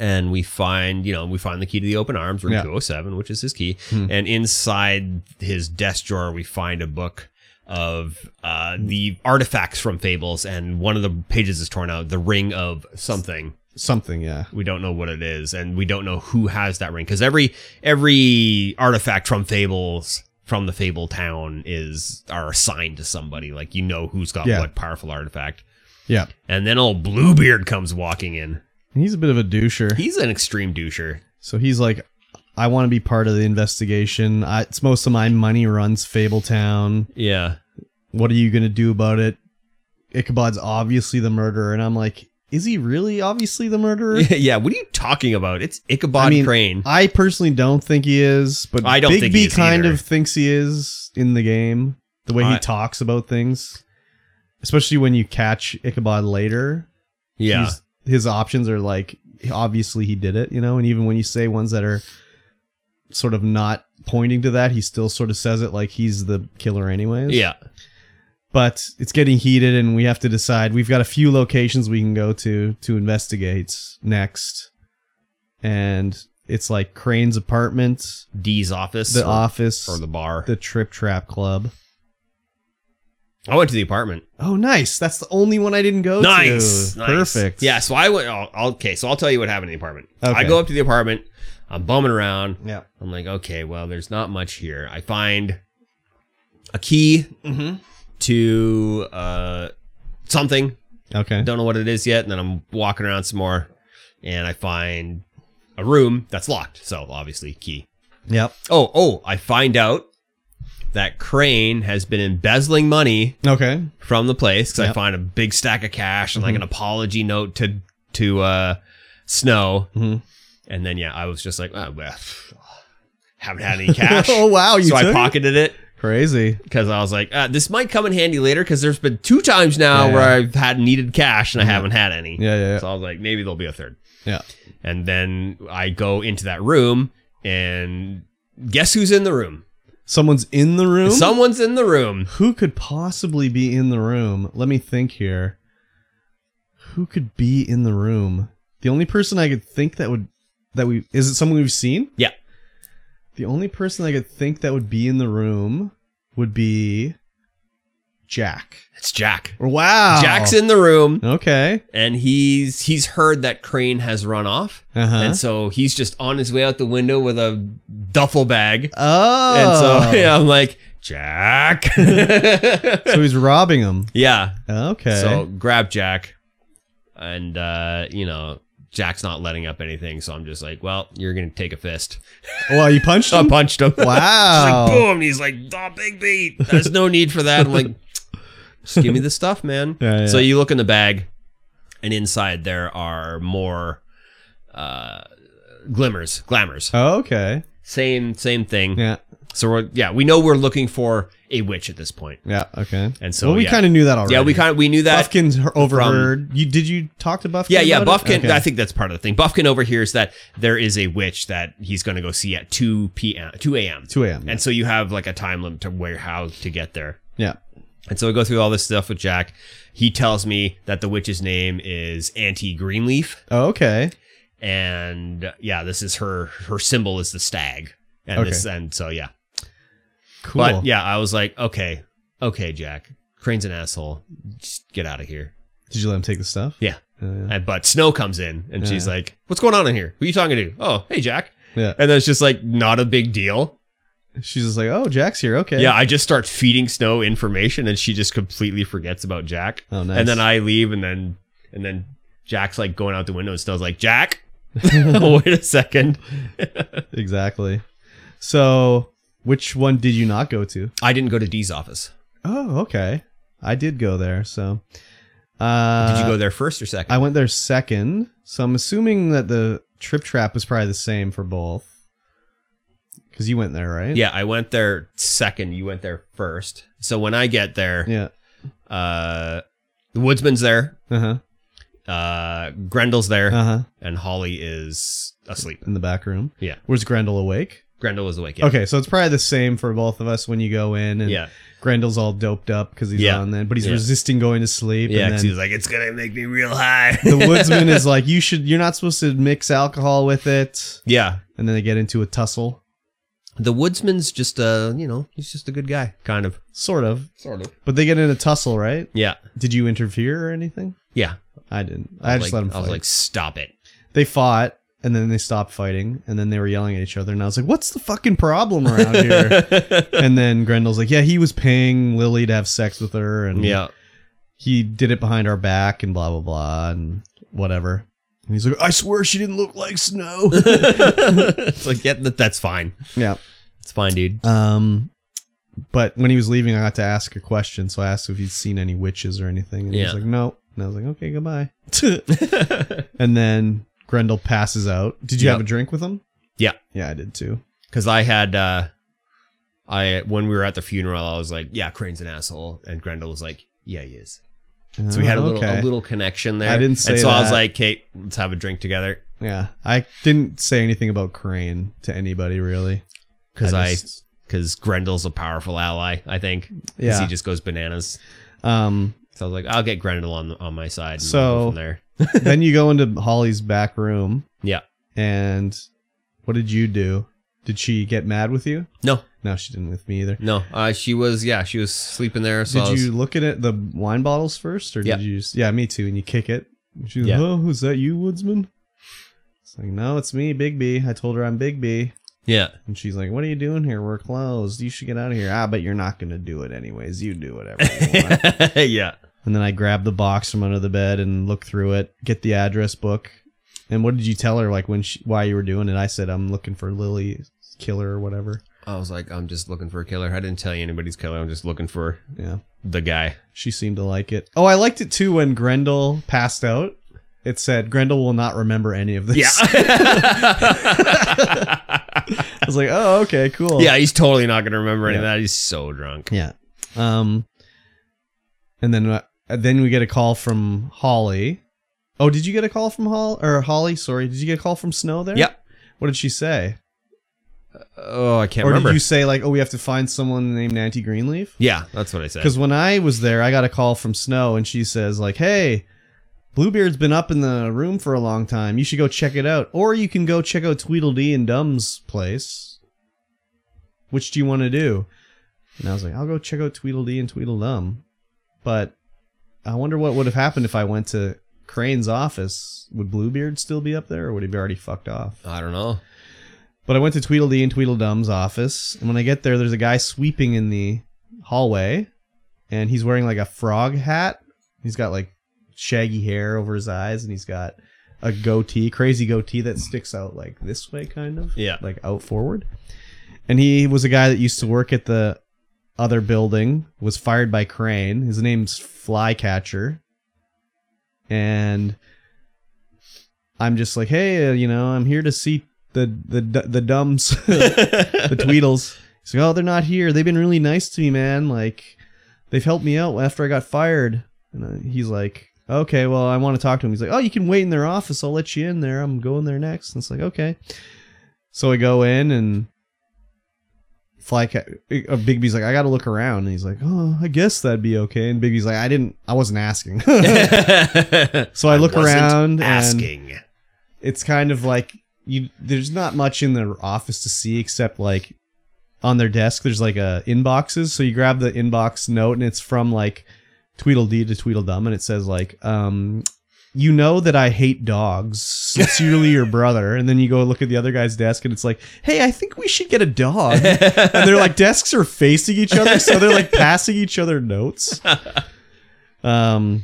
A: and we find you know we find the key to the open arms room
B: Yeah.
A: 207 which is his key
B: Hmm.
A: and inside his desk drawer we find a book of uh, the artifacts from fables and one of the pages is torn out the ring of something
B: Something. Yeah.
A: we don't know what it is and we don't know who has that ring because every every artifact from fables from the fable town is are assigned to somebody like you know who's got
B: Yeah.
A: what powerful artifact
B: Yeah.
A: and then old bluebeard comes walking in
B: And he's a bit of a doucher.
A: he's an extreme doucher
B: So he's like, I want to be part of the investigation. I, it's most of my money runs Fabletown.
A: yeah
B: What are you going to do about it? Ichabod's obviously the murderer. And I'm like, is he really obviously the murderer?
A: *laughs* yeah, what are you talking about? It's Ichabod
B: I mean,
A: Crane.
B: I personally don't think he is, but
A: I don't
B: Big
A: think
B: B
A: he is
B: kind
A: either.
B: of thinks he is in the game. The way
A: I-
B: he talks about things, especially when you catch Ichabod later.
A: yeah,
B: he's- his options are like obviously he did it, you know, and even when you say ones that are sort of not pointing to that, he still sort of says it like he's the killer anyways.
A: yeah,
B: But it's getting heated and we have to decide. We've got a few locations we can go to to investigate next. And it's like Crane's apartment,
A: D's office,
B: the
A: or,
B: office,
A: or the bar.
B: the Trip Trap Club.
A: I went to the apartment.
B: Oh, nice. That's the only one I didn't go
A: Nice,
B: to.
A: nice.
B: Oh, Perfect.
A: Yeah, so I went. oh, okay, so I'll tell you what happened in the apartment.
B: Okay.
A: I go up to the apartment. I'm bumming around.
B: Yeah.
A: I'm like, okay, well, there's not much here. I find a key
B: Mm-hmm.
A: to uh, something.
B: Okay.
A: Don't know what it is yet. And then I'm walking around some more, and I find a room that's locked. So obviously, key.
B: Yep.
A: Oh, oh, I find out that Crane has been embezzling money
B: Okay.
A: from the place because I
B: Yep.
A: find a big stack of cash and like
B: Mhm.
A: an apology note to to uh Snow.
B: Mhm.
A: And then yeah, I was just like, oh, well, pff, *sighs* haven't had
B: *laughs*
A: any *laughs* cash.
B: oh wow, you
A: so I
B: took it?
A: pocketed it
B: crazy.
A: because I was like, ah, this might come in handy later because there's been two times now
B: Yeah.
A: where I've had needed cash and I
B: Yeah.
A: haven't had any.
B: Yeah, yeah, yeah.
A: So I was like, maybe there'll be a third.
B: Yeah.
A: And then I go into that room and guess who's in the room?
B: Someone's in the room.
A: Someone's in the room.
B: Who could possibly be in the room? Let me think here. Who could be in the room? The only person I could think that would that we is it someone we've seen?
A: Yeah.
B: The only person I could think that would be in the room would be Jack.
A: It's Jack.
B: Or wow.
A: Jack's in the room
B: Okay.
A: and he's he's heard that Crane has run off.
B: Uh-huh.
A: And so he's just on his way out the window with a duffel bag.
B: oh.
A: And so *laughs* yeah, I'm like, Jack. *laughs*
B: so he's robbing him.
A: yeah.
B: Okay.
A: So grab Jack, and uh, you know Jack's not letting up anything. So I'm just like, well, you're gonna take a fist.
B: well, you punched
A: So I
B: him.
A: punched him.
B: Wow.
A: Just *laughs* like boom. He's like, oh, big beat. There's no need for that. I'm
B: *laughs*
A: like, just give me the stuff, man.
B: Yeah, yeah.
A: So you look in the bag, and inside there are more uh, glimmers, glamours.
B: Okay.
A: Same, same thing.
B: Oh. Yeah.
A: So we're yeah, we know we're looking for a witch at this point.
B: Yeah. Okay.
A: And so
B: well, we
A: yeah.
B: kind of knew that already.
A: yeah, we kind of we knew that
B: Buffkin's he- overheard. you did you talk to Buffkin?
A: Yeah, yeah.
B: about it?
A: Buffkin,
B: Okay.
A: I think that's part of the thing. Buffkin overhears that there is a witch that he's going to go see at 2 p.m., 2 a.m.
B: two a.m.
A: And so you have like a time limit to where how to get there.
B: yeah.
A: And so we go through all this stuff with Jack. He tells me that the witch's name is Auntie Greenleaf.
B: Oh, okay.
A: And uh, yeah, this is her, her symbol is the stag. And
B: Okay.
A: this, and so yeah.
B: Cool.
A: But yeah, I was like, okay, okay, Jack. Crane's an asshole. Just get out of here.
B: Did you let him take the stuff?
A: Yeah.
B: Uh,
A: And, but Snow comes in and she's
B: Yeah.
A: like, "What's going on in here? Who are you talking to?" Oh, hey Jack.
B: yeah.
A: And then it's just like not a big deal.
B: She's just like, oh, Jack's here. Okay.
A: Yeah, I just start feeding Snow information and she just completely forgets about Jack.
B: Oh, nice.
A: And then I leave and then and then Jack's like going out the window and Snow's like,
B: *laughs*
A: "Jack, *laughs* wait a second.
B: exactly. So, which one did you not go to?
A: I didn't go to Dee's office.
B: Oh, okay. I did go there. So, uh,
A: Did you go there first or second?
B: I went there second, so I'm assuming that the trip trap was probably the same for both. Because you went there, right?
A: yeah, I went there second. You went there first. So when I get there,
B: Yeah.
A: uh the woodsman's there,
B: Uh huh.
A: uh Grendel's there,
B: Uh huh.
A: and Holly is asleep.
B: In the back room.
A: Yeah.
B: Was Grendel awake?
A: Grendel is awake. Yeah.
B: Okay, so it's probably the same for both of us when you go in, and
A: Yeah.
B: Grendel's all doped up because he's
A: Yeah.
B: on then, but he's
A: Yeah.
B: resisting going to sleep.
A: Yeah.
B: And
A: 'cause
B: then
A: he's like, it's going to make me real high.
B: the
A: *laughs*
B: woodsman is like, "You should. You're not supposed to mix alcohol with it."
A: yeah.
B: And then they get into a tussle,
A: The woodsman's just a, you know, he's just a good guy, kind of.
B: sort of.
A: Sort of.
B: But they get in a tussle, right?
A: Yeah.
B: Did you interfere or anything?
A: Yeah.
B: I didn't. I,
A: was
B: just
A: like,
B: let him.
A: I was
B: fight.
A: like, stop
B: *laughs*
A: it. *laughs*
B: they fought and then they stopped fighting and then they were yelling at each other and i was like what's the fucking
A: *laughs*
B: problem around here and then grendel's like yeah he was paying lily to have sex with her and
A: yeah.
B: he did it behind our back and blah blah blah and whatever and he's like i swear she didn't look like snow
A: it's *laughs* like, yeah, that, that's fine.
B: yeah
A: It's fine, dude. *laughs*
B: um but when he was leaving i got to ask a question so i asked if he'd seen any witches or anything and he
A: Yeah.
B: was like no and i was like okay goodbye *laughs* and then grendel passes out did you
A: Yep.
B: have a drink with him
A: Yeah.
B: yeah i did too
A: Because I had, uh, I, when we were at the funeral, I was like, yeah, Crane's an asshole. And Grendel was like, yeah, he is. So we had a little,
B: Oh, Okay.
A: a little connection there.
B: I didn't say
A: And so I was
B: that.
A: like, Kate, let's have a drink together.
B: Yeah, I didn't say anything about Crane to anybody really.
A: Because I,
B: just-
A: because Grendel's a powerful ally, I think. 'Cause
B: yeah.
A: he just goes bananas. *laughs*
B: um,
A: So I was like, I'll get Grendel on on my side. And
B: So-
A: go from there,
B: then you go into Holly's back room.
A: Yeah.
B: And what did you do? Did she get mad with you?
A: no,
B: No, she didn't with me either.
A: no, uh, she was yeah, she was sleeping there. So I
B: did
A: was-
B: you look at it, the wine bottles first, or
A: Yeah.
B: did you? Just, yeah, me too. And you kick it. And She's
A: Yeah.
B: like, "Oh, is that you, Woodsman?" It's like, "No, it's me, Big B." I told her I'm Big B,
A: yeah, *laughs*
B: and she's like, "What are you doing here? We're closed. You should get out of here." Ah, but you're not gonna do it anyways. You do whatever
A: *laughs*
B: you want.
A: yeah.
B: And then I grabbed the box from under the bed and looked through it, get the address book. And what did you tell her, like, when she, why you were doing it? I said, I'm looking for Lily Killer or whatever.
A: I was like, I'm just looking for a killer. I didn't tell you anybody's killer. I'm just looking for
B: Yeah.
A: the
B: *laughs*
A: guy.
B: She seemed to like it. Oh, I liked it too when Grendel passed out. It said, Grendel will not remember any of this.
A: Yeah.
B: *laughs* I was like, oh, okay,
A: *laughs*
B: cool.
A: yeah, he's totally not gonna remember any of
B: Yeah.
A: that. He's so drunk.
B: Yeah. Um, and then uh, then we get a call from Holly. Oh, did you get a call from Hall or Holly? Sorry, did you get a call from Snow there?
A: Yep.
B: What did she say?
A: Oh, I can't
B: or
A: remember.
B: did you say like, oh, we have to find someone named Nancy Greenleaf?
A: yeah, that's what I said.
B: Because when I was there, I got a call from Snow, and she says like, hey. Bluebeard's been up in the room for a long time. You should go check it out. Or you can go check out Tweedledee and Dum's place. Which do you want to do? And I was like, I'll go check out Tweedledee and Tweedledum. But I wonder what would have happened if I went to Crane's office. Would Bluebeard still be up there or would he be already fucked off?
A: I don't know.
B: But I went to Tweedledee and Tweedledum's office, and when I get there, there's a guy sweeping in the hallway, and he's wearing like a frog hat. He's got like shaggy hair over his eyes, and he's got a goatee, crazy goatee that sticks out like this way, kind
A: *laughs*
B: of
A: Yeah.
B: like out forward. And he was a guy that used to work at the other building, was fired by Crane. His name's Flycatcher. And I'm just like, hey, uh, you know, I'm here to see the the d- the dumbs, *laughs* the Tweedles. He's like, oh, they're not here. They've been really nice to me, man. Like, they've helped me out after I got fired. And uh, he's like, okay, well, I want to talk to him. He's like, oh, you can wait in their office. I'll let you in there. I'm going there next. And it's like, okay. So I go in and Flycat, uh, Bigby's like, I got to look around. And he's like, oh, I guess that'd be okay. And Bigby's like, I didn't, I wasn't asking. *laughs* so I look
A: wasn't
B: around and
A: asking.
B: it's kind of like you there's not much in the office to see except like on their desk there's like a inboxes so you grab the inbox note and it's from like tweedledee to tweedledum and it says like um you know that i hate dogs sincerely your brother and then you go look at the other guy's desk and it's like hey i think we should get
A: *laughs*
B: a dog and they're like desks are facing each other so they're like passing each other notes um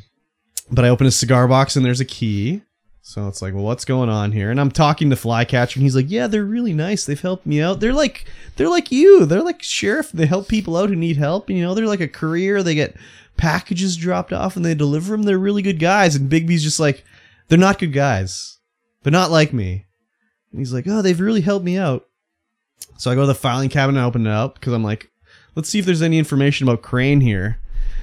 B: but i open a cigar box and there's a key so it's like, well, what's going on here? And I'm talking to Flycatcher, and he's like, yeah, they're really nice. They've helped me out. They're like, they're like you. They're like sheriff. They help people out who need help. And, you know, they're like a career. They get packages dropped off and they deliver them. They're really good guys. And Bigby's just like, they're not good guys. They're not like me. And he's like, oh, they've really helped me out. So I go to the filing cabinet and I open it up because I'm like, let's see if there's any information about Crane here.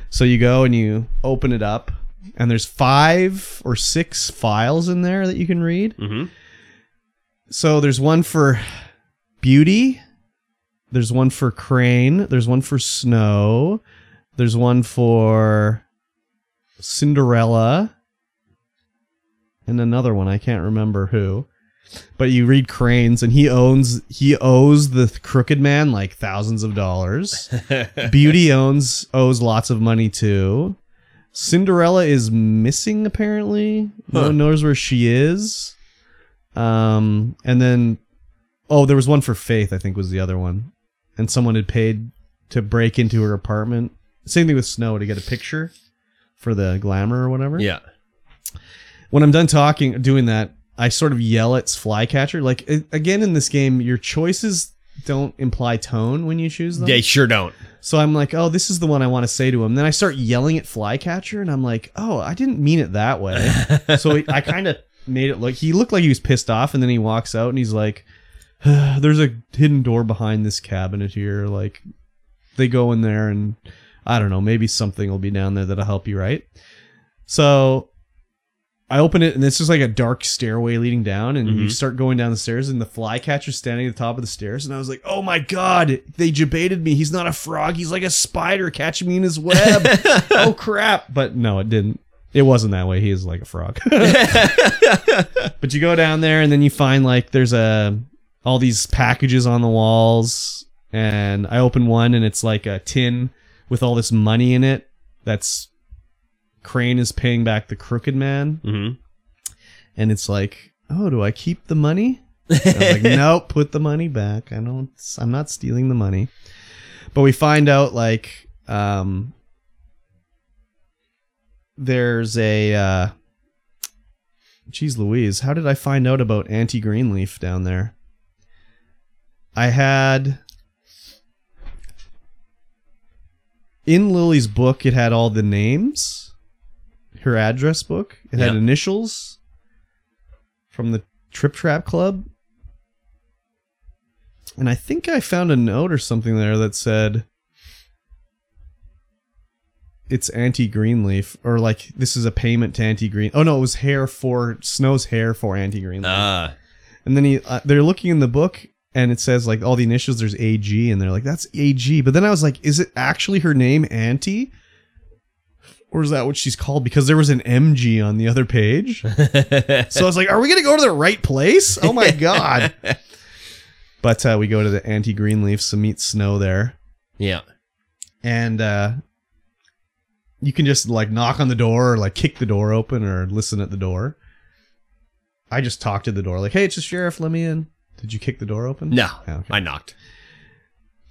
B: So you go and you open it up, and there's five or six files in there that you can read.
A: hmm
B: So there's one for Beauty, there's one for Crane, there's one for Snow, there's one for Cinderella, and another one I can't remember who. But you read Crane's, and he owns he owes the crooked man like thousands of dollars. Beauty owns owes lots of money too. Cinderella is missing apparently. No
A: Huh.
B: one knows where she is. Um, and then oh, there was one for Faith. I think was the other one, and someone had paid to break into her apartment. Same thing with Snow to get a picture for the glamour or whatever
A: yeah.
B: when I'm done talking, doing that, I sort of yell at Flycatcher. Like a- again, in this game, your choices don't imply tone when you choose them.
A: They sure don't.
B: So I'm like, oh, this is the one I want to say to him. Then I start yelling at Flycatcher, and I'm like, oh, I didn't mean it that way.
A: *laughs*
B: so it- I kind of made it look. He looked like he was pissed off, and then he walks out, and he's like, *sighs* "There's a hidden door behind this cabinet here. Like, they go in there, and I don't know. Maybe something will be down there that'll help you, right?" So I open it, and it's just like a dark stairway leading down, and you
A: Mhm.
B: start going down the stairs, and the flycatcher's standing at the top of the stairs, and I was like, "Oh my god, they debated me. He's not a frog. He's like a spider catching me in his
A: *laughs*
B: web." oh crap! But no, it didn't. It wasn't that way. He is like a frog. *laughs* but you go down there and then you find like there's a all these packages on the walls and I open one and it's like a tin with all this money in it. That's Crane is paying back the crooked man
A: hmm
B: and it's like, "Oh, do I keep the money?" I was like, nope, put the money back. I don't. I'm not stealing the money. But we find out like um, there's a. Uh, geez, Louise, how did I find out about Auntie Greenleaf down there? I had in Lily's book. It had all the names, her address book. It had
A: Yeah.
B: initials from the Trip Trap Club And I think I found a note or something there that said it's anti Greenleaf or like this is a payment to anti Green. Oh no, it was hair for Snow's hair for anti Greenleaf.
A: Ah,
B: and then he uh, they're looking in the book and it says like all the initials there's AG and they're like that's AG. But then I was like is it actually her name Auntie? Or is that what she's called? Because there was an MG on the other page. So I was like, are we going to go to the right place? Oh *laughs* my God. But uh, we go to the anti Greenleaf, so meet Snow there.
A: *laughs* yeah.
B: And uh, you can just like knock on the door or like kick the door open or listen at the door. I just talked at the door, like, hey, it's the sheriff, let me in. Did you kick the door open?
A: No,
B: Oh, okay.
A: I knocked.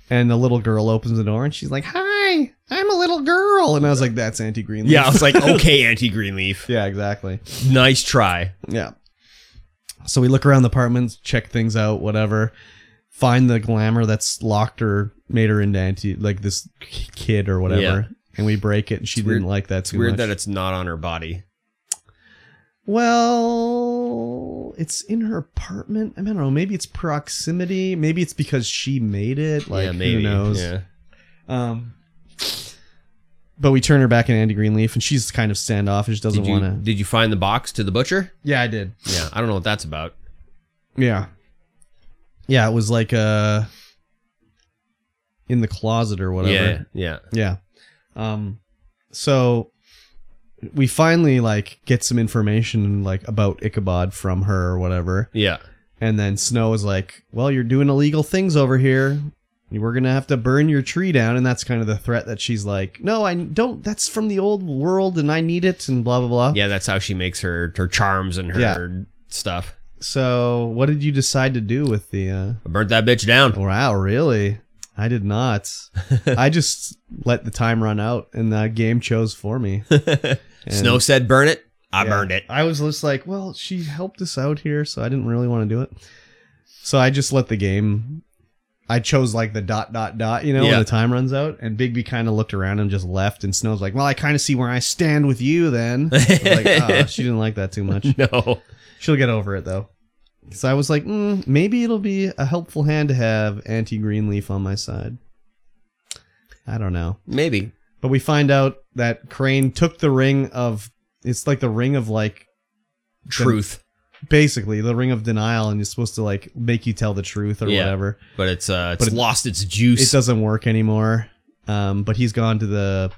B: And the little girl opens the door and she's like, hi, I'm a little girl. And I was like, that's anti Greenleaf.
A: Yeah, I was like, okay, Auntie Greenleaf,
B: *laughs* yeah, exactly.
A: nice try.
B: Yeah. So we look around the apartments, check things out, whatever. Find the glamour that's locked or made her into anti like this k- kid or whatever,
A: Yeah.
B: and we break it. And she
A: It's
B: didn't
A: weird-
B: like that
A: It's
B: too
A: weird
B: much.
A: that it's not on her body.
B: well, it's in her apartment. I don't know. Maybe it's proximity. Maybe it's because she made it. Like
A: yeah, maybe.
B: who knows?
A: Yeah.
B: Um. But we turn her back in Andy Greenleaf, and she's kind of standoffish. Doesn't
A: Did you
B: want to.
A: did you find the box to the butcher?
B: Yeah, I did.
A: Yeah, I don't know what that's about.
B: Yeah. Yeah, it was like uh in the closet or whatever.
A: Yeah,
B: Yeah. Um so we finally like get some information like about Ichabod from her or whatever.
A: yeah,
B: And then Snow is like, "Well, you're doing illegal things over here. We're going to have to burn your tree down." And that's kind of the threat that she's like, "No, I don't. That's from the old world and I need it and blah blah blah."
A: yeah, yeah. That's how she makes her her charms and her
B: Yeah.
A: stuff.
B: So, what did you decide to do with the uh
A: I burnt that bitch down.
B: Wow, really? I
A: *laughs*
B: did not. I just let the time run out, and the game chose for me. Oh.
A: *laughs*
B: And-
A: Snow said, "Burn it." I
B: yeah,
A: burned it. *laughs*
B: I was just like, well, she helped us out here, so I didn't really want to do it. So I just let the game. I chose like the dot dot dot, you know,
A: Yeah.
B: when the time runs out. And Bigby kind of looked around and just left. And Snow's like, "Well, I kind of see where I stand with you." Then, I
A: *laughs*
B: was like, ah, she didn't like that too much.
A: No.
B: She'll get over it though. So I was like, mm, maybe it'll be a helpful hand to have Anti Greenleaf on my side. I don't know.
A: Maybe.
B: But we find out that Crane took the ring of it's like the ring of like
A: Truth.
B: basically the ring of denial and it's supposed to like make you tell the truth or
A: Yeah.
B: whatever.
A: But it's uh it's
B: But it-
A: lost its
B: It
A: juice.
B: doesn't work anymore. Um, but he's gone to the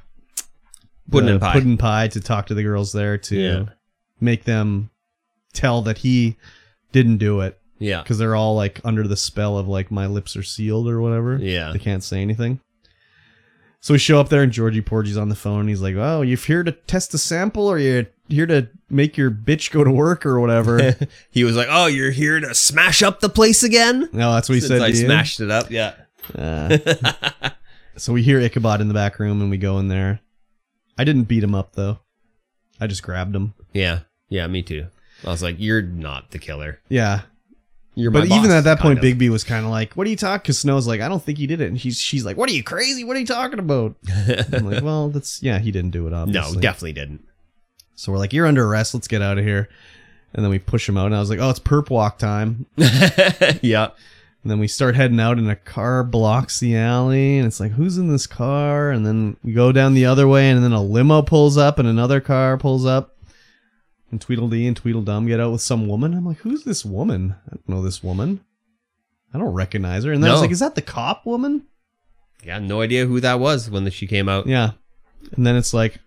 A: Pudding
B: the
A: and pie.
B: uh, Puddin' Pie to talk to the girls there to
A: Yeah.
B: make them tell that he didn't do it.
A: Yeah.
B: because they're all like under the spell of like my lips are sealed or whatever.
A: Yeah. *laughs*
B: They can't say anything. So we show up there and Georgie Porgy's on the phone. And he's like, "Oh, you're here to test a sample, or you're here to make your bitch go to work,
A: *laughs*
B: or whatever."
A: He was like, "Oh, you're here to smash up the place again."
B: no, that's what he
A: Since
B: said.
A: I
B: to you. *laughs*
A: smashed it up. Yeah.
B: Uh, so we hear Ichabod in the back room, and we go in there. I didn't beat him up though. I just grabbed him.
A: *laughs* yeah. Yeah. Me too. I was like, "You're not the killer.
B: Yeah,
A: You're my
B: but even
A: boss,"
B: at that
A: kind
B: point,
A: of.
B: Bigby was kind of like, "What are you talking?" Because Snow's like, "I don't think he did it," and he's she's like, "What are you crazy?
A: *laughs*
B: What are you talking about?" *laughs* I'm like, well, that's yeah, he didn't do it.
A: no,
B: Obviously.
A: definitely didn't. *laughs*
B: So we're like, you're under arrest. Let's get out of here. And then we push him out, and I was like, oh, it's perp walk time.
A: yeah.
B: And then we start heading out, and a car blocks the alley, and it's like, who's in this car? And then we go down the other way, and then a limo pulls up, and another car pulls up. And Tweedledee and Tweedledum get out with some woman. I'm like, who's this woman? I don't know this woman. I don't recognize her. And then I was
A: No.
B: like, is that the cop woman?
A: Yeah. No idea who that was when the, she came out.
B: Yeah. And then it's like,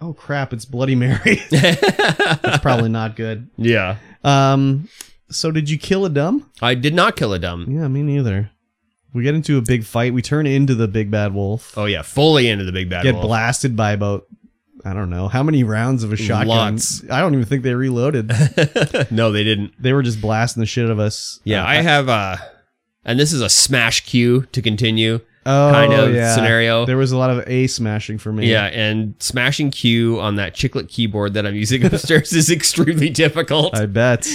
B: oh crap, it's Bloody Mary. *laughs* That's probably not good.
A: *laughs* yeah.
B: Um, so did you kill a dumb?
A: I did not kill a dumb.
B: Yeah, me neither. We get into a big fight. We turn into the big bad wolf.
A: Oh yeah, fully into the big bad.
B: get
A: wolf.
B: blasted by about I don't know how many rounds of a shotgun.
A: Lots.
B: I don't even think
A: *laughs*
B: they reloaded.
A: no, they didn't.
B: they were just blasting the shit out of us.
A: Yeah,
B: Uh,
A: I have uh and this is a smash cue to continue
B: oh,
A: kind of
B: yeah.
A: scenario.
B: There was a lot of a smashing for me.
A: yeah, and smashing Q on that chiclet keyboard that I'm using *laughs* upstairs is extremely difficult. *laughs*
B: I bet.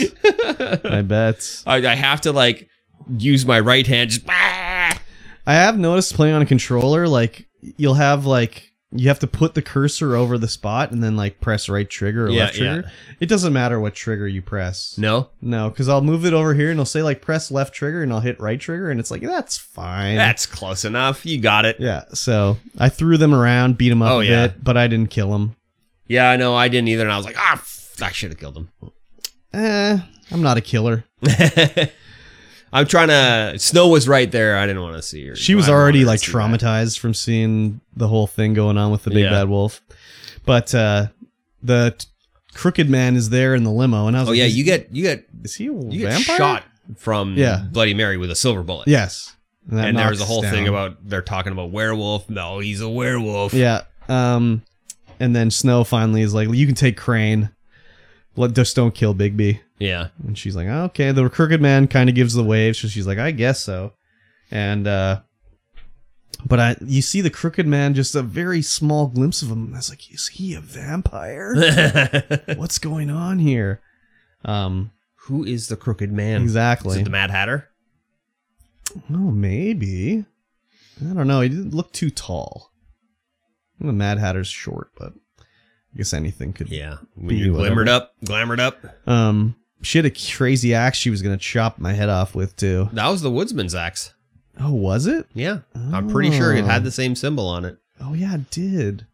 B: I bet.
A: I, I have to like use my right hand. Just, *laughs* ah!
B: I have noticed playing on a controller, like you'll have like you have to put the cursor over the spot and then like press right trigger or
A: Yeah,
B: left trigger. It doesn't matter what trigger you press.
A: No,
B: No, because I'll move it over here and it'll say like press left trigger and I'll hit right trigger and it's like that's fine.
A: that's close enough. You got it.
B: yeah. So I threw them around, beat them up
A: Oh,
B: a
A: yeah.
B: bit, but I didn't kill them.
A: Yeah, I know. I didn't either, and I was like, ah, f- I should have killed him. *laughs*
B: Eh, I'm not a killer.
A: I'm trying to. Snow was right there. I didn't want to see her.
B: She was
A: I
B: already
A: wanted
B: like
A: to see that.
B: traumatized from seeing the whole thing going on with the big
A: Yeah.
B: bad wolf. But uh the t- crooked man is there in the limo, and I was
A: Oh
B: like,
A: yeah,
B: is,
A: you get you get
B: is he a
A: you get
B: vampire?
A: shot from
B: Yeah.
A: Bloody Mary with a silver bullet.
B: Yes. that
A: and there was
B: knocks
A: a whole
B: down.
A: thing about they're talking about werewolf. No, he's a werewolf.
B: yeah. Um, and then Snow finally is like, "You can take Crane, Let- just don't kill Bigby."
A: yeah. *laughs*
B: And she's like, "Ah, "Okay." The crooked man kind of gives the wave, so she's like, "I guess so." And uh, but I, you see the crooked man, just a very small glimpse of him. And I was like, "Is he
A: *laughs*
B: a vampire? What's going on here?" Um,
A: Who is the crooked man? Is
B: exactly.
A: it the Mad Hatter?
B: Oh, maybe. I don't know. He didn't look too tall. The Mad Hatter's short, but I guess anything could.
A: Yeah.
B: Be
A: When you
B: whatever.
A: glimmered up, glamoured up.
B: Um, she had a crazy axe she was gonna chop my head off with too.
A: That was the Woodsman's axe.
B: Oh, was it?
A: Yeah. I'm pretty sure it had
B: Oh.
A: the same symbol on it.
B: Oh yeah, it did.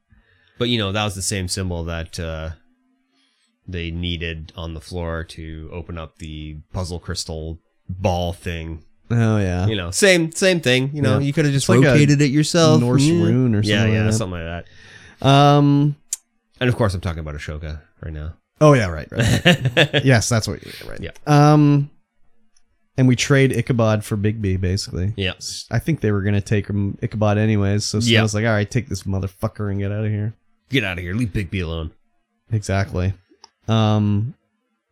A: But you know, that was the same symbol that uh, they needed on the floor to open up the puzzle crystal ball thing.
B: Oh yeah.
A: You know, same same thing. You know,
B: Yeah.
A: you could have just
B: like a
A: rotated it yourself.
B: Norse
A: Yeah.
B: rune or something.
A: Yeah, yeah,
B: like that.
A: something like that.
B: Um.
A: And of course, I'm talking about Ashoka right
B: *laughs*
A: now. *laughs*
B: Oh yeah, right, right. *laughs* yes, that's what. you Right.
A: Yeah.
B: Um. And we trade Ichabod for Bigby, basically.
A: Yeah.
B: S- I think they were gonna take him Ichabod anyways, so Snow's
A: Yeah.
B: like, all right, take this motherfucker and get out of here.
A: Get out of here. Leave Bigby alone.
B: Exactly. Um.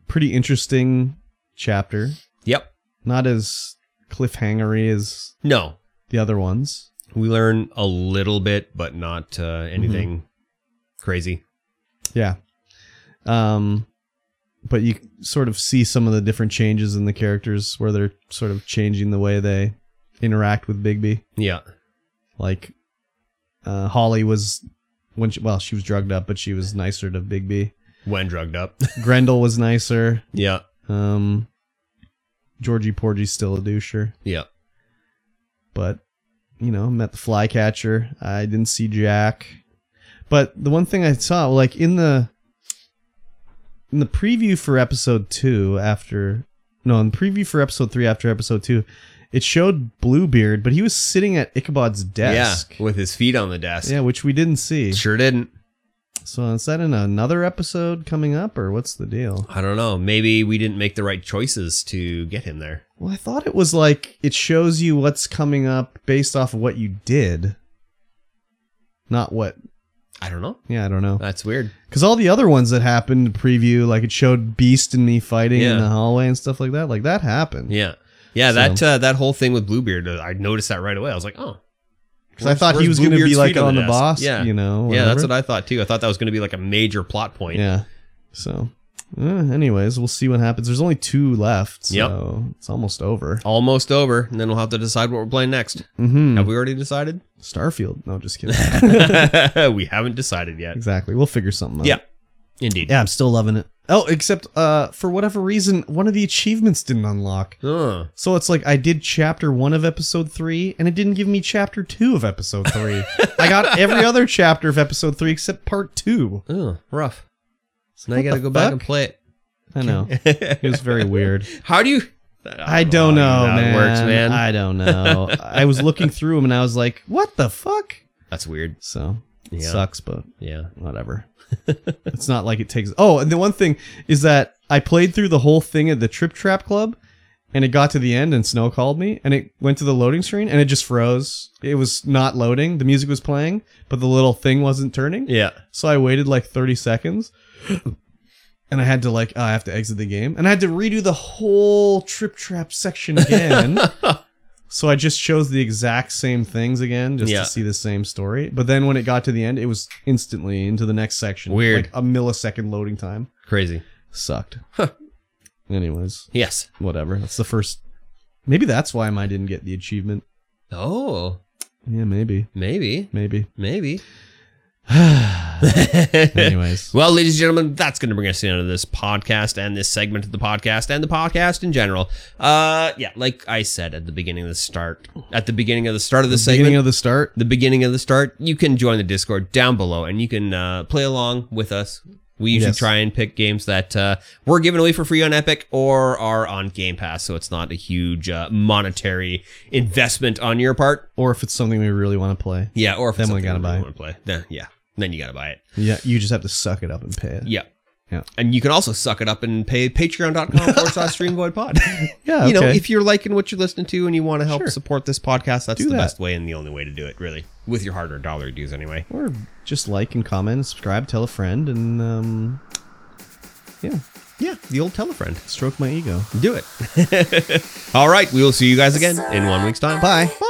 B: Pretty interesting chapter.
A: Yep.
B: Not as cliffhangery as
A: No.
B: the other ones.
A: We learn a little bit, but not uh, anything
B: Mm-hmm.
A: crazy.
B: Yeah. Um but you sort of see some of the different changes in the characters where they're sort of changing the way they interact with Bigby.
A: Yeah.
B: Like uh Holly was when she, well, she was drugged up, but she was nicer to Bigby.
A: When drugged up. *laughs*
B: Grendel was nicer.
A: yeah.
B: Um Georgie Porgy's still a doucher,
A: Yeah.
B: but you know, met the flycatcher. I didn't see Jack. But the one thing I saw, like in the in the preview for episode two after no in the preview for episode three after episode two it showed bluebeard but he was sitting at ichabod's desk
A: Yeah. With his feet on the desk.
B: Yeah, which we didn't see
A: Sure didn't.
B: so is that in another episode coming up or what's the deal
A: I don't know. Maybe we didn't make the right choices to get him there.
B: well i thought it was like it shows you what's coming up based off of what you did not what
A: I don't know.
B: yeah i don't know
A: That's weird.
B: because all the other ones that happened in preview like it showed beast and me fighting in
A: Yeah.
B: the hallway and stuff like that like that happened
A: Yeah. Yeah,
B: So-
A: that uh, that whole thing with Bluebeard, uh, I noticed that right away. I was like, oh,
B: Because I thought
A: Where's
B: he was going to be
A: Bluebeard's
B: like
A: feet on
B: on
A: the
B: the,
A: desk?
B: boss.
A: Yeah.
B: You know.
A: yeah, that's what I thought too. I thought that was going to be like a major plot point.
B: Yeah. So, eh, anyways, we'll see what happens. There's only two left. So
A: Yep.
B: it's almost over.
A: Almost over, and then we'll have to decide what we're playing next.
B: hmm
A: Have we already decided?
B: Starfield. No, just
A: *laughs*
B: kidding. *laughs*
A: we haven't decided yet.
B: exactly. We'll figure something out.
A: Yeah. Indeed.
B: Yeah, I'm still loving it. Oh, except uh, for whatever reason, one of the achievements didn't unlock.
A: Huh.
B: So it's like I did chapter one of episode three, and it didn't give me chapter two of episode three. I got *laughs* every other chapter of episode three except part two.
A: Ugh, rough. So now
B: What
A: you got to
B: the
A: go back and
B: fuck?
A: play
B: I *laughs* know.
A: it. *laughs*
B: It was very weird.
A: How do you? Oh,
B: I don't know,
A: how
B: man.
A: That works, man.
B: I don't know. *laughs* I was looking through them and I was like, "What the fuck?"
A: That's weird.
B: So it
A: Yeah.
B: sucks, but
A: Yeah.
B: whatever. *laughs* it's not like it takes. Oh, and the one thing is that I played through the whole thing at the Trip Trap Club, and it got to the end, and Snow called me, and it went to the loading screen, and it just froze. It was not loading. The music was playing, but the little thing wasn't turning.
A: Yeah.
B: So I waited like 30 seconds. And I had to like, oh, I have to exit the game. And I had to redo the whole Trip Trap
A: *laughs*
B: section again. so I just chose the exact same things again just
A: Yeah.
B: to see the same story. But then when it got to the end, it was instantly into the next section.
A: Weird.
B: Like a millisecond loading time.
A: Crazy.
B: Sucked.
A: Huh.
B: Anyways,
A: Yes.
B: whatever. That's the first. Maybe that's why I didn't get the achievement.
A: Oh,
B: Yeah, maybe. *sighs*
A: maybe.
B: Maybe.
A: Maybe. *laughs*
B: Anyways,
A: Well, ladies and gentlemen, that's going to bring us to the end of this podcast and this segment of the podcast and the podcast in general. Uh, yeah, like I said at the beginning of the start, at the beginning of the start of *laughs* the, segment,
B: beginning of the start.
A: the beginning of the start, you can join the Discord down below and you can uh, play along with us. We usually
B: Yes.
A: try and pick games that uh, we're giving away for free on Epic or are on Game Pass, so it's not a huge uh, monetary investment on your part.
B: or if it's something we really want to play.
A: Yeah, or if
B: Then
A: it's
B: we
A: something
B: gotta
A: you
B: buy it.
A: want to play, then, yeah, then you gotta buy it.
B: Yeah, you just have to suck it up and pay it.
A: Yeah.
B: Yeah.
A: And you can also suck it up and pay patreon.com forward
B: *laughs*
A: slash stream void pod.
B: yeah.
A: You know,
B: okay.
A: if you're liking what you're listening to and you want to help
B: Sure.
A: support this podcast, that's
B: Do
A: the
B: that.
A: best way and the only way to do it, really. With your hard earned dollar dues, anyway.
B: or just like and comment, and subscribe, tell a friend, and um, yeah,
A: Yeah, the old telefriend.
B: stroke my ego.
A: *laughs* Do it. All right. We will see you guys again in one week's time.
B: Bye.
A: Bye.